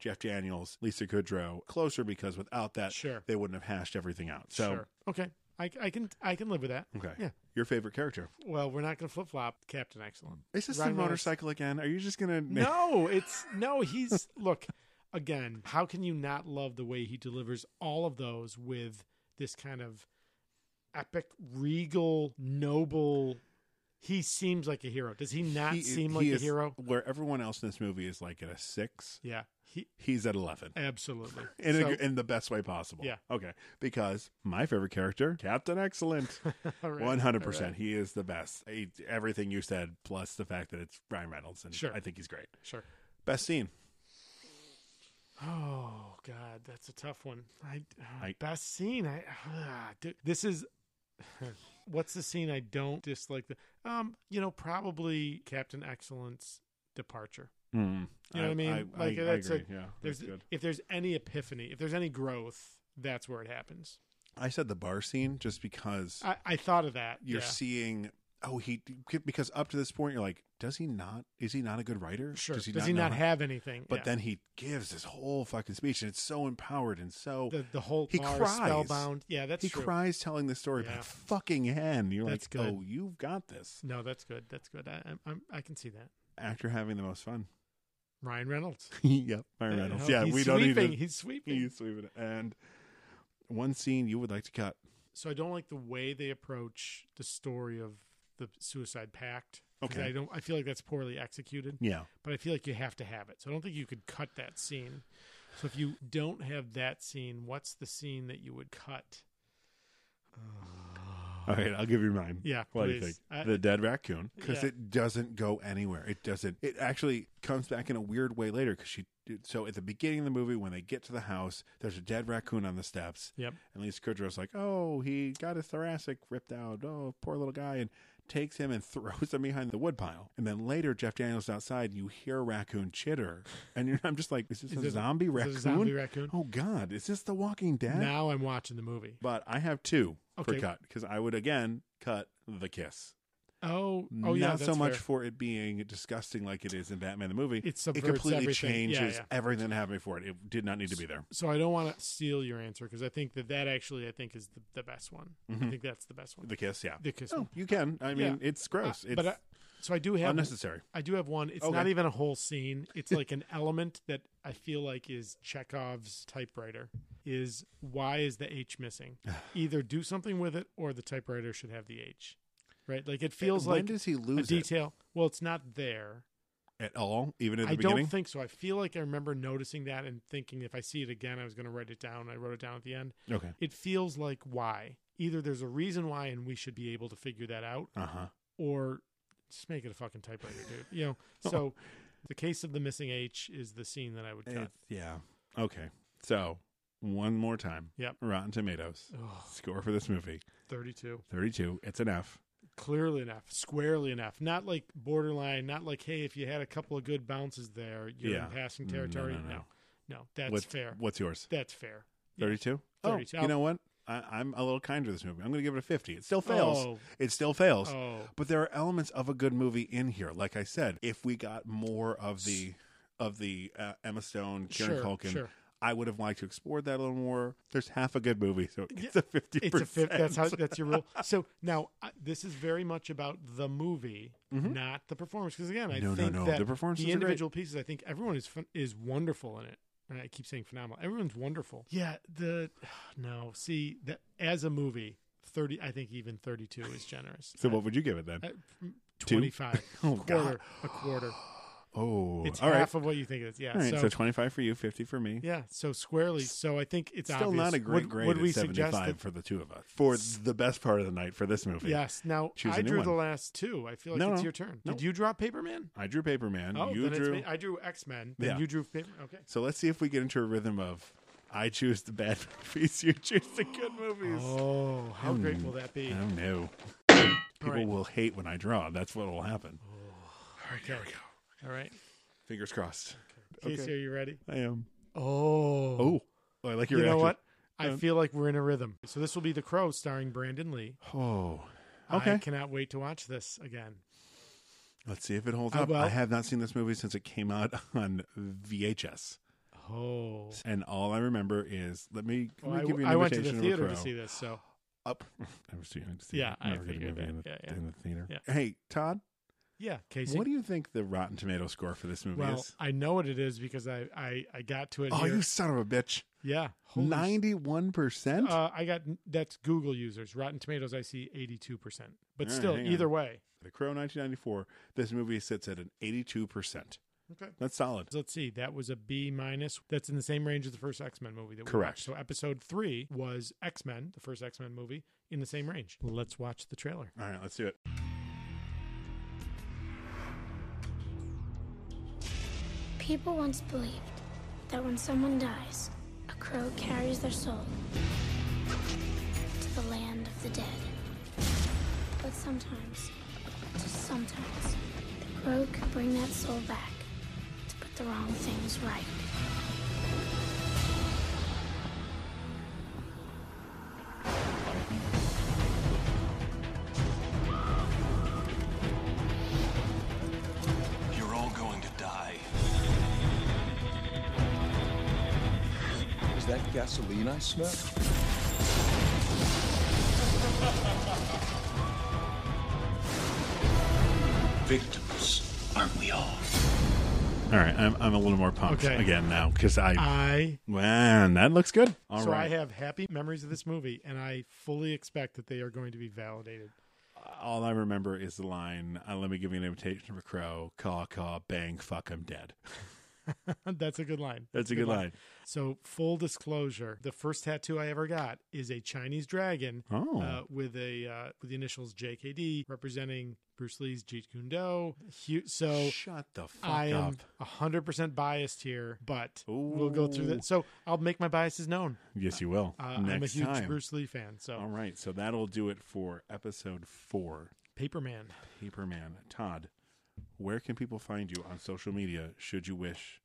Jeff Daniels, Lisa Kudrow, closer because without that,
Sure.
they wouldn't have hashed everything out. So,
Sure. Okay, I, I can I can live with that.
okay.
Yeah.
Your favorite character.
Well, we're not gonna flip flop Captain Excellent.
Is this
Ryan
the
Reynolds.
motorcycle again? Are you just going to.
No, it's no. He's look again. How can you not love the way he delivers all of those with this kind of epic, regal, noble? He seems like a hero. Does he not
He-
seem
he
like a
is-
hero?
Where everyone else in this movie is like at a six,
Yeah, he
he's at 11.
absolutely.
in,
So-
a, in the best way possible.
Yeah.
Okay. Because my favorite character, Captain Excellent,
All right,
one hundred
all
percent.
right.
He is the best. He- everything you said, plus the fact that it's Ryan Reynolds, and
Sure.
I think he's great.
Sure.
Best scene.
Oh God, that's a tough one. I,
I-
best scene. I ah, dude, this is what's the scene I don't dislike. The um, you know, probably Captain Excellent's departure.
Mm.
You know what I mean?
I, I agree. yeah.
there's
That's good.
if there's any epiphany, if there's any growth, that's where it happens.
I said the bar scene just because
I, I thought of that.
you're
Uh, yeah.
seeing. Oh, he because up to this point you're like, does he not? Is he not a good writer?
Sure. Does he
know
not
how-
have anything?
But
Yeah.
then he gives this whole fucking speech, and it's so empowered and so
The- the whole
he
bar is
cries
spellbound. Yeah, that's
he
true.
cries telling the story by
Yeah.
fucking hand. You're
That's
like,
good.
oh, you've got this.
no, that's good. That's good. I, I'm, I'm, I can see that.
Actor having the most fun.
Ryan Reynolds.
yep, Ryan
Uh,
Reynolds.
no,
Yeah,
he's
we don't
sweeping.
need to.
He's sweeping.
He's sweeping. it. And one scene you would like to cut.
so I don't like the way they approach the story of the suicide pact. 'cause
Okay.
I don't I feel like that's poorly executed.
Yeah.
But I feel like you have to have it. So I don't think you could cut that scene. So if you don't have that scene, what's the scene that you would cut?
All right, I'll give you mine.
Yeah,
what do you
please.
think?
I-
the dead raccoon, because
Yeah.
it doesn't go anywhere. It doesn't. It actually comes back in a weird way later. Because she, so at the beginning of the movie, when they get to the house, there's a dead raccoon on the steps.
Yep.
And Lisa Kudrow's like, "Oh, he got his thoracic ripped out. Oh, poor little guy." And takes him and throws him behind the woodpile. And then later, Jeff Daniels outside, and you hear a raccoon chitter, and you're, I'm just like, "Is this
Is
a
this-
zombie
is
raccoon?
this a zombie raccoon?
Oh God, is this The Walking Dead?"
Now I'm watching the movie.
But I have two
Okay.
for cut because I would again cut the kiss.
Oh, oh yeah,
not so
that's
much
fair.
for it being disgusting like it is in Batman the movie.
It subverts
completely
everything. Yeah,
changes
yeah.
everything that happened before it. It did not need to be there.
So I don't want to steal your answer because I think that that actually I think is the, the best one. I
Mhm.
think that's the best one.
The kiss, yeah,
The kiss
Oh,
one.
you can. I mean,
Yeah.
it's gross.
Uh,
it's
but I, so I do have
unnecessary.
I do have one. It's
Okay.
not even a whole scene. It's like an element that I feel like is Chekhov's typewriter. Is why is the H missing? Either do something with it, or the typewriter should have the H. Right? Like it feels
when
like
does he lose
a
it?
detail. Well, it's not there.
At all, even at the
I
beginning.
don't think so. I feel like I remember noticing that and thinking if I see it again, I was going to write it down. I wrote it down at the end.
Okay.
It feels like why. Either there's a reason why, and we should be able to figure that out,
Uh-huh.
or just make it a fucking typewriter, dude. You know. So, the case of the missing H is the scene that I would cut.
It's- yeah. Okay. So one more time.
Yep.
Rotten Tomatoes
Ugh.
score for this movie
32.
Thirty-two. It's an F.
Clearly enough, squarely enough, not like borderline, not like hey, if you had a couple of good bounces there, you're
Yeah.
in passing
No, no,
territory. No,
no.
no, that's
What's-
fair.
what's yours?
That's fair. Yeah.
Thirty-two. Oh,
32.
you know what? I, I'm a little kind to this movie. I'm going to give it a fifty. It still fails.
Oh.
It still fails.
Oh.
But there are elements of a good movie in here. Like I said, if we got more of the of the uh, Emma Stone, Kieran
Sure,
Culkin.
sure.
I would have liked to explore that a little more. There's half a good movie, so it's a fifty.
It's a fifth. That's how. That's your rule. So now I- this is very much about the movie,
Mhm.
not the performance. Because again, I
No, no,
think
no.
that
The performances
the
are great.
individual pieces. I think everyone is phen- is wonderful in it. And I keep saying phenomenal. Everyone's wonderful. Yeah. The no. See that as a movie, thirty. I think even thirty two is generous.
So what would you give it then?
Uh,
Two?
Twenty five.
Oh,
quarter.
God.
A quarter.
Oh,
It's
all right.
half of what you think it is. Yeah.
All right, so,
so,
twenty five for you, fifty for me.
yeah. So squarely. So I think it's
Still
obvious.
not a great
Would-
grade
Would
at
we
seventy
suggest
five
that
for the two of us for the best part of the night for this movie.
Yes. Now
Choose
I
a new
drew
one.
the last two. I feel like
No,
it's
no.
your turn.
No.
Did you draw Paperman?
I drew Paperman.
Oh,
you
then
drew.
It's me. I drew X Men. Then
Yeah.
you drew Paper. Okay.
So let's see if we get into a rhythm of I choose the bad movies, you choose the good movies.
Oh, how
hmm.
great will that be?
I don't know. People
right.
will hate when I draw. That's what will happen.
There we go. All right.
Fingers crossed.
Casey, are you ready?
I am.
Oh.
Oh, I like your
You know
reaction.
what? I
Um,
feel like we're in a rhythm. So this will be The Crow, starring Brandon Lee.
Oh.
I
Okay.
cannot wait to watch this again.
Let's see if it holds
I
up.
will.
I have not seen this movie since it came out on VHS.
Oh.
And all I remember is let me, let
Well,
me
I,
give you an
I went to the
imitation of a
theater to
crow.
see this. So
up. I was too young to see
Yeah,
it.
I
Never get a
figured
movie
that.
in the,
Yeah, yeah.
in the theater.
Yeah.
Hey, Todd.
Yeah, Casey.
What do you think the Rotten Tomato score for this movie
well,
is?
I know what it is because I I, I got to it.
Oh,
here.
you son of a bitch!
yeah. Holy s-
Ninety-one percent.
Uh, I got that's Google users. Rotten Tomatoes, I see eighty-two percent. But
All right,
still,
hang
either
on.
way,
The Crow, nineteen ninety-four. This movie sits at an eighty-two percent.
Okay.
that's solid.
let's see. That was a B minus. That's in the same range as the first X Men movie that we
Correct.
watched. So episode three was X Men, the first X Men movie, in the same range. Let's watch the trailer.
All right, let's do it.
People once believed that when someone dies, a crow carries their soul to the land of the dead. But sometimes, just sometimes, the crow could bring that soul back to put the wrong things right.
You're all going to die.
Is that gasoline I smell?
Victims, aren't we all?
All right, I'm I'm a little more pumped
Okay.
again now because I
I-
man that looks good. All right.
so I have happy memories of this movie, and I fully expect that they are going to be validated.
all I remember is the line. Uh, let me give you an imitation of a crow. Caw caw bang fuck. I'm dead.
That's a good line.
That's a good line.
So, full disclosure: the first tattoo I ever got is a Chinese dragon
Oh.
uh, with a uh, with the initials JKD representing Bruce Lee's Jeet Kune Do. Hu- So,
shut the fuck
I
up.
am hundred percent biased here, but we'll go through that. So, I'll make my biases known.
Yes, you will.
Uh, I'm a
Next
huge
time.
Bruce Lee fan. So,
All right, so that'll do it for episode four.
Paperman.
Paperman. Todd, where can people find you on social media should you wish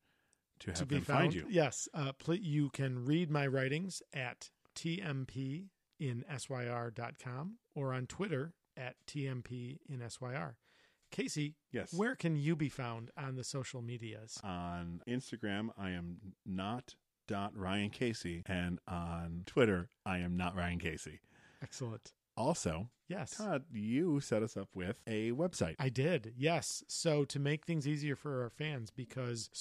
to have them find you?
Yes. Uh, pl- you can read my writings at tmp in syr.com or on Twitter at tmp in syr. Casey,
Yes. Uh,
where can you be found on the social medias?
On Instagram, I am not dot Ryan Casey, and on Twitter, I am not Ryan Casey.
Excellent.
Also,
Yes.
Todd, you set us up with a website.
I did, yes. So to make things easier for our fans, because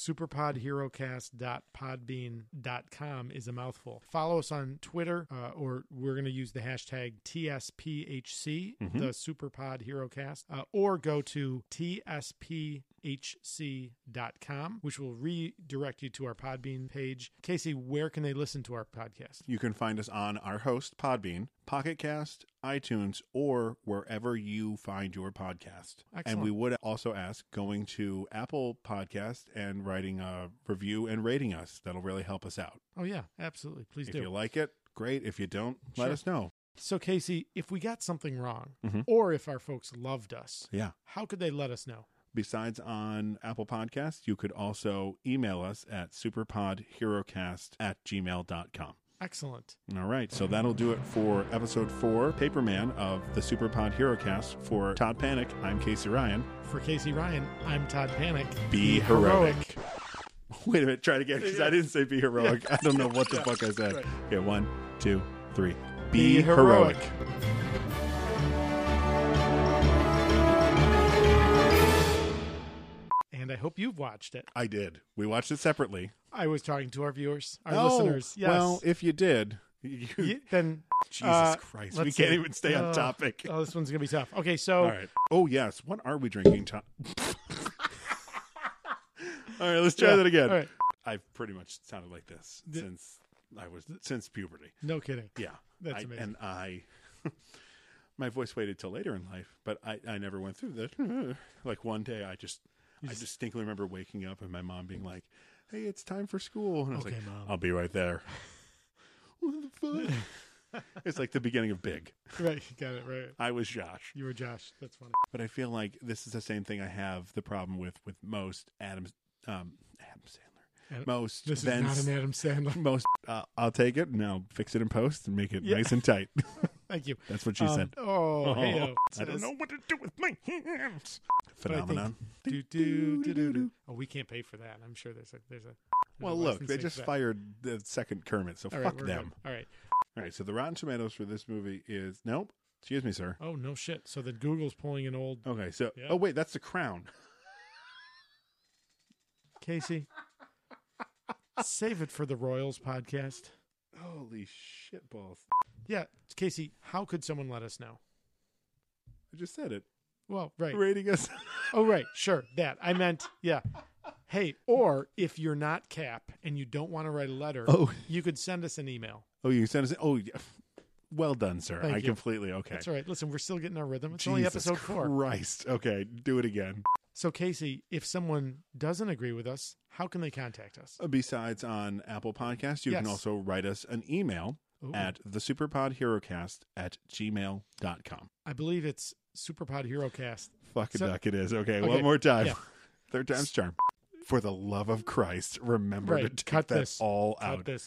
superpodherocast.podbean.com is a mouthful. Follow us on Twitter, uh, or we're going to use the hashtag TSPHC,
Mhm.
the Superpod Herocast, uh, or go to tspHC.com, which will redirect you to our Podbean page. Casey, where can they listen to our podcast?
You can find us on our host, Podbean, Pocket Cast, iTunes, or wherever you find your podcast. And we
Excellent.
would also ask going to Apple Podcast and writing a review and rating us. That'll really help us out.
Oh, yeah, absolutely. Please
if
do.
you like it, great. If you don't, let
Sure.
us know.
So, Casey, if we got something wrong,
Mhm.
or if our folks loved us,
Yeah.
how could they let us know?
Besides on Apple Podcasts, you could also email us at superpodherocast at gmail.com.
Excellent.
All right, so that'll do it for episode four, Paperman of the Superpod Herocast. For Todd Panic, I'm Casey Ryan.
For Casey Ryan, I'm Todd Panic.
Be heroic. Wait a minute, try it again because I didn't say be heroic. I don't know what the
Yeah.
fuck I said.
Right.
Okay, one, two, three.
Be
Be,
heroic.
heroic.
And I hope you've watched it.
I did. We watched it separately.
I was talking to our viewers, our
Oh,
listeners. Yes.
Well, if you did, you,
Ye- then uh,
Jesus Christ, we
let's
can't even stay on
Oh,
topic.
Oh, this one's gonna be tough. Okay, so
All right. Oh yes. What are we drinking? Tom? All right. Let's try
Yeah,
that again.
all right.
I've pretty much sounded like this
Th-
since I was since puberty.
No kidding.
Yeah.
That's
I-
amazing.
And I, my voice waited till later in life, but I I never went through that. like one day, I just I distinctly remember waking up and my mom being like, "Hey, it's time for school," and I was
Okay,
like,
Mom.
"I'll be right there." what the fuck? it's like the beginning of Big.
right, got it right.
I was Josh.
You were Josh. That's funny.
But I feel like this is the same thing I have the problem with with most Adam um, Adam Sandler.
Adam-
most
this is
Ben-
not an Adam Sandler.
Most uh, I'll take it and I'll fix it in post and make it
Yeah.
nice and tight.
Thank you.
That's what she
Um,
said.
Oh, hey,
I don't know.
what to do with my hands.
Phenomenon.
Do, do, do, do, do. Oh, we can't pay for that. I'm sure there's a there's a. there's a
Well, look, they
licensing
just
for that.
fired the second Kermit, so
All right,
fuck
we're good.
them.
All right.
All right, so the Rotten Tomatoes for this movie is nope. Excuse me, sir.
Oh no shit. So then Google's pulling an old
Okay, so
Yeah.
oh wait, that's The Crown.
Casey. save it for the Royals podcast.
Holy shit balls!
Yeah, Casey. How could someone let us know?
I just said it.
Well, right.
Rating us.
Oh, right. Sure. That. I meant, yeah. Hey, or if you're not Cap and you don't want to write a letter,
Oh.
you could send us an email.
Oh, you sent us. Oh, yeah. well done, sir.
Thank
I
you.
completely okay.
That's all right. Listen, we're still getting our rhythm. It's only
Jesus
episode four.
Christ. Okay, do it again.
So, Casey, if someone doesn't agree with us, how can they contact us?
Uh, Besides on Apple Podcasts, you can
Yes.
also write us an email
Ooh.
at the superpodherocast at gmail.com.
I believe it's Superpod HeroCast.
Fucking
So-
duck it is. Okay,
Okay,
one more time.
yeah.
Third time's charm. For the love of Christ, remember to
Right.
take
Cut
that
this
all
Cut
out.
this.